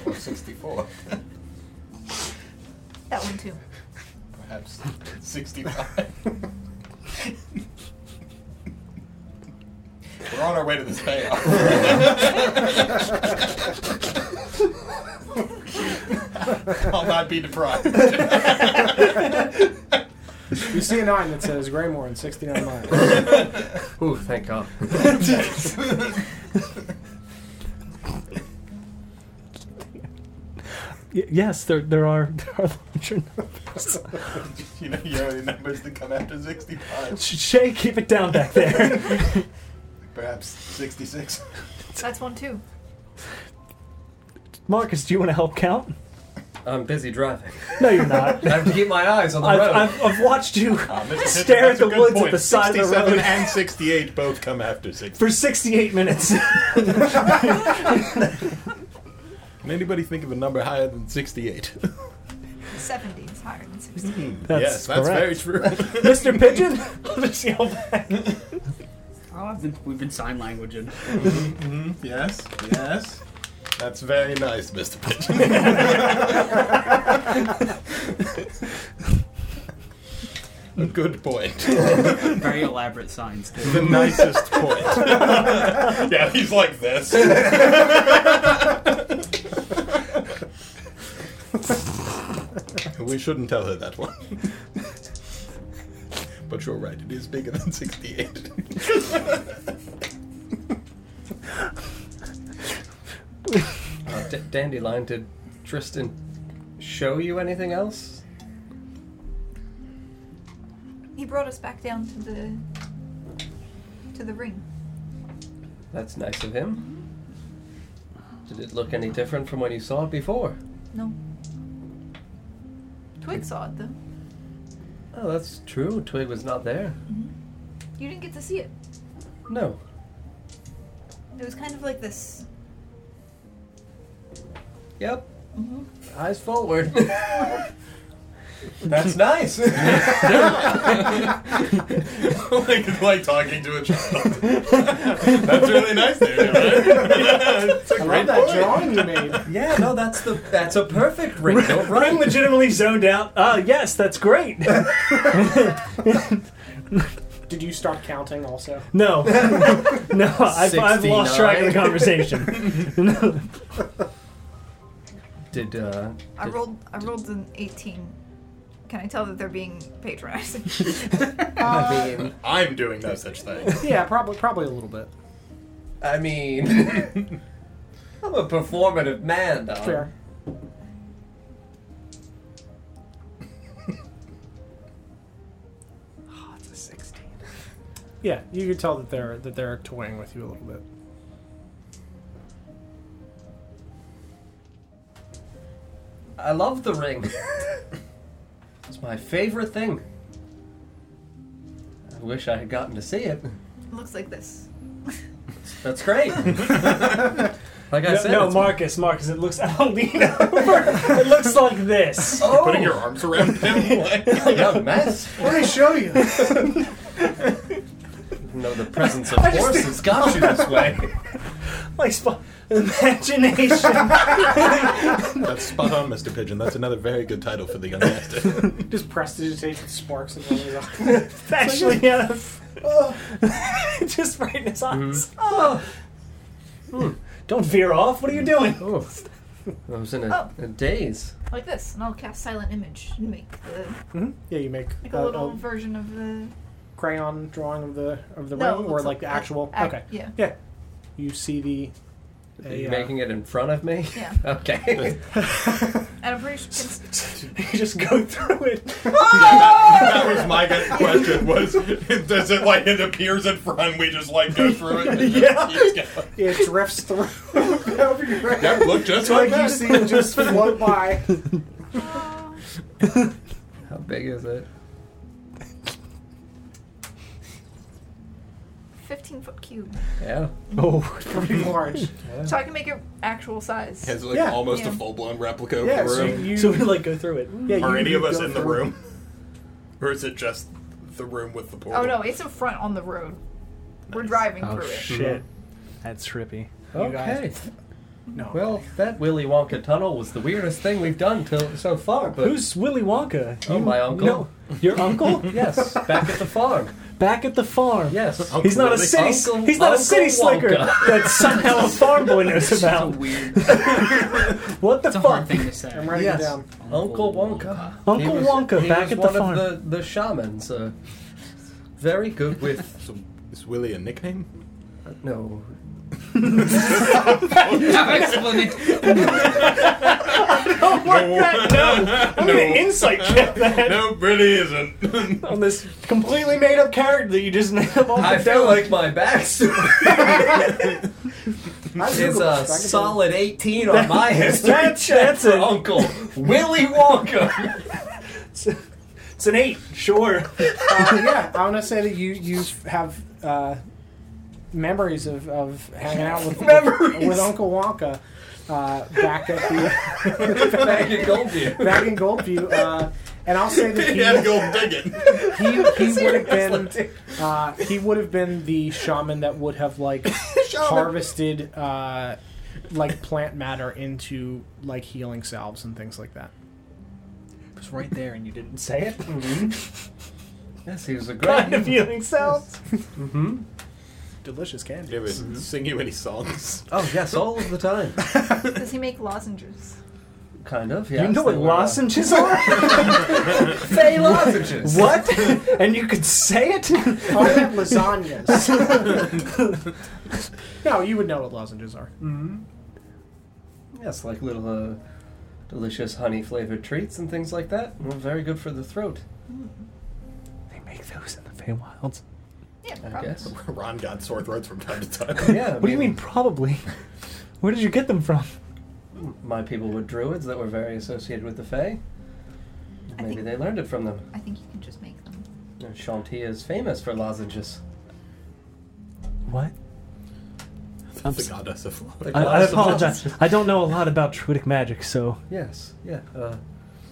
Speaker 7: or 64.
Speaker 4: That one too.
Speaker 7: Perhaps 65. We're on our way to this payoff. I'll not be deprived.
Speaker 1: You see a nine that says Graymore in 69 miles.
Speaker 8: Ooh, thank God.
Speaker 2: Y- yes, there there are there are larger numbers.
Speaker 7: you know, you know the numbers that come after 65.
Speaker 2: Shay, keep it down back there.
Speaker 7: Perhaps 66.
Speaker 4: That's one too.
Speaker 2: Marcus, do you want to help count?
Speaker 8: I'm busy driving.
Speaker 2: No, you're not.
Speaker 8: I have to keep my eyes on the
Speaker 2: I've,
Speaker 8: road.
Speaker 2: I've, I've watched you
Speaker 7: Ah, Mr. Hitchens,
Speaker 2: stare at
Speaker 7: that's a
Speaker 2: the
Speaker 7: good
Speaker 2: woods
Speaker 7: point.
Speaker 2: at the side of the
Speaker 7: 67
Speaker 2: road
Speaker 7: and 68 both come after 60.
Speaker 2: for 68 minutes.
Speaker 9: Can anybody think of a number higher than 68?
Speaker 4: 70 is higher than 60.
Speaker 9: yes, that's very true.
Speaker 2: Mr. Pigeon, let's yell back.
Speaker 6: Oh, I've been, we've been sign languaging.
Speaker 7: hmm Yes, yes. That's very nice, Mr. Pigeon. A good point.
Speaker 6: Very elaborate signs too.
Speaker 9: the nicest point.
Speaker 7: yeah, he's like this.
Speaker 9: We shouldn't tell her that one. But you're right, it is bigger than 68.
Speaker 8: Uh, D- Dandelion, did Tristan show you anything else?
Speaker 4: He brought us back down to the to the ring.
Speaker 8: That's nice of him. Did it look any different from when you saw it before?
Speaker 4: No. Twig saw it though.
Speaker 8: Oh, that's true. Twig was not there.
Speaker 4: You didn't get to see it.
Speaker 8: No.
Speaker 4: It was kind of like this.
Speaker 8: Yep.
Speaker 4: Mhm.
Speaker 8: Eyes forward. that's nice.
Speaker 7: like, like talking to a child. That's really nice, Daniel. That's a
Speaker 1: I love
Speaker 7: great
Speaker 1: that
Speaker 7: point.
Speaker 1: drawing you made.
Speaker 8: yeah, no, that's the that's a perfect ring. Don't
Speaker 2: I'm
Speaker 8: run.
Speaker 2: legitimately zoned out. Ah, yes, that's great.
Speaker 1: Did you start counting also?
Speaker 2: No, no, I've, I've lost track of the
Speaker 8: 69.
Speaker 2: conversation. No.
Speaker 8: Did uh?
Speaker 4: I rolled I rolled an 18. Can I tell that they're being patronizing?
Speaker 8: I mean,
Speaker 7: I'm doing no such thing.
Speaker 1: Yeah, probably probably a little bit.
Speaker 8: I mean, I'm a performative man, dog.
Speaker 1: Fair.
Speaker 6: Oh, it's a 16.
Speaker 1: Yeah, you could tell that they're that they're toying with you a little bit.
Speaker 8: I love the ring. it's my favorite thing. I wish I had gotten to see it.
Speaker 4: It looks like this.
Speaker 8: That's great. like I
Speaker 2: No,
Speaker 8: said,
Speaker 2: no,
Speaker 8: it's-
Speaker 2: Marcus, Marcus, it looks. I'll lean over. It looks like this.
Speaker 8: oh,
Speaker 7: Putting your arms around him. Like,
Speaker 8: yeah, mess.
Speaker 1: What did I show you?
Speaker 8: No, the presence of force has got you this way.
Speaker 2: Like sp- imagination.
Speaker 9: That's spot on, Mr. Pigeon. That's another very good title for the young master.
Speaker 1: Just prestidigitation sparks in his eyes.
Speaker 2: actually out of just right in his eyes. Oh.
Speaker 3: Ah.
Speaker 2: Don't veer off. What are you doing?
Speaker 8: Oh, I was in a, a daze.
Speaker 4: Oh. Like this. And I'll cast silent image and make the
Speaker 1: Mm-hmm. Yeah, you make
Speaker 4: like
Speaker 1: a,
Speaker 4: a
Speaker 7: Uh, oh.
Speaker 4: little
Speaker 1: a
Speaker 4: version of the
Speaker 1: crayon drawing of the of the
Speaker 4: No,
Speaker 1: ring,
Speaker 4: it
Speaker 1: or
Speaker 4: looks
Speaker 1: like the
Speaker 4: like-
Speaker 1: actual.
Speaker 4: ac-
Speaker 1: okay.
Speaker 4: yeah.
Speaker 1: Yeah. You see the
Speaker 8: Are you
Speaker 2: a, uh,
Speaker 8: making it in front of me?
Speaker 4: Yeah.
Speaker 8: Okay.
Speaker 4: And I'm pretty sure.
Speaker 2: you just go through it.
Speaker 7: That was my good question. Was does it like it appears in front? We just like go through it. And
Speaker 1: Yeah.
Speaker 7: just keeps going.
Speaker 1: It drifts through over your head.
Speaker 7: That looked just
Speaker 1: It's
Speaker 7: like
Speaker 1: like you see it just float by.
Speaker 8: How big is it?
Speaker 4: 15 foot cube.
Speaker 8: Yeah.
Speaker 2: Oh,
Speaker 1: pretty large.
Speaker 4: So I can make it actual size.
Speaker 7: Has like
Speaker 1: Yeah.
Speaker 7: almost
Speaker 4: Yeah.
Speaker 7: a full blown replica of
Speaker 1: Yeah,
Speaker 7: the
Speaker 1: so
Speaker 7: room.
Speaker 1: you.
Speaker 2: So we like go through it.
Speaker 1: yeah,
Speaker 7: Are
Speaker 1: you-
Speaker 7: any
Speaker 1: you
Speaker 7: of us
Speaker 1: go
Speaker 7: in the
Speaker 1: through.
Speaker 7: room? Or is it just the room with the portal?
Speaker 4: Oh no, it's in front on the road. We're driving
Speaker 10: Oh
Speaker 4: through it.
Speaker 10: shit. That's trippy.
Speaker 8: Okay.
Speaker 1: No.
Speaker 8: Well, that Willy Wonka tunnel was the weirdest thing we've done till so far. But
Speaker 2: Who's Willy Wonka?
Speaker 8: Oh,
Speaker 2: You
Speaker 8: my uncle.
Speaker 2: know- your uncle?
Speaker 8: yes, back at the farm.
Speaker 2: Back at the farm.
Speaker 8: Yes.
Speaker 2: He's not a
Speaker 8: Uncle-
Speaker 2: city.
Speaker 8: Uncle-
Speaker 2: he's not a
Speaker 8: Uncle
Speaker 2: city slicker
Speaker 8: Wonka.
Speaker 2: that somehow a farm boy knows about.
Speaker 6: Weird.
Speaker 2: What the
Speaker 6: It's a hard
Speaker 2: fuck?
Speaker 6: thing to say.
Speaker 1: I'm writing
Speaker 8: Yes.
Speaker 1: it down.
Speaker 8: Uncle Wonka.
Speaker 2: Uncle
Speaker 8: He was-
Speaker 2: Wonka
Speaker 8: he
Speaker 2: back
Speaker 8: was
Speaker 2: at the
Speaker 8: one
Speaker 2: farm.
Speaker 8: Of the, the shamans. Uh, very good with.
Speaker 9: So is Willie a nickname?
Speaker 8: No.
Speaker 2: I'm gonna insight check that
Speaker 7: Nope, really isn't.
Speaker 2: on this completely made up character that you just made up off
Speaker 8: I
Speaker 2: the
Speaker 8: feel
Speaker 2: dome.
Speaker 8: like my backstory
Speaker 1: I
Speaker 8: is
Speaker 1: Googled
Speaker 8: a
Speaker 1: this. I can-
Speaker 8: solid 18 on my history
Speaker 2: That's-
Speaker 8: check
Speaker 2: that's
Speaker 8: for
Speaker 2: it.
Speaker 8: Uncle Willy Wonka.
Speaker 2: it's an eight, sure.
Speaker 1: Uh, yeah, I want to say that you you have uh, memories of, of hanging out with
Speaker 8: Memories.
Speaker 1: with Uncle Wonka uh, back at the
Speaker 8: Back in Goldview.
Speaker 1: back in Goldview, uh, and I'll say that
Speaker 7: he
Speaker 1: he
Speaker 7: had to go dig it.
Speaker 1: he, he would have been uh, he would have been the shaman that would have like harvested uh, like plant matter into like healing salves and things like that.
Speaker 6: It was right there, and you didn't say it.
Speaker 8: Mm-hmm. Yes, he was a
Speaker 2: kind of
Speaker 8: great.
Speaker 2: healing cells.
Speaker 1: Delicious candy.
Speaker 9: Did he ever Mm-hmm. sing you any songs?
Speaker 8: Oh yes, all of the time.
Speaker 4: Does he make lozenges?
Speaker 8: Kind of.
Speaker 2: You
Speaker 8: Yes,
Speaker 2: know what
Speaker 8: they were, uh,
Speaker 2: lozenges are?
Speaker 8: Fey lozenges.
Speaker 2: what? And you could say it?
Speaker 1: Oh, I had lasagnas. no, you would know what lozenges are.
Speaker 8: Mm-hmm. Yes, like little uh, delicious honey flavored treats and things like that. Well, very good for the throat,
Speaker 10: They make those in the Feywilds.
Speaker 4: Yeah,
Speaker 8: I
Speaker 4: probably.
Speaker 8: guess.
Speaker 9: Ron got sore throats from time to time.
Speaker 8: Yeah. I
Speaker 10: What do you mean, probably? Where did you get them from?
Speaker 8: My people were druids that were very associated with the Fae.
Speaker 4: I
Speaker 8: Maybe
Speaker 4: think-
Speaker 8: they learned it from them.
Speaker 4: I think you can just make them.
Speaker 8: And Shanti is famous for lozenges.
Speaker 10: What? I'm
Speaker 9: the
Speaker 10: s-
Speaker 9: goddess of love.
Speaker 10: I, I
Speaker 8: Lozenges.
Speaker 10: apologize. I don't know a lot about druidic magic, so
Speaker 8: Yes, yeah. Uh,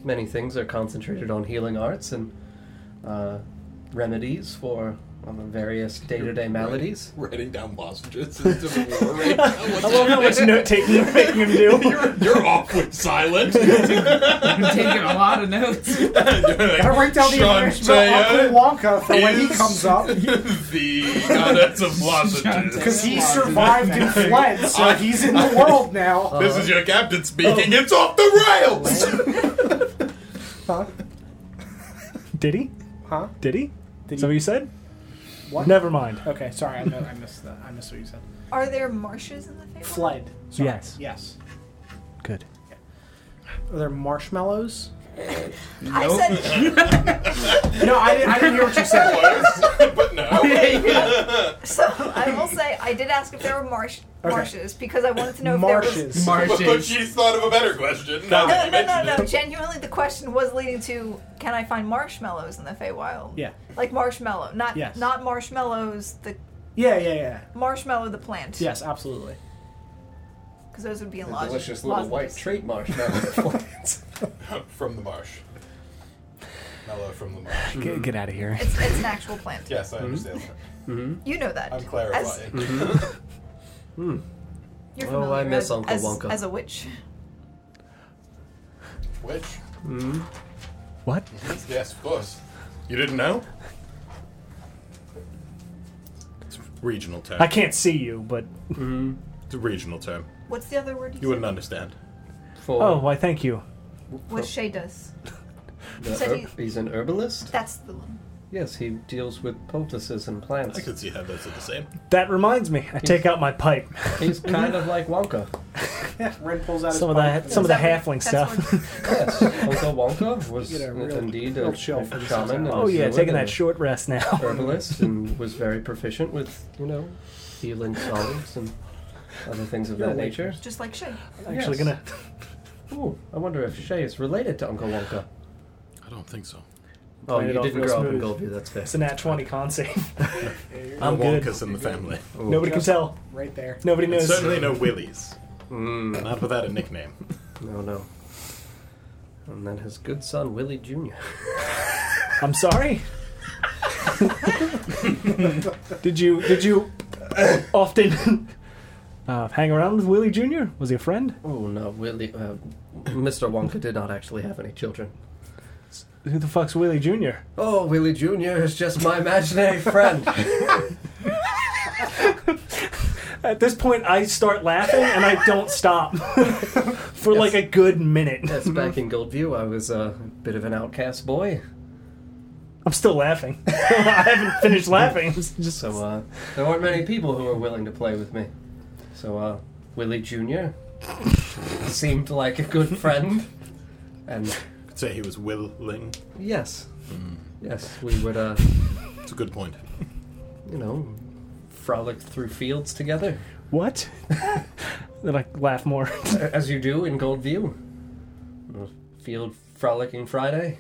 Speaker 8: many things are concentrated on healing arts and uh, remedies for uh, various day to day maladies.
Speaker 7: Writing down lozenges into the war right now. What's
Speaker 2: I love how much note taking you're making him do.
Speaker 7: happening? You're awkward silent.
Speaker 6: I'm taking a lot of notes.
Speaker 1: I write down the international Uncle Wonka for when he comes up
Speaker 7: the goddess of lozenges.
Speaker 1: because he survived and fled, so he's in the world
Speaker 8: Uh-huh.
Speaker 1: Oh. now.
Speaker 7: This is your captain speaking. It's off the rails.
Speaker 1: Huh?
Speaker 10: did he?
Speaker 1: Huh?
Speaker 10: Did he?
Speaker 1: Did
Speaker 10: Is that what
Speaker 1: you-
Speaker 10: you said?
Speaker 1: What?
Speaker 10: Never mind.
Speaker 1: Okay, sorry, I, know, I missed that. I missed what you said.
Speaker 4: Are there marshes in the Feywild?
Speaker 1: Fled. Sorry.
Speaker 10: Yes.
Speaker 1: Yes.
Speaker 10: Good.
Speaker 1: Are there marshmallows?
Speaker 4: I said
Speaker 1: No, I didn't, I didn't hear what you said.
Speaker 7: but no.
Speaker 4: so. I will say I did ask if there were marsh
Speaker 1: Okay.
Speaker 4: marshes because I wanted to know if there was.
Speaker 1: Marshes.
Speaker 7: But
Speaker 6: Marshes.
Speaker 7: she's thought of a better question. Now that
Speaker 4: No,
Speaker 7: you
Speaker 4: no, no,
Speaker 7: mentioned
Speaker 4: no.
Speaker 7: it.
Speaker 4: Genuinely, the question was leading to: Can I find marshmallows in the Feywild?
Speaker 1: Yeah.
Speaker 4: Like marshmallow, not
Speaker 1: Yes.
Speaker 4: not marshmallows. The
Speaker 1: Yeah, yeah, yeah.
Speaker 4: marshmallow, the plant.
Speaker 1: Yes, absolutely.
Speaker 4: Because those would be in
Speaker 8: The
Speaker 4: lozenges.
Speaker 8: delicious little white
Speaker 4: lozenges.
Speaker 8: treat marshmallow.
Speaker 7: From the marsh. Mellow from the marsh.
Speaker 10: Get,
Speaker 9: Mm.
Speaker 10: get out of here.
Speaker 4: It's, it's an actual plant.
Speaker 7: Yes,
Speaker 1: Mm-hmm.
Speaker 7: I
Speaker 8: Mm-hmm.
Speaker 7: understand that.
Speaker 4: You know that.
Speaker 7: I'm
Speaker 4: Mm-hmm. As,
Speaker 7: clarifying.
Speaker 1: Mm-hmm.
Speaker 4: you're
Speaker 8: Oh, Hmm. I
Speaker 4: familiar
Speaker 8: miss
Speaker 4: as,
Speaker 8: Uncle
Speaker 4: as,
Speaker 8: Wonka.
Speaker 4: as a witch.
Speaker 7: Which?
Speaker 10: What?
Speaker 9: Mhm.
Speaker 7: Yes, of course. You didn't know?
Speaker 9: It's regional term.
Speaker 2: I can't see you, but
Speaker 8: Mm-hmm.
Speaker 9: It's a regional term.
Speaker 4: What's the other word you,
Speaker 9: You wouldn't understand.
Speaker 8: for
Speaker 10: Oh, why? Thank you.
Speaker 4: said? What Shay does.
Speaker 8: the
Speaker 4: said
Speaker 8: herb-
Speaker 4: he-
Speaker 8: he's an herbalist.
Speaker 4: That's the one.
Speaker 8: Yes, he deals with poultices and plants.
Speaker 9: I could see how those are the same.
Speaker 2: That reminds me. I take out my pipe.
Speaker 8: He's kind of like Wonka.
Speaker 1: Ren pulls out
Speaker 2: some of
Speaker 1: his
Speaker 2: that,
Speaker 1: pipe.
Speaker 2: some of the halfling stuff.
Speaker 8: yes, Uncle Wonka was
Speaker 1: Get a real-
Speaker 8: indeed a,
Speaker 1: real
Speaker 8: a
Speaker 1: chill for
Speaker 8: shaman.
Speaker 1: this
Speaker 8: and a
Speaker 2: Oh yeah,
Speaker 8: druid
Speaker 2: taking
Speaker 8: and
Speaker 2: that
Speaker 8: a
Speaker 2: short rest now.
Speaker 8: herbalist and was very proficient with you know healing solids and other things of
Speaker 1: You're
Speaker 8: that
Speaker 1: awake.
Speaker 8: nature.
Speaker 4: Just like Shay.
Speaker 2: Actually,
Speaker 8: Yes.
Speaker 2: gonna.
Speaker 8: Ooh, I wonder if Shay is related to Uncle Wonka.
Speaker 9: I don't think so.
Speaker 8: Oh,
Speaker 2: Played
Speaker 8: you
Speaker 2: it off
Speaker 8: didn't
Speaker 2: real
Speaker 8: grow up in
Speaker 2: smooth.
Speaker 8: Goldview. That's fair.
Speaker 2: It's a nat twenty con save.
Speaker 9: No
Speaker 2: I'm good.
Speaker 9: Wonkas in the family.
Speaker 2: Nobody can tell.
Speaker 1: right there.
Speaker 2: Nobody
Speaker 9: And
Speaker 2: knows.
Speaker 9: certainly no Willies. Hmm,
Speaker 8: Mm,
Speaker 9: Not without a nickname.
Speaker 8: no, no. And then his good son Willie Jr.
Speaker 2: I'm sorry. did you did you often uh, hang around with Willie Jr.? Was he a friend?
Speaker 8: Oh no, Willie. Uh, Mr. Wonka did not actually have any children.
Speaker 2: Who the fuck's Willie Jr.?
Speaker 8: Oh, Willie Jr. is just my imaginary friend.
Speaker 2: At this point, I start laughing and I don't stop for like a good minute.
Speaker 8: yes, back in Goldview, I was uh, a bit of an outcast boy.
Speaker 2: I'm still laughing. I haven't finished laughing. I'm just
Speaker 8: So uh, there weren't many people who were willing to play with me. So uh, Willie Jr. seemed like a good friend, and
Speaker 9: Could say he was willing.
Speaker 8: yes, yes, we would, uh,
Speaker 9: Mm. It's a good point.
Speaker 8: you know, frolic through fields together,
Speaker 2: what? then I laugh more.
Speaker 8: as you do in Goldview. Field frolicking Friday.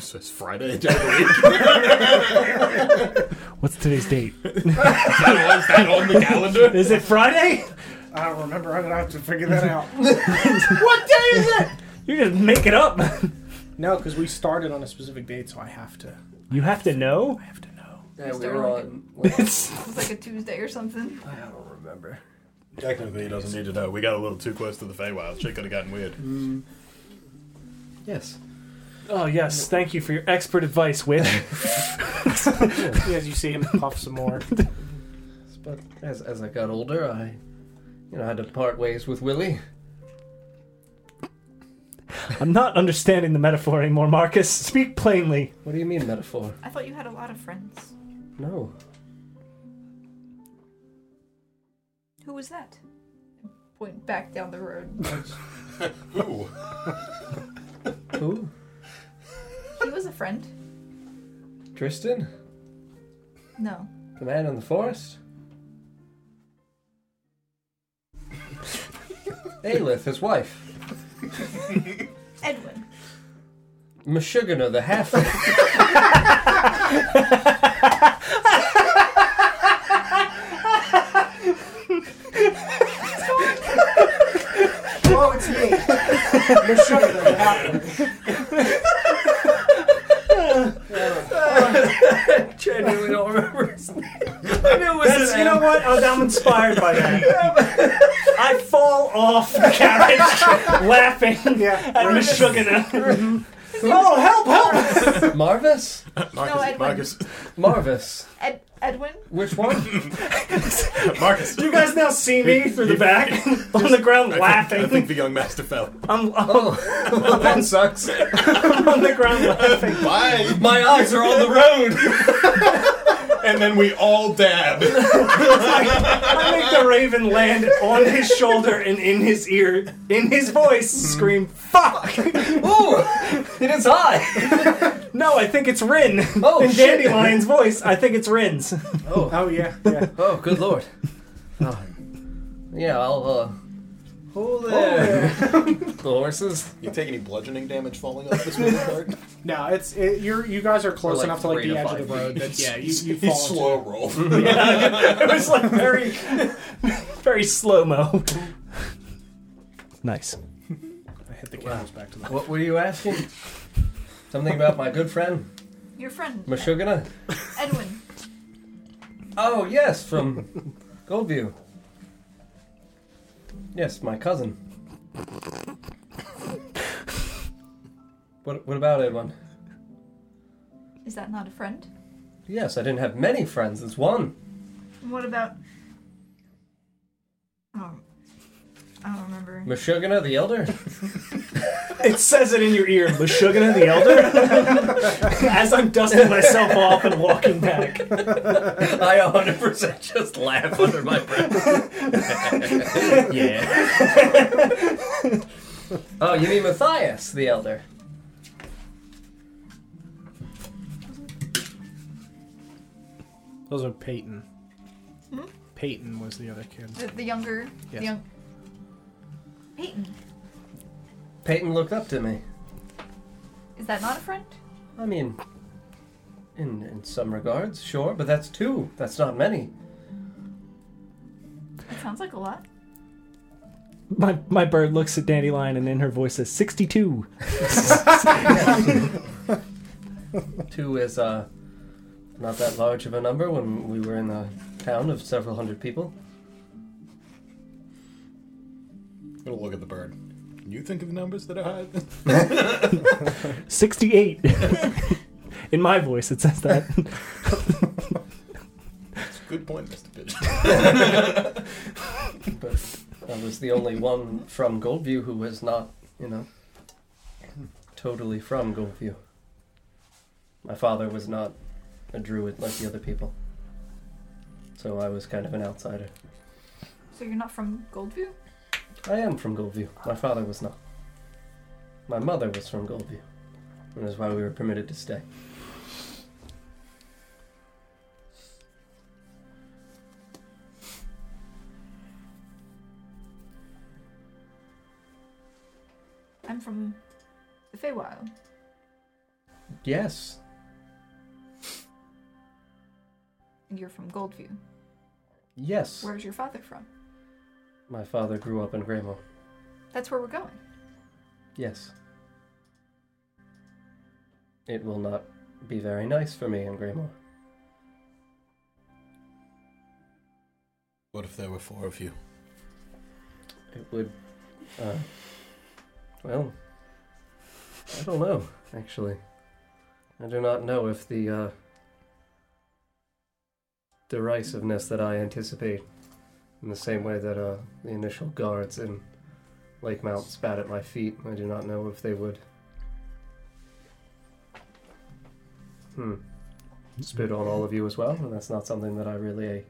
Speaker 9: So it's Friday day of the week.
Speaker 2: What's today's date?
Speaker 7: was that on the calendar?
Speaker 2: Is it Friday?
Speaker 1: I don't remember. I'm gonna have to figure that out.
Speaker 2: What day is it? You just make it up.
Speaker 1: no, because we started on a specific date, so I have to.
Speaker 2: You have to know.
Speaker 1: I have to know.
Speaker 8: Yeah,
Speaker 4: we were
Speaker 8: on.
Speaker 2: It's
Speaker 4: It was like a Tuesday or something.
Speaker 8: I don't remember.
Speaker 9: Technically, he doesn't need to know. We got a little too close to the Feywild. Shit could have gotten weird.
Speaker 1: Mm.
Speaker 8: Yes.
Speaker 2: oh yes, thank you for your expert advice, Witch.
Speaker 1: As you see him puff some more.
Speaker 8: But as, as I got older, I, you know, had to part ways with Willie.
Speaker 2: I'm not understanding the metaphor anymore, Marcus. Speak plainly.
Speaker 8: What do you mean metaphor?
Speaker 4: I thought you had a lot of friends.
Speaker 8: No.
Speaker 4: Who was that? Point back down the road.
Speaker 9: Ooh.
Speaker 8: Who?
Speaker 4: He was a friend.
Speaker 8: Tristan?
Speaker 4: No.
Speaker 8: The man in the forest? Aelith, his wife.
Speaker 4: Edwin.
Speaker 8: Meshuggah, the half.
Speaker 1: oh, it's me. You're shutting them out.
Speaker 8: Genuinely don't remember his name. I knew it was his
Speaker 2: That's, you know
Speaker 8: name.
Speaker 2: what? Oh, I'm inspired by that. I fall off the carriage laughing
Speaker 1: Yeah.
Speaker 2: at Miss Shugana. oh, help, help!
Speaker 8: Marvis?
Speaker 4: No, Edwin.
Speaker 9: Marcus,
Speaker 8: Marvis.
Speaker 4: Ed- Edwin?
Speaker 8: Which one?
Speaker 9: Marcus.
Speaker 2: You guys now see me through the back on the ground
Speaker 9: I think
Speaker 2: laughing.
Speaker 9: the young master fell.
Speaker 2: I'm, I'm
Speaker 8: Oh, that sucks.
Speaker 2: on the ground laughing.
Speaker 7: Bye.
Speaker 8: My eyes are on the road.
Speaker 7: And then we all dab.
Speaker 2: I make the raven land on his shoulder and in his ear, in his voice, scream, fuck!
Speaker 8: Ooh, it is high.
Speaker 2: No, I think it's Rin.
Speaker 8: Oh,
Speaker 2: in
Speaker 8: shit.
Speaker 2: Dandelion's voice, I think it's Rin's.
Speaker 8: Oh,
Speaker 1: Oh yeah, yeah.
Speaker 8: oh, good lord. Oh. Yeah, I'll, uh... Hold there. the horses.
Speaker 9: You take any bludgeoning damage falling off this wooden cart?
Speaker 1: No, it's it, you're you guys are close
Speaker 8: Or, like,
Speaker 1: enough to like
Speaker 8: three
Speaker 1: the
Speaker 8: to
Speaker 1: edge of
Speaker 8: five
Speaker 1: the road.
Speaker 8: feet.
Speaker 1: That, yeah, you, you
Speaker 7: He
Speaker 1: fall.
Speaker 7: slow
Speaker 1: into-
Speaker 7: roll.
Speaker 2: it was like very, very slow mo. Nice.
Speaker 1: I hit the cameras back to the.
Speaker 8: What were you asking? Something about my good friend,
Speaker 4: Your friend.
Speaker 8: Meshuggah?
Speaker 4: Edwin.
Speaker 8: Oh, yes, from Goldview. Yes, my cousin. What, what about Edwin?
Speaker 4: Is that not a friend?
Speaker 8: Yes, I didn't have many friends. It's one.
Speaker 4: And what about. Oh. I don't remember.
Speaker 8: Meshuggah the Elder?
Speaker 2: It says it in your ear, Meshuggah the Elder. As I'm dusting myself off and walking back.
Speaker 11: I 100% just laugh under my breath.
Speaker 8: yeah. oh, you mean Matthias the Elder?
Speaker 1: Those are Peyton. Hmm? Peyton was the other kid.
Speaker 4: The, the younger,
Speaker 1: Yes.
Speaker 4: the young Peyton.
Speaker 8: Peyton looked up to me.
Speaker 4: Is that not a friend?
Speaker 8: I mean, in in some regards, sure, but that's two. That's not many.
Speaker 4: It sounds like a lot.
Speaker 2: My, my bird looks at Dandelion and in her voice says, 62.
Speaker 8: two is uh, not that large of a number when we were in a town of several hundred people.
Speaker 9: I'm gonna look at the bird. Can you think of numbers that are higher than
Speaker 2: 68. in my voice, it says that.
Speaker 9: That's a good point, Mr.
Speaker 8: Pigeon. but I was the only one from Goldview who was not, you know, totally from Goldview. My father was not a druid like the other people. So I was kind of an outsider.
Speaker 4: So you're not from Goldview?
Speaker 8: I am from Goldview. My father was not. My mother was from Goldview. And that's why we were permitted to stay.
Speaker 4: I'm from the Feywild.
Speaker 8: Yes.
Speaker 4: And you're from Goldview.
Speaker 8: Yes.
Speaker 4: Where's your father from?
Speaker 8: My father grew up in Greymore.
Speaker 4: That's where we're going.
Speaker 8: Yes. It will not be very nice for me in Greymore.
Speaker 9: What if there were four of you?
Speaker 8: It would. Uh, well, I don't know, actually. I do not know if the uh, derisiveness that I anticipate, in the same way that uh, the initial guards in Lake Mount spat at my feet, I do not know if they would. Hmm. Spit on all of you as well, and that's not something that I really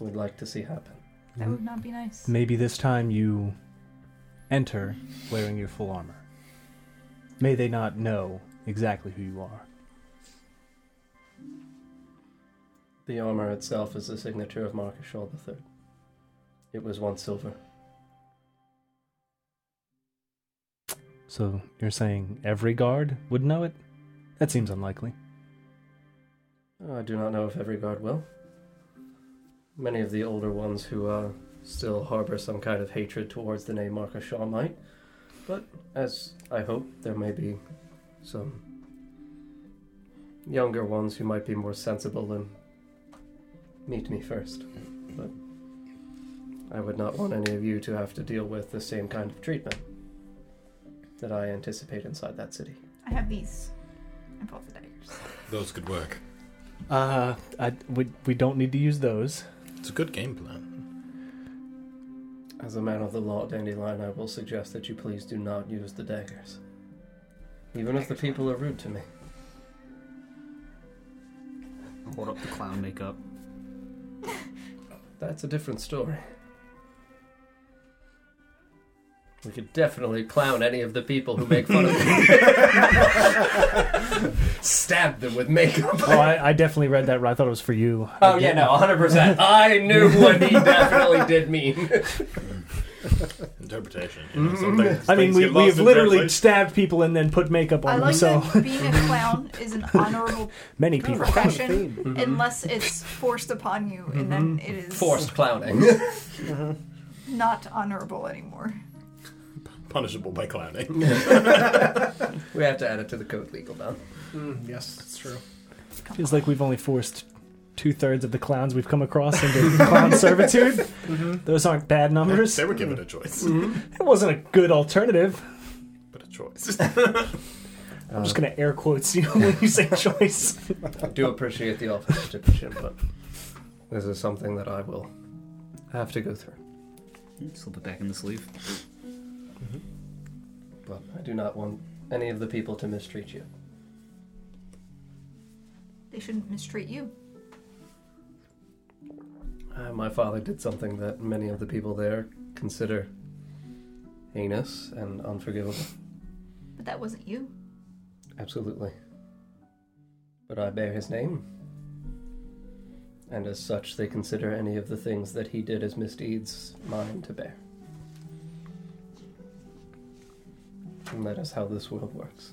Speaker 8: would like to see happen.
Speaker 4: That would not be nice.
Speaker 10: Maybe this time you enter wearing your full armor. May they not know exactly who you are.
Speaker 8: The armor itself is the signature of Marcus Shaw III. It was once silver.
Speaker 10: So you're saying every guard would know it? That seems unlikely.
Speaker 8: Oh, I do not know if every guard will. Many of the older ones who uh, still harbor some kind of hatred towards the name Marcus Shaw might, but as I hope, there may be some younger ones who might be more sensible and meet me first. But I would not want any of you to have to deal with the same kind of treatment that I anticipate inside that city.
Speaker 4: I have these. I pull out the daggers.
Speaker 9: Those could work.
Speaker 10: Uh, I, we, we don't need to use those.
Speaker 9: It's a good game plan.
Speaker 8: As a man of the law, Dandelion, I will suggest that you please do not use the daggers. Even if the people are rude to me.
Speaker 6: Hold up the clown makeup.
Speaker 8: That's a different story. We could definitely clown any of the people who make fun of me. Stab them with makeup.
Speaker 10: Oh, I, I definitely read that right. I thought it was for you.
Speaker 8: Oh, yeah, no, 100%. I knew what he definitely did mean.
Speaker 9: Interpretation.
Speaker 10: Mhm.
Speaker 8: Mm-hmm.
Speaker 2: I mean, we, we have literally stabbed people and then put makeup on
Speaker 4: I
Speaker 2: them,
Speaker 4: like
Speaker 2: so.
Speaker 4: that being a clown is an honorable
Speaker 2: Many people.
Speaker 4: profession
Speaker 2: Mhm.
Speaker 4: unless it's forced upon you and then
Speaker 1: Mm-hmm.
Speaker 4: it is
Speaker 8: Forced clowning.
Speaker 4: not honorable anymore.
Speaker 9: Punishable by clowning.
Speaker 8: we have to add it to the code legal now.
Speaker 1: yes, that's true.
Speaker 10: Feels like we've only forced two thirds of the clowns we've come across into clown servitude.
Speaker 2: Mm-hmm.
Speaker 1: Mhm.
Speaker 10: Those aren't bad numbers.
Speaker 9: They were given a choice.
Speaker 10: It wasn't a good alternative.
Speaker 9: But a choice.
Speaker 10: I'm
Speaker 8: Uh.
Speaker 10: just gonna air quotes you when you say choice.
Speaker 8: I do appreciate the officer's depiction, but this is something that I will have to go through.
Speaker 6: Slip it back in the sleeve.
Speaker 8: Mm-hmm. But I do not want any of the people to mistreat you.
Speaker 4: They shouldn't mistreat you.
Speaker 8: Uh, my father did something that many of the people there consider heinous and unforgivable.
Speaker 4: But that wasn't you.
Speaker 8: Absolutely. But I bear his name. And as such, they consider any of the things that he did as misdeeds mine to bear. And that is how this world works.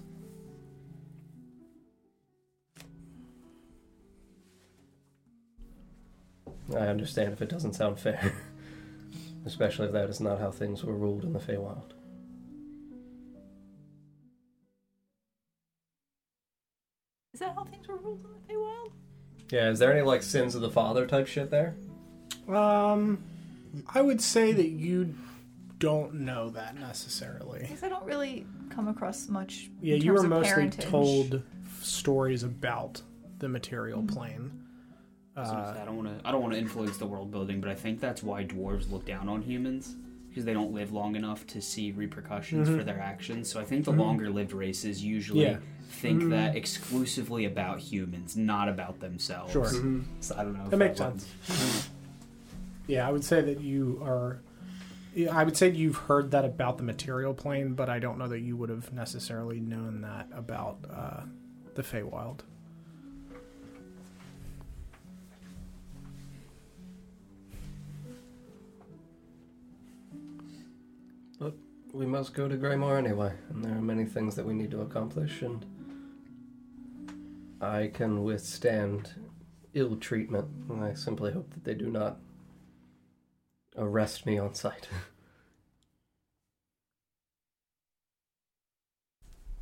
Speaker 8: I understand if it doesn't sound fair, especially if that is not how things were ruled in the Feywild.
Speaker 4: Is that how things were ruled in the Feywild?
Speaker 8: Yeah, is there any like sins of the father type shit there?
Speaker 1: Um, I would say that you don't know that necessarily.
Speaker 4: Because I don't really come across much. in
Speaker 1: Yeah, you
Speaker 4: terms
Speaker 1: were
Speaker 4: of
Speaker 1: mostly
Speaker 4: parentage.
Speaker 1: told stories about the material
Speaker 4: Mm-hmm.
Speaker 1: plane.
Speaker 6: So
Speaker 1: Uh,
Speaker 6: I don't want to. I don't want to influence the world building, but I think that's why dwarves look down on humans because they don't live long enough to see repercussions
Speaker 1: Mhm.
Speaker 6: for their actions. So I think the
Speaker 1: Mhm.
Speaker 6: longer lived races usually
Speaker 1: Yeah.
Speaker 6: think
Speaker 1: Mm.
Speaker 6: that exclusively about humans, not about themselves.
Speaker 1: Sure. Mhm.
Speaker 6: So I don't know.
Speaker 1: That makes sense. yeah, I would say that you are. Yeah, I would say you've heard that about the material plane, but I don't know that you would have necessarily known that about uh, the Feywild.
Speaker 8: But we must go to Greymore anyway, and there are many things that we need to accomplish, and I can withstand ill treatment, and I simply hope that they do not arrest me on sight.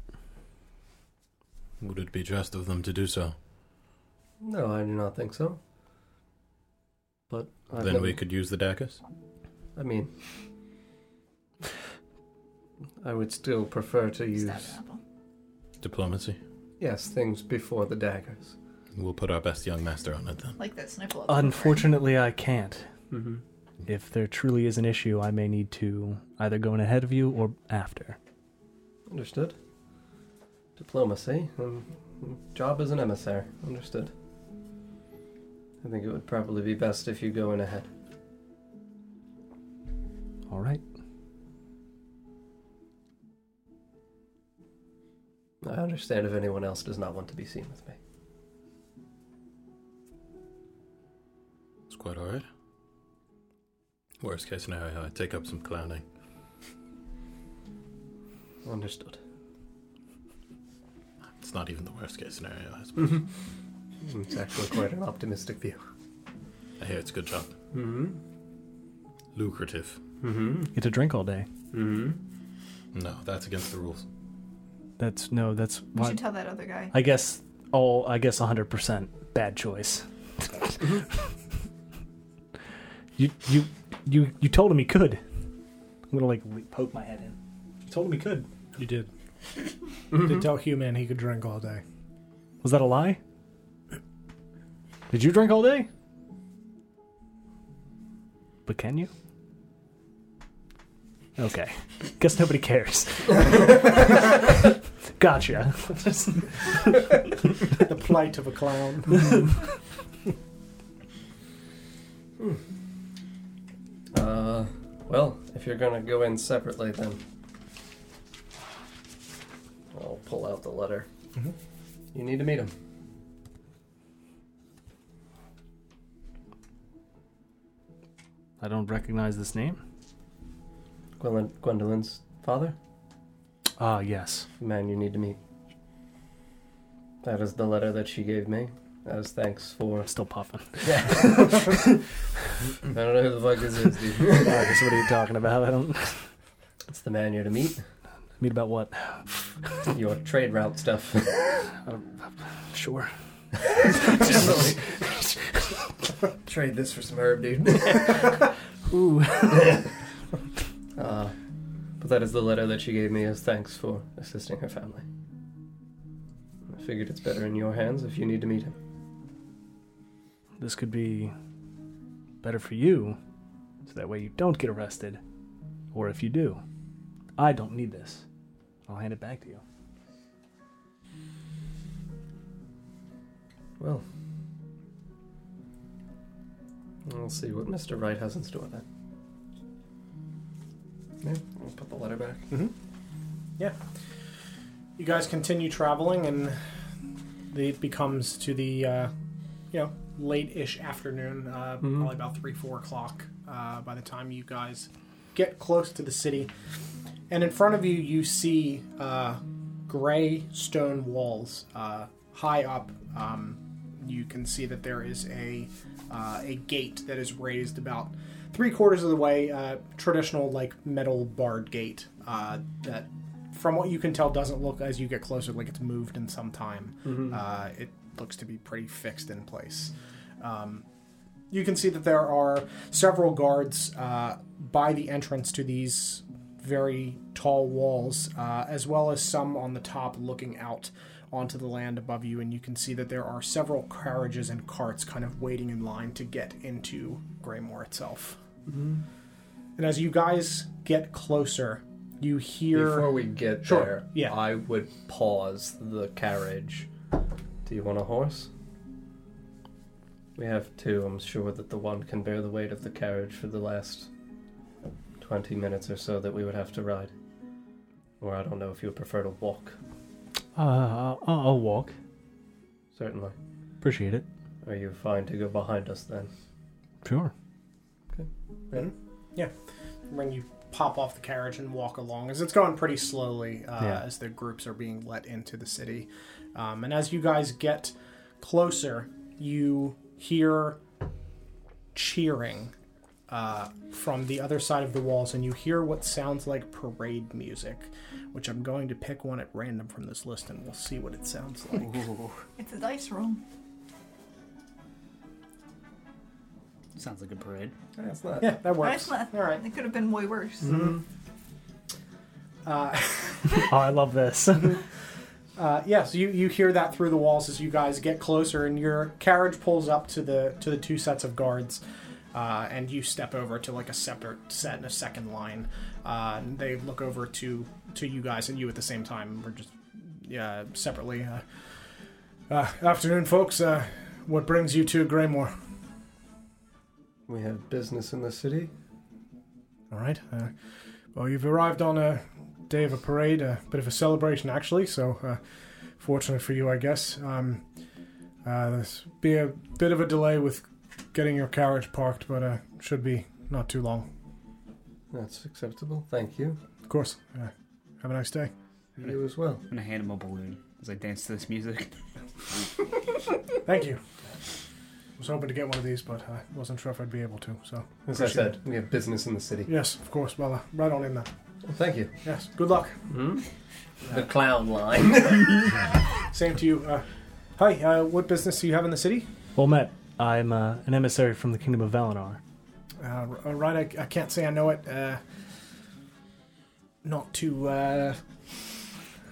Speaker 9: Would it be just of them to do so?
Speaker 8: no, I do not think so. But I've
Speaker 9: then
Speaker 8: never-
Speaker 9: we could use the daggers.
Speaker 8: I mean, I would still prefer to use
Speaker 9: Diplomacy.
Speaker 8: yes things before the daggers.
Speaker 9: We'll put our best young master on it then.
Speaker 4: Like that sniffle.
Speaker 2: Unfortunately, I can't.
Speaker 8: Mhm.
Speaker 2: If there truly is an issue, I may need to either go in ahead of you or after.
Speaker 8: Understood. Diplomacy and job as an emissary. Understood. I think it would probably be best if you go in ahead.
Speaker 2: All right.
Speaker 8: I understand if anyone else does not want to be seen with me.
Speaker 9: It's quite alright. Worst case scenario, I take up some clowning.
Speaker 8: Understood.
Speaker 9: It's not even the worst case scenario, I suppose.
Speaker 8: Mm-hmm. it's actually quite an optimistic view.
Speaker 9: I hear it's a good job.
Speaker 8: Mm-hmm.
Speaker 9: Lucrative.
Speaker 8: Mm-hmm.
Speaker 2: Get to drink all day.
Speaker 8: Mm-hmm.
Speaker 9: No, that's against the rules.
Speaker 2: That's no. That's
Speaker 4: You
Speaker 2: what
Speaker 4: should tell that other guy.
Speaker 2: I guess. All I guess 100% bad choice.
Speaker 4: Mm-hmm.
Speaker 2: you you you you told him he could. I'm gonna like le- poke my head in. You told him he could.
Speaker 1: You did. You did tell Hugh Man he could drink all day.
Speaker 2: Was that a lie? Did you drink all day? But can you? Okay. Guess nobody cares. gotcha.
Speaker 1: the plight of a clown.
Speaker 8: Uh, well, if you're gonna go in separately, then I'll pull out the letter.
Speaker 2: Mm-hmm.
Speaker 1: Mhm.
Speaker 8: You need to meet him.
Speaker 2: I don't recognize this name.
Speaker 8: Gwendolyn, Gwendolyn's father?
Speaker 2: Ah, yes.
Speaker 8: Man, you need to meet. That is the letter that she gave me as thanks for.
Speaker 2: Still puffing.
Speaker 8: Yeah. I don't know who the fuck this is, dude.
Speaker 2: Marcus, what are you talking about? I don't
Speaker 8: It's the man you're to meet.
Speaker 2: mean about what?
Speaker 8: Your trade route stuff.
Speaker 2: Sure.
Speaker 8: Trade this for some herb, dude.
Speaker 2: Ooh.
Speaker 8: uh, but that is the letter that she gave me as thanks for assisting her family. I figured it's better in your hands if you need to meet him.
Speaker 2: This could be better for you, so that way you don't get arrested. Or if you do, I don't need this.
Speaker 10: I'll hand it back to you.
Speaker 8: Well, we'll see what Mr. Wright has in store then. Yeah, we'll put the letter back.
Speaker 1: Yeah. You guys continue traveling, and it becomes to the, uh, you know, late-ish afternoon, uh,
Speaker 8: Mhm.
Speaker 1: probably about three, four o'clock. Uh, by the time you guys get close to the city, and in front of you, you see uh, gray stone walls uh, high up. Um, you can see that there is a uh, a gate that is raised about three quarters of the way, uh, traditional like metal barred gate uh, that, from what you can tell, doesn't look as you get closer like it's moved in some time.
Speaker 8: Mhm.
Speaker 1: Uh, it looks to be pretty fixed in place. Um, you can see that there are several guards uh, by the entrance to these very tall walls, uh, as well as some on the top looking out onto the land above you. And you can see that there are several carriages and carts kind of waiting in line to get into Greymore itself. Mm-hmm. And as you guys get closer, you hear.
Speaker 8: Before we get
Speaker 1: Sure,
Speaker 8: there, yeah. I would pause the carriage. Do you want a horse? We have two. I'm sure that the one can bear the weight of the carriage for the last 20 minutes or so that we would have to ride. Or I don't know if you would prefer to walk.
Speaker 10: Uh, I'll, I'll walk.
Speaker 8: Certainly.
Speaker 10: Appreciate it.
Speaker 8: Are you fine to go behind us then?
Speaker 10: Sure.
Speaker 1: Mhm. Yeah. When you pop off the carriage and walk along, as it's going pretty slowly uh,
Speaker 10: Yeah.
Speaker 1: as the groups are being let into the city. Um, and as you guys get closer, you hear cheering uh, from the other side of the walls, and you hear what sounds like parade music, which I'm going to pick one at random from this list and we'll see what it sounds like.
Speaker 4: It's a dice roll.
Speaker 6: Sounds like a parade.
Speaker 1: That's not- Yeah, that works.
Speaker 4: All
Speaker 1: right.
Speaker 4: It could have been way worse.
Speaker 2: Mm-hmm.
Speaker 1: Uh,
Speaker 10: oh, I love this.
Speaker 1: Uh, yeah, so you, you hear that through the walls as you guys get closer, and your carriage pulls up to the to the two sets of guards, uh, and you step over to like a separate set in a second line. Uh, and they look over to to you guys and you at the same time. We're just yeah separately. Uh, uh, afternoon, folks. Uh, what brings you to Greymore?
Speaker 8: We have business in the city.
Speaker 1: All right. Uh, well, you've arrived on a day of a parade, a bit of a celebration, actually. So, uh, fortunate for you, I guess. Um, uh, there's be a bit of a delay with getting your carriage parked, but uh, should be not too long.
Speaker 8: That's acceptable. Thank you.
Speaker 1: Of course. Uh, have a nice day.
Speaker 8: You as well.
Speaker 6: I'm gonna hand him a balloon as I dance to this music.
Speaker 1: Thank you. I was hoping to get one of these, but I wasn't sure if I'd be able to. So,
Speaker 8: As I
Speaker 1: appreciate
Speaker 8: said, we have business in the city.
Speaker 1: it. yes, of course. Well, uh, right on in there.
Speaker 8: Well, thank you.
Speaker 1: Yes. Good luck.
Speaker 8: hmm The clown line.
Speaker 1: Same to you. Uh, hi. Uh, what business do you have in the city?
Speaker 10: well met. I'm uh, an emissary from the Kingdom of Valinor.
Speaker 1: Uh, r- uh, right, I, I can't say I know it. Uh, not too uh,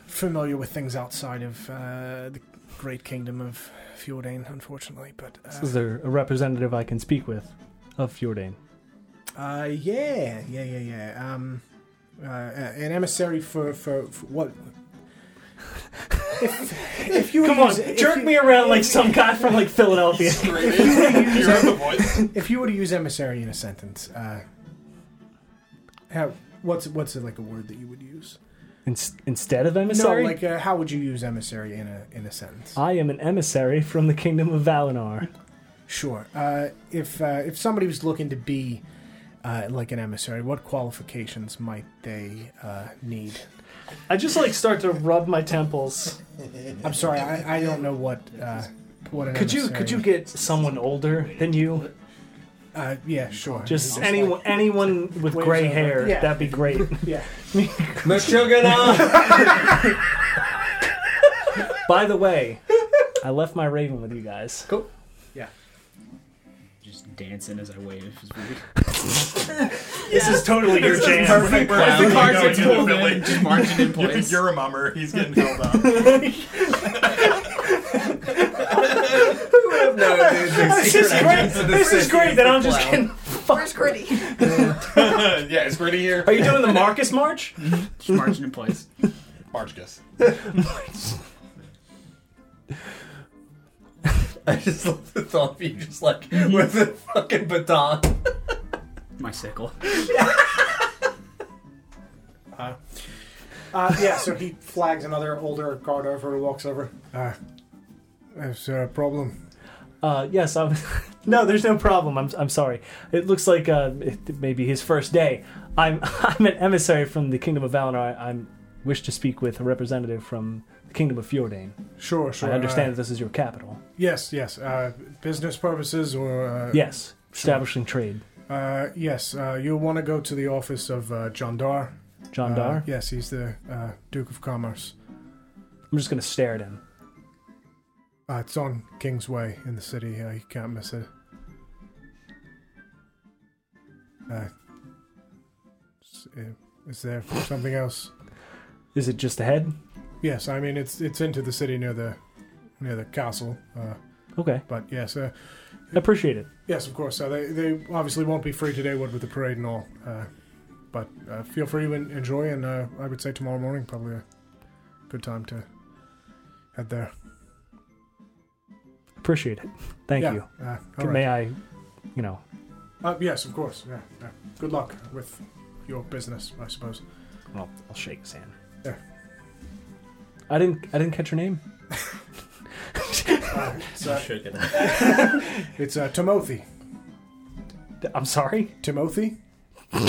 Speaker 1: familiar with things outside of uh, the great kingdom of Fjordain, unfortunately. But uh,
Speaker 10: Is there a representative I can speak with of Fjordain?
Speaker 1: Uh, yeah, yeah, yeah, yeah. Um, uh, an emissary for, for, for what? If, if you were
Speaker 2: Come on,
Speaker 1: to use- if
Speaker 2: jerk
Speaker 1: you-
Speaker 2: me around like some guy from like Philadelphia.
Speaker 1: if you were to use emissary in a sentence, uh, how, what's what's like a word that you would use?
Speaker 10: In- instead of emissary?
Speaker 1: No, like uh, how would you use emissary in a in a sentence?
Speaker 10: I am an emissary from the Kingdom of Valinor.
Speaker 1: Sure. Uh, if uh, if somebody was looking to be uh, like an emissary, what qualifications might they uh, need?
Speaker 2: I just like start to rub my temples.
Speaker 1: I'm sorry, I, I don't know what uh, what. An
Speaker 2: Could you
Speaker 1: emissary-
Speaker 2: could you get someone older than you?
Speaker 1: Uh, yeah, sure.
Speaker 2: Just anyone anyone with
Speaker 1: Waves
Speaker 2: gray
Speaker 1: over.
Speaker 2: hair.
Speaker 1: Yeah.
Speaker 2: That'd be great.
Speaker 1: yeah.
Speaker 10: By the way, I left my raven with you guys.
Speaker 8: Cool.
Speaker 1: Yeah.
Speaker 6: Just dancing as I wave. It's weird.
Speaker 2: This is totally your jam.
Speaker 7: Perfect.
Speaker 6: As the cards are pulled in, just marching in
Speaker 7: You're,
Speaker 6: place.
Speaker 7: you're a mummer. He's getting held up.
Speaker 8: Who would have known there's a
Speaker 2: This is
Speaker 8: secret
Speaker 2: great.
Speaker 8: entrance to the
Speaker 2: This is
Speaker 8: city
Speaker 2: great that I'm just
Speaker 8: clown.
Speaker 2: getting.
Speaker 4: Where's Gritty?
Speaker 7: yeah, it's pretty here.
Speaker 2: Are you doing the Marcus March?
Speaker 6: Just marching in place.
Speaker 7: Marchkus.
Speaker 11: I just love the thought of you just like with the fucking baton.
Speaker 6: My sickle.
Speaker 1: Uh, yeah, so he flags another older guard over and walks over.
Speaker 12: Uh, is there a problem?
Speaker 2: Uh, yes, I'm. no, there's no problem. I'm, I'm sorry. It looks like uh, it may be his first day. I'm I'm an emissary from the Kingdom of Valinor. I I'm, wish to speak with a representative from the Kingdom of Fjordane.
Speaker 12: Sure, sure.
Speaker 2: I understand
Speaker 12: uh,
Speaker 2: that this is your capital.
Speaker 12: Yes, yes. Uh, business purposes or. Uh,
Speaker 2: yes, establishing trade.
Speaker 12: Uh, yes, uh, you'll want to go to the office of uh, John Dar.
Speaker 2: John
Speaker 12: Uh,
Speaker 2: Dar?
Speaker 12: yes, he's the uh, Duke of Commerce.
Speaker 2: I'm just going to stare at him.
Speaker 12: Uh, it's on Kingsway in the city. Uh, you can't miss it. Uh, s- uh, is there something else?
Speaker 2: Is it just ahead?
Speaker 12: Yes, I mean it's it's into the city near the near the castle. Uh,
Speaker 2: okay.
Speaker 12: But yes, uh,
Speaker 2: I appreciate it.
Speaker 12: Yes, of course. Uh, they they obviously won't be free today, what with the parade and all. Uh, but uh, feel free to en- enjoy, and uh, I would say tomorrow morning probably a good time to head there.
Speaker 2: Appreciate it. Thank
Speaker 12: Yeah,
Speaker 2: you.
Speaker 12: uh, all
Speaker 2: Can- May I, you know,
Speaker 12: Uh, yes, of course. Yeah, yeah. Good luck with your business, I suppose.
Speaker 2: I'll, I'll shake his hand.
Speaker 12: There.
Speaker 2: I didn't I didn't catch your name.
Speaker 12: Uh, it's, uh,
Speaker 11: Shook it.
Speaker 12: it's uh, Timothy.
Speaker 2: I'm sorry?
Speaker 12: Timothy?
Speaker 11: PA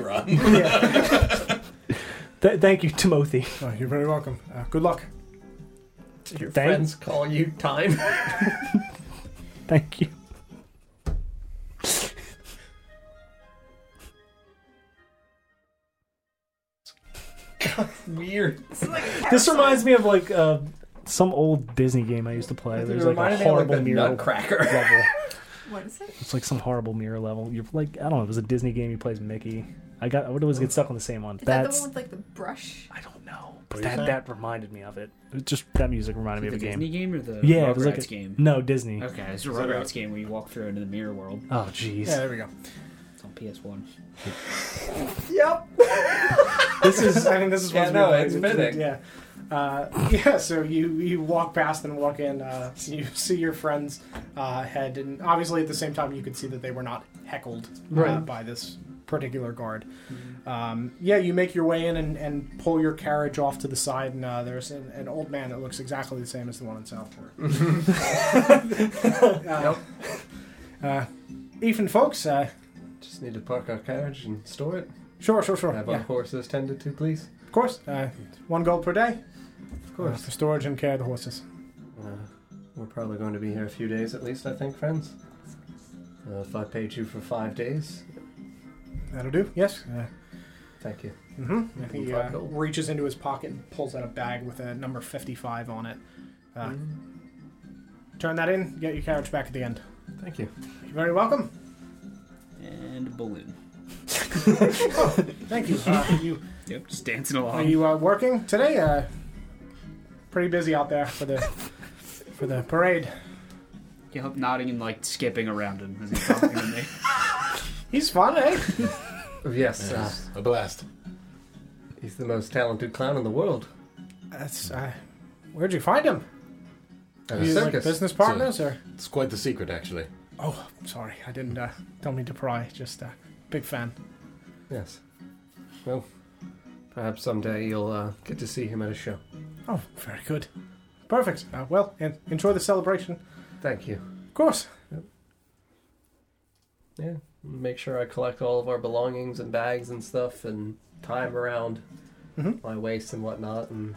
Speaker 11: run.
Speaker 2: Th- thank you, Timothy.
Speaker 12: Oh, you're very welcome. Uh, good luck.
Speaker 11: Did your
Speaker 2: Thank-
Speaker 11: friends call you time?
Speaker 2: Thank you.
Speaker 11: Weird.
Speaker 2: This reminds me of like uh, some old Disney game I used to play.
Speaker 11: It
Speaker 2: There's like
Speaker 11: reminded
Speaker 2: a
Speaker 11: me of, like,
Speaker 2: horrible
Speaker 11: the
Speaker 2: mirror
Speaker 11: Nutcracker.
Speaker 2: level.
Speaker 4: What is it?
Speaker 2: It's like some horrible mirror level. You're like I don't know. It was a Disney game. He plays Mickey. I got. I would always get stuck on the same one.
Speaker 4: Is that the
Speaker 2: That's
Speaker 4: one with like the brush?
Speaker 2: I don't know.
Speaker 4: What are
Speaker 2: but
Speaker 4: you
Speaker 2: that
Speaker 4: saying?
Speaker 2: that reminded me of it. It just that music reminded me
Speaker 6: The
Speaker 2: of a game.
Speaker 6: Disney game or the
Speaker 2: yeah, it was like
Speaker 6: Rugrats
Speaker 2: a,
Speaker 6: game?
Speaker 2: No Disney.
Speaker 6: Okay, it's a
Speaker 2: Is that
Speaker 6: Rugrats game where you walk through into the mirror world.
Speaker 2: Oh, jeez.
Speaker 6: Yeah, there
Speaker 12: we go.
Speaker 6: It's on PS One.
Speaker 1: Yep.
Speaker 2: this is.
Speaker 1: I mean, this is
Speaker 11: Yeah,
Speaker 1: what's
Speaker 11: no,
Speaker 1: been-
Speaker 11: it's
Speaker 1: it's- it's-
Speaker 11: fitting.
Speaker 1: Yeah. Uh, yeah. So you you walk past and walk in. Uh, so you see your friend's uh, head, and obviously at the same time you could see that they were not heckled uh,
Speaker 2: Right.
Speaker 1: by this particular guard. Um, yeah, you make your way in and, and pull your carriage off to the side, and uh, there's an, an old man that looks exactly the same as the one in Southport. uh, uh, Ethan, folks, uh,
Speaker 8: Just need to park our carriage and store it.
Speaker 1: Sure, sure, sure.
Speaker 8: Have
Speaker 1: Yeah.
Speaker 8: our horses tended to, please.
Speaker 1: of course, uh, one gold per day. Of
Speaker 8: course.
Speaker 1: for storage and care of the horses.
Speaker 8: Uh, we're probably going to be here a few days at least, I think, friends. Uh, if I paid you for five days,
Speaker 1: That'll do. Yes. Uh,
Speaker 8: thank you.
Speaker 1: Mm-hmm. I
Speaker 8: Five
Speaker 1: think he uh,
Speaker 8: gold.
Speaker 1: reaches into his pocket and pulls out a bag with a number 55 on it. Uh,
Speaker 8: Mm.
Speaker 1: Turn that in, get your carriage back at the end.
Speaker 8: Thank you.
Speaker 1: You're very welcome.
Speaker 6: And a balloon.
Speaker 1: Thank you. Uh, you
Speaker 6: Yep, just dancing
Speaker 1: are
Speaker 6: along.
Speaker 1: you uh, working today? Uh, pretty busy out there for the for the parade.
Speaker 6: Yep, nodding and like skipping around him as he's talking to me.
Speaker 1: He's fun, eh?
Speaker 8: Yes,
Speaker 9: Yes,
Speaker 8: a blast. He's the most talented clown in the world.
Speaker 1: That's uh, where'd you find him?
Speaker 9: At
Speaker 1: Are
Speaker 8: Uh,
Speaker 9: a
Speaker 1: you like
Speaker 9: circus.
Speaker 1: business
Speaker 9: It's a-
Speaker 1: partners or?
Speaker 9: It's quite the secret, actually.
Speaker 1: Oh, sorry, I didn't. Uh, don't mean to pry. Just uh, big fan.
Speaker 8: Yes. Well, perhaps someday you'll uh, get to see him at a show.
Speaker 1: Oh, very good. Perfect. Uh, well, en- enjoy the celebration.
Speaker 8: Thank you.
Speaker 1: Of course.
Speaker 8: Yeah. Make sure I collect all of our belongings and bags and stuff and tie 'em around my waist and whatnot. And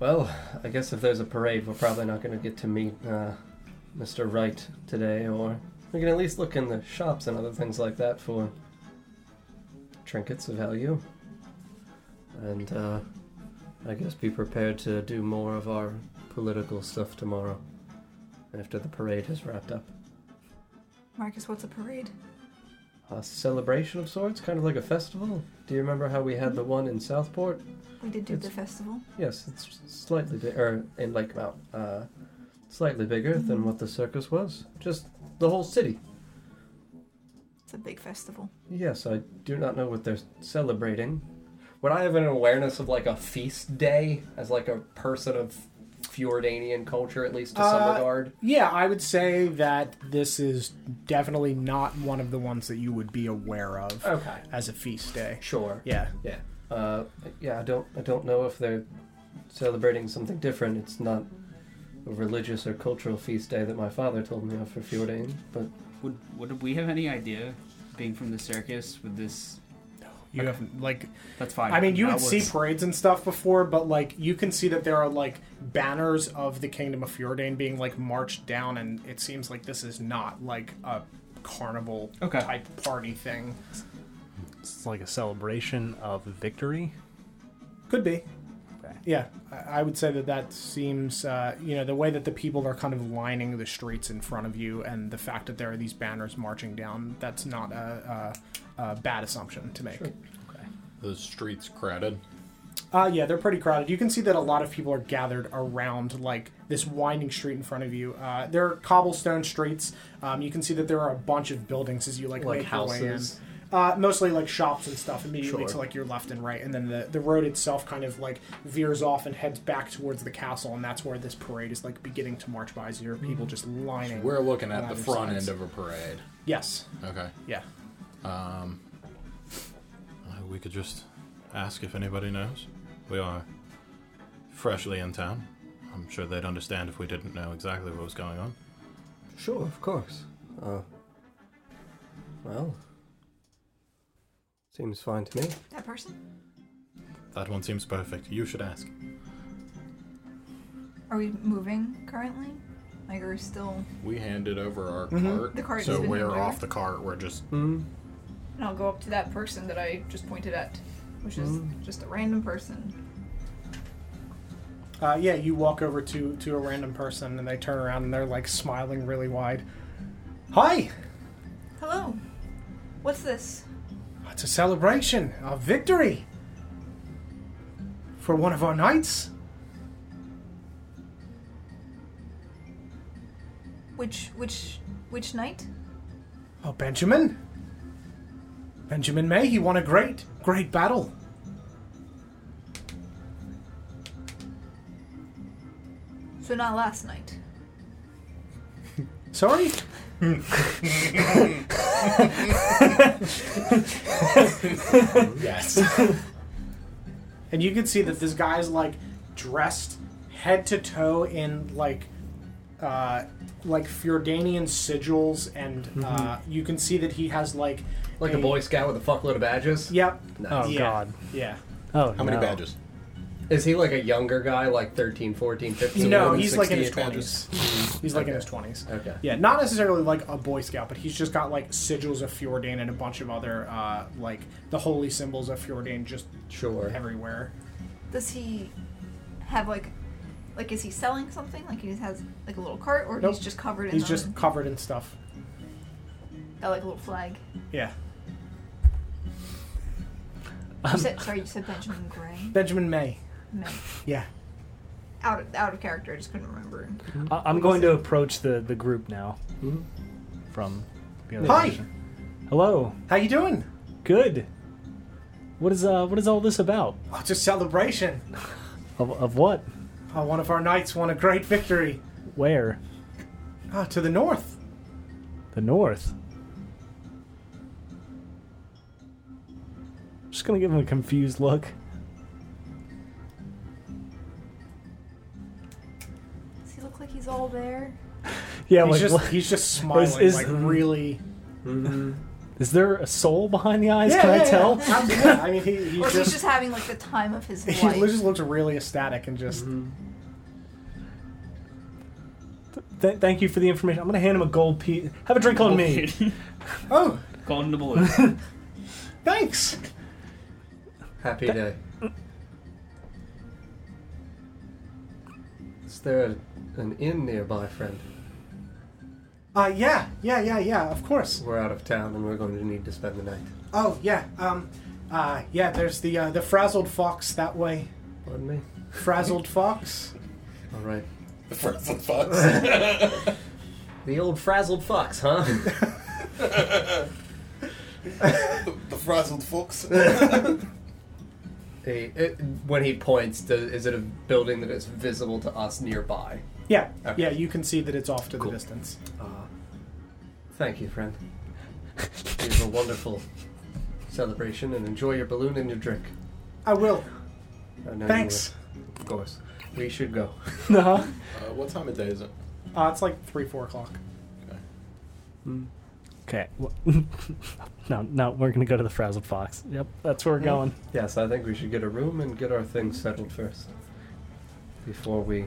Speaker 8: well, I guess if there's a parade, we're probably not going to get to meet uh, Mr. Wright today, or we can at least look in the shops and other things like that for trinkets of value. And uh, I guess be prepared to do more of our political stuff tomorrow after the parade has wrapped up.
Speaker 4: Marcus, what's a parade?
Speaker 8: a celebration of sorts, kind of like a festival. Do you remember how we had the one in Southport?
Speaker 4: We did do the
Speaker 8: It's-
Speaker 4: festival.
Speaker 8: Yes, it's slightly big, or in Lake Mount, uh,
Speaker 4: Mm-hmm.
Speaker 8: slightly bigger than what the circus was. Just the whole city.
Speaker 4: It's It's a big festival.
Speaker 8: Yes, I do not know what they're celebrating. Would I have an awareness of like a feast day as like a person of Fjordanian culture, at least to some
Speaker 1: Uh,
Speaker 8: regard?
Speaker 1: Yeah, I would say that this is definitely not one of the ones that you would be aware of.
Speaker 8: Okay.
Speaker 1: As a feast day.
Speaker 8: Sure.
Speaker 1: Yeah.
Speaker 8: Yeah. Uh, yeah. I don't. I don't know if they're celebrating something different. It's not a religious or cultural feast day that my father told me of for Fjordane, but
Speaker 6: Would would we have any idea, being from the circus, with this?
Speaker 1: You have like
Speaker 6: that's fine.
Speaker 1: I mean, you
Speaker 6: That
Speaker 1: would see
Speaker 6: was-
Speaker 1: parades and stuff before, but like you can see that there are like banners of the Kingdom of Fjordan being like marched down, and it seems like this is not like a carnival type party thing.
Speaker 10: It's like a celebration of victory.
Speaker 1: Could be. Yeah, I I would say that that seems, uh, you know, the way that the people are kind of lining the streets in front of you, and the fact that there are these banners marching down, that's not a, a, a bad assumption to make.
Speaker 9: The streets crowded.
Speaker 1: Uh, yeah, they're pretty crowded. You can see that a lot of people are gathered around like this winding street in front of you. Uh, there are cobblestone streets. Um, you can see that there are a bunch of buildings as you like,
Speaker 8: Like
Speaker 1: make your way in.
Speaker 8: houses?
Speaker 1: Uh, mostly like shops and stuff immediately
Speaker 8: Sure.
Speaker 1: to like your left and right, and then the, the road itself kind of like veers off and heads back towards the castle, and that's where this parade is like beginning to march by. So your people just lining.
Speaker 9: Hmm. We're looking
Speaker 1: on
Speaker 9: at the
Speaker 1: either
Speaker 9: front
Speaker 1: sides.
Speaker 9: end of a parade.
Speaker 1: Yes.
Speaker 9: Okay.
Speaker 1: Yeah.
Speaker 9: Um, uh, we could just ask if anybody knows. We are freshly in town. I'm sure they'd understand if we didn't know exactly what was going on.
Speaker 8: Sure, of course. Uh, well, seems fine to me.
Speaker 4: That person?
Speaker 9: That one seems perfect. You should ask.
Speaker 4: Are we moving currently? Like, are we still?
Speaker 9: We handed over our
Speaker 4: Mhm.
Speaker 9: cart,
Speaker 4: The cart's
Speaker 9: so
Speaker 4: been
Speaker 9: we're
Speaker 4: handed
Speaker 9: off
Speaker 4: over?
Speaker 9: the cart. We're just
Speaker 4: And I'll go up to that person that I just pointed at, which is just a random person.
Speaker 1: Uh, yeah, you walk over to to a random person, and they turn around and they're like smiling really wide. Hi.
Speaker 4: Hello. What's this?
Speaker 1: It's a celebration of victory for one of our knights.
Speaker 4: Which which which night?
Speaker 1: Oh, Benjamin. Benjamin May, he won a great, great battle.
Speaker 4: So not last night.
Speaker 1: Sorry? yes. and you can see that this guy's like dressed head to toe in like uh like Fjordanian sigils and uh you can see that he has like
Speaker 8: Mm-hmm. Like a Boy Scout with a fuckload of badges.
Speaker 1: Yep.
Speaker 8: Nice.
Speaker 1: Oh, Yeah. God. Yeah.
Speaker 2: Oh,
Speaker 8: How many no. badges? Is he like a younger guy, like 13, 14, 15?
Speaker 1: No,
Speaker 8: more than
Speaker 1: he's like in
Speaker 8: 60
Speaker 1: his
Speaker 8: badges?
Speaker 1: 20s. He's like in
Speaker 8: Okay.
Speaker 1: his 20s.
Speaker 8: Okay.
Speaker 1: Yeah, not necessarily like a Boy Scout, but he's just got like sigils of Fjordan and a bunch of other uh, like the holy symbols of Fjordan just
Speaker 8: sure
Speaker 1: everywhere.
Speaker 4: Does he have like like is he selling something? Like he has like a little cart, or
Speaker 1: Nope.
Speaker 4: he's just covered in
Speaker 1: He's
Speaker 4: them
Speaker 1: just
Speaker 4: and
Speaker 1: covered in stuff.
Speaker 4: got like a little flag.
Speaker 1: Yeah.
Speaker 4: You said, sorry, you said Benjamin Gray.
Speaker 1: Benjamin May.
Speaker 4: No,
Speaker 1: Yeah.
Speaker 4: out of, out of character. I just couldn't remember.
Speaker 2: I- I'm going to approach the, the group now. From the other
Speaker 1: Mm-hmm. Hi.
Speaker 2: direction. Hello.
Speaker 1: How you doing?
Speaker 2: Good. What is uh what is all this about?
Speaker 1: Oh, just celebration.
Speaker 2: Of, of what?
Speaker 1: Oh, one of our knights won a great victory.
Speaker 2: Where?
Speaker 1: Ah, to the north.
Speaker 2: The north. Just gonna give him a confused look.
Speaker 4: Does he look like he's all there?
Speaker 2: Yeah,
Speaker 1: he's
Speaker 2: like,
Speaker 1: just
Speaker 2: what-
Speaker 1: he's just smiling
Speaker 2: Is- is-
Speaker 1: like really.
Speaker 2: Is there a soul behind the eyes?
Speaker 1: Yeah,
Speaker 2: Can
Speaker 1: yeah,
Speaker 2: I
Speaker 1: yeah.
Speaker 2: tell?
Speaker 1: Absolutely. I mean, he, he
Speaker 4: or
Speaker 1: just,
Speaker 4: he's just having like the time of his
Speaker 1: he
Speaker 4: life.
Speaker 1: just looks really ecstatic and just.
Speaker 8: Mm-hmm.
Speaker 2: Th- thank you for the information. I'm gonna hand him a gold piece. Have a drink on me.
Speaker 1: oh,
Speaker 6: golden the balloon.
Speaker 1: Thanks.
Speaker 8: Happy day. Is there a- an inn nearby, friend?
Speaker 1: Uh, yeah, yeah, yeah, yeah. Of course.
Speaker 8: We're out of town and we're going to need to spend the night.
Speaker 1: Oh yeah, um, uh, yeah. There's the uh, the frazzled fox that way.
Speaker 8: Pardon me.
Speaker 1: Frazzled fox.
Speaker 8: All right.
Speaker 7: The frazzled fox.
Speaker 8: the old frazzled fox, huh?
Speaker 11: the, the frazzled fox.
Speaker 8: Hey, it- when he points, do- is it a building that is visible to us nearby?
Speaker 1: Yeah,
Speaker 8: Okay.
Speaker 1: yeah, you can see that it's off to the distance.
Speaker 8: Uh, Thank you, friend. It was a wonderful celebration, and enjoy your balloon and your drink.
Speaker 1: I will.
Speaker 8: I know you
Speaker 1: Thanks.
Speaker 8: will. Of course. We should go.
Speaker 1: Uh-huh.
Speaker 9: Uh, what time of day is it?
Speaker 1: Uh, it's like three, four o'clock.
Speaker 2: Okay. well- no, no, we're gonna go to the frazzled fox. Yep, that's where we're going.
Speaker 8: Yes, I think we should get a room and get our things settled first. Before we.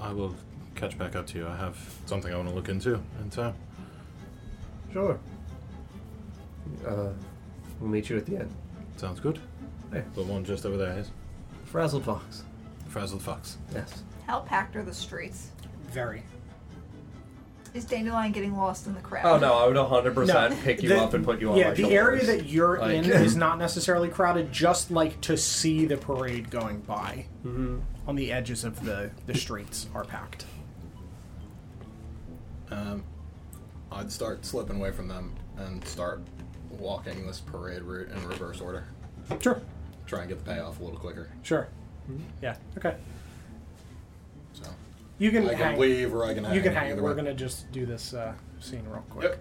Speaker 9: I will catch back up to you. I have something I want to look into in town.
Speaker 8: Sure. Uh, we'll meet you at the end.
Speaker 9: Sounds good. The one just over there is
Speaker 8: Frazzled Fox.
Speaker 9: Frazzled Fox.
Speaker 8: Yes.
Speaker 4: How packed are the streets?
Speaker 1: Very.
Speaker 4: Is Dandelion getting lost in the crowd?
Speaker 8: Oh no, I would 100% pick you
Speaker 1: the-
Speaker 8: up and put you on
Speaker 1: Yeah,
Speaker 8: my
Speaker 1: the
Speaker 8: shoulders.
Speaker 1: area that you're
Speaker 8: Like-
Speaker 1: in is not necessarily crowded. Just like to see the parade going by
Speaker 8: Mm-hmm.
Speaker 1: on the edges of the the streets are packed.
Speaker 9: Um, I'd start slipping away from them and start walking this parade route in reverse order.
Speaker 1: Sure.
Speaker 9: Try and get the payoff a little quicker.
Speaker 1: Sure. Yeah. Okay.
Speaker 9: Hmm? So
Speaker 1: You can.
Speaker 9: I can
Speaker 1: hang.
Speaker 9: leave or I can
Speaker 1: You
Speaker 9: hang,
Speaker 1: can hang.
Speaker 9: either
Speaker 1: We're
Speaker 9: way.
Speaker 1: gonna just do this uh, scene real quick.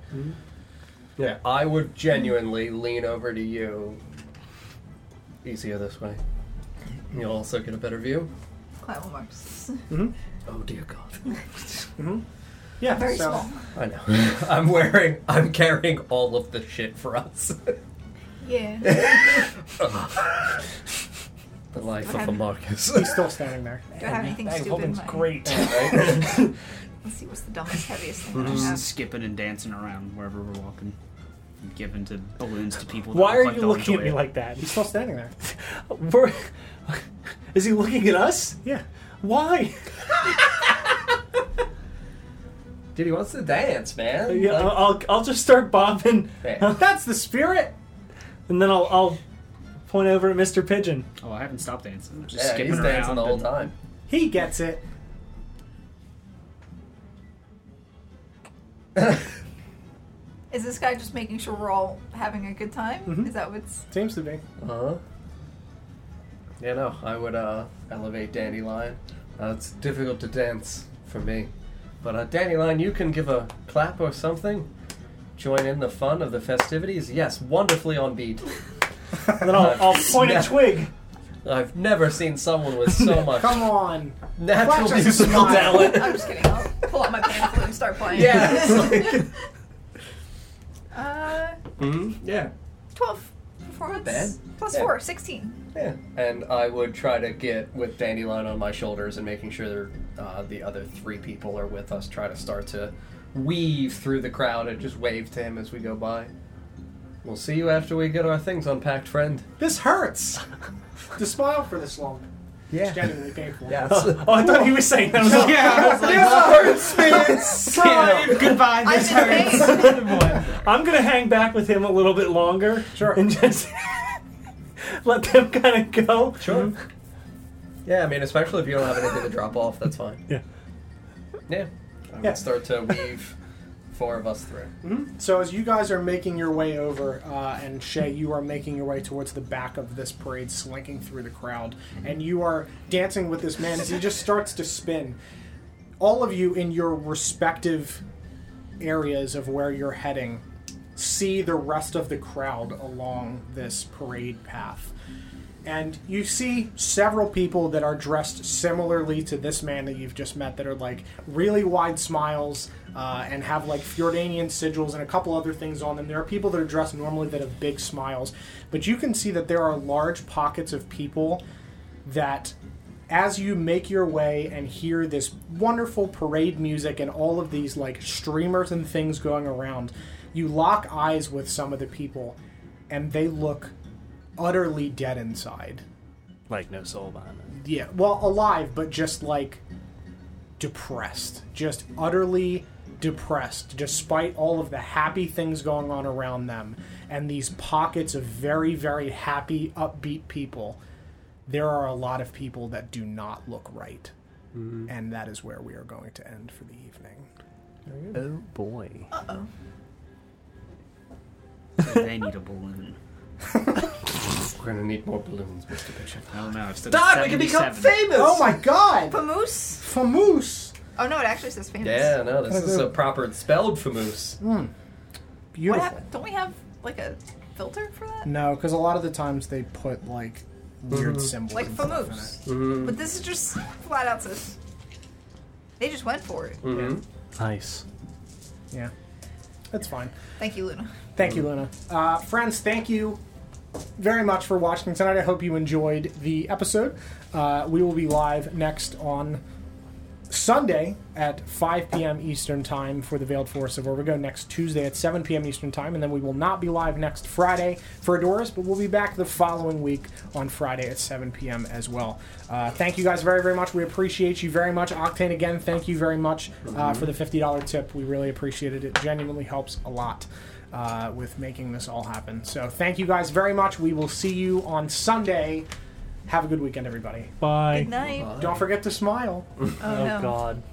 Speaker 8: Yeah, I would genuinely lean over to you. Easier this way. You'll also get a better view.
Speaker 4: Clown marks.
Speaker 1: Mm-hmm.
Speaker 8: Oh dear God.
Speaker 2: Mm-hmm.
Speaker 1: hmm Yeah.
Speaker 4: Very
Speaker 1: so,
Speaker 4: small.
Speaker 8: I know. I'm wearing. I'm carrying all of the shit for us.
Speaker 4: Yeah.
Speaker 8: the life
Speaker 4: Okay.
Speaker 8: of a Marcus.
Speaker 1: He's still standing there.
Speaker 4: Do I have anything
Speaker 2: That
Speaker 4: stupid?
Speaker 2: whole
Speaker 4: in
Speaker 2: thing's
Speaker 4: mind?
Speaker 2: great.
Speaker 4: Let's see what's the dumbest, heaviest thing
Speaker 6: We're
Speaker 4: I
Speaker 1: Mhm.
Speaker 6: just
Speaker 4: have.
Speaker 6: skipping and dancing around wherever we're walking. Giving to balloons to people. that
Speaker 2: Why
Speaker 6: look
Speaker 2: are
Speaker 6: like
Speaker 2: you
Speaker 6: they'll
Speaker 2: looking at
Speaker 6: enjoy
Speaker 2: me
Speaker 6: it.
Speaker 2: like that?
Speaker 1: He's still standing there.
Speaker 2: We're, is he looking at us?
Speaker 1: Yeah.
Speaker 2: Why?
Speaker 8: Dude, he wants to dance, man.
Speaker 2: Yeah,
Speaker 8: Like-
Speaker 2: I'll, I'll I'll just start bopping.
Speaker 8: Yeah.
Speaker 1: That's the spirit.
Speaker 2: And then I'll I'll point over at Mr. Pigeon.
Speaker 6: Oh, I haven't stopped dancing. I'm just
Speaker 8: yeah,
Speaker 6: skipping
Speaker 8: he's dancing
Speaker 6: around.
Speaker 8: the whole
Speaker 6: and-
Speaker 8: time.
Speaker 1: He gets it.
Speaker 4: Is this guy just making sure we're all having a good time?
Speaker 8: Mhm.
Speaker 4: Is that what's?
Speaker 1: Seems to be.
Speaker 8: Uh huh. Yeah, no, I would uh, elevate Dandelion. Uh, it's difficult to dance for me. But uh, Dandelion, you can give a clap or something. Join in the fun of the festivities. Yes, wonderfully on beat.
Speaker 2: And then I'll, I'll point a
Speaker 8: at
Speaker 2: twig.
Speaker 8: I've never seen someone with so much
Speaker 1: Come on.
Speaker 8: natural
Speaker 1: Flash us a
Speaker 8: musical
Speaker 1: smile.
Speaker 8: talent.
Speaker 4: I'm just kidding. I'll pull out my pan flute and start playing.
Speaker 8: Yeah, it's like-
Speaker 4: uh,
Speaker 8: hmm Yeah.
Speaker 4: twelve performance
Speaker 8: bad.
Speaker 4: plus
Speaker 8: Yeah.
Speaker 4: four, sixteen.
Speaker 8: Yeah. And I would try to get with Dandelion on my shoulders and making sure uh, the other three people are with us, try to start to weave through the crowd and just wave to him as we go by. We'll see you after we get our things unpacked, friend.
Speaker 1: This hurts. to smile for this long. Yeah. It's genuinely painful.
Speaker 8: Yeah.
Speaker 2: Oh, I thought he was saying that. I was like,
Speaker 1: Yeah.
Speaker 2: I was like,
Speaker 1: Yeah.
Speaker 2: hurts me.
Speaker 1: Yeah.
Speaker 2: Goodbye.
Speaker 4: I'm
Speaker 2: This
Speaker 4: in pain.
Speaker 2: hurts. I'm gonna hang back with him a little bit longer. Sure. And just let them kind of go.
Speaker 8: Sure. Yeah, I mean, especially if you don't have anything to drop off, that's fine.
Speaker 2: Yeah.
Speaker 8: Yeah. I would
Speaker 1: Yeah.
Speaker 8: start to weave four of us through.
Speaker 1: Mhm. So as you guys are making your way over, uh, and Shay, you are making your way towards the back of this parade, slinking through the crowd, and you are dancing with this man as he just starts to spin. All of you in your respective areas of where you're heading see the rest of the crowd along this parade path. And you see several people that are dressed similarly to this man that you've just met that are like really wide smiles uh, and have like Fjordanian sigils and a couple other things on them. There are people that are dressed normally that have big smiles, but you can see that there are large pockets of people that as you make your way and hear this wonderful parade music and all of these like streamers and things going around, you lock eyes with some of the people and they look utterly dead inside.
Speaker 2: Like no soul behind it.
Speaker 1: Yeah, well, alive, but just like depressed. Just utterly depressed, despite all of the happy things going on around them and these pockets of very, very happy, upbeat people. There are a lot of people that do not look right. And that is where we are going to end for the evening.
Speaker 2: Oh boy.
Speaker 4: Uh oh.
Speaker 6: they need a balloon.
Speaker 8: We're gonna need more balloons, Mr. Bishop.
Speaker 6: I don't know. It's the
Speaker 8: Dog, we can become famous!
Speaker 1: Oh my god!
Speaker 4: Famoose?
Speaker 1: Famoose!
Speaker 4: Oh no, it actually says famous.
Speaker 8: Yeah, no, this is a proper spelled famoose.
Speaker 1: Mm.
Speaker 4: What
Speaker 1: Beautiful.
Speaker 4: hap- don't we have like a filter for that?
Speaker 1: No, because a lot of the times they put like weird
Speaker 4: Mhm.
Speaker 1: symbols.
Speaker 4: Like
Speaker 1: and stuff in
Speaker 4: famoose.
Speaker 1: it.
Speaker 4: But this is just flat out says they just went for it.
Speaker 2: Mm-hmm. Nice.
Speaker 1: Yeah. That's fine.
Speaker 4: Thank you, Luna.
Speaker 1: Thank you, Luna. Uh, friends, thank you very much for watching tonight. I hope you enjoyed the episode. Uh, we will be live next on Sunday at 5 p.m. Eastern Time for the Veiled Forest of Orvigo. Next Tuesday at 7 p.m. Eastern Time, and then we will not be live next Friday for Adoris, but we'll be back the following week on Friday at 7 p.m. as well. Uh, thank you guys very, very much. We appreciate you very much. Octane, again, thank you very much uh, for the $50 tip. We really appreciated it. Genuinely helps a lot uh, with making this all happen. So thank you guys very much. We will see you on Sunday. Have a good weekend, everybody.
Speaker 2: Bye.
Speaker 4: Good night.
Speaker 1: Don't forget to smile.
Speaker 4: Oh, no.
Speaker 2: God.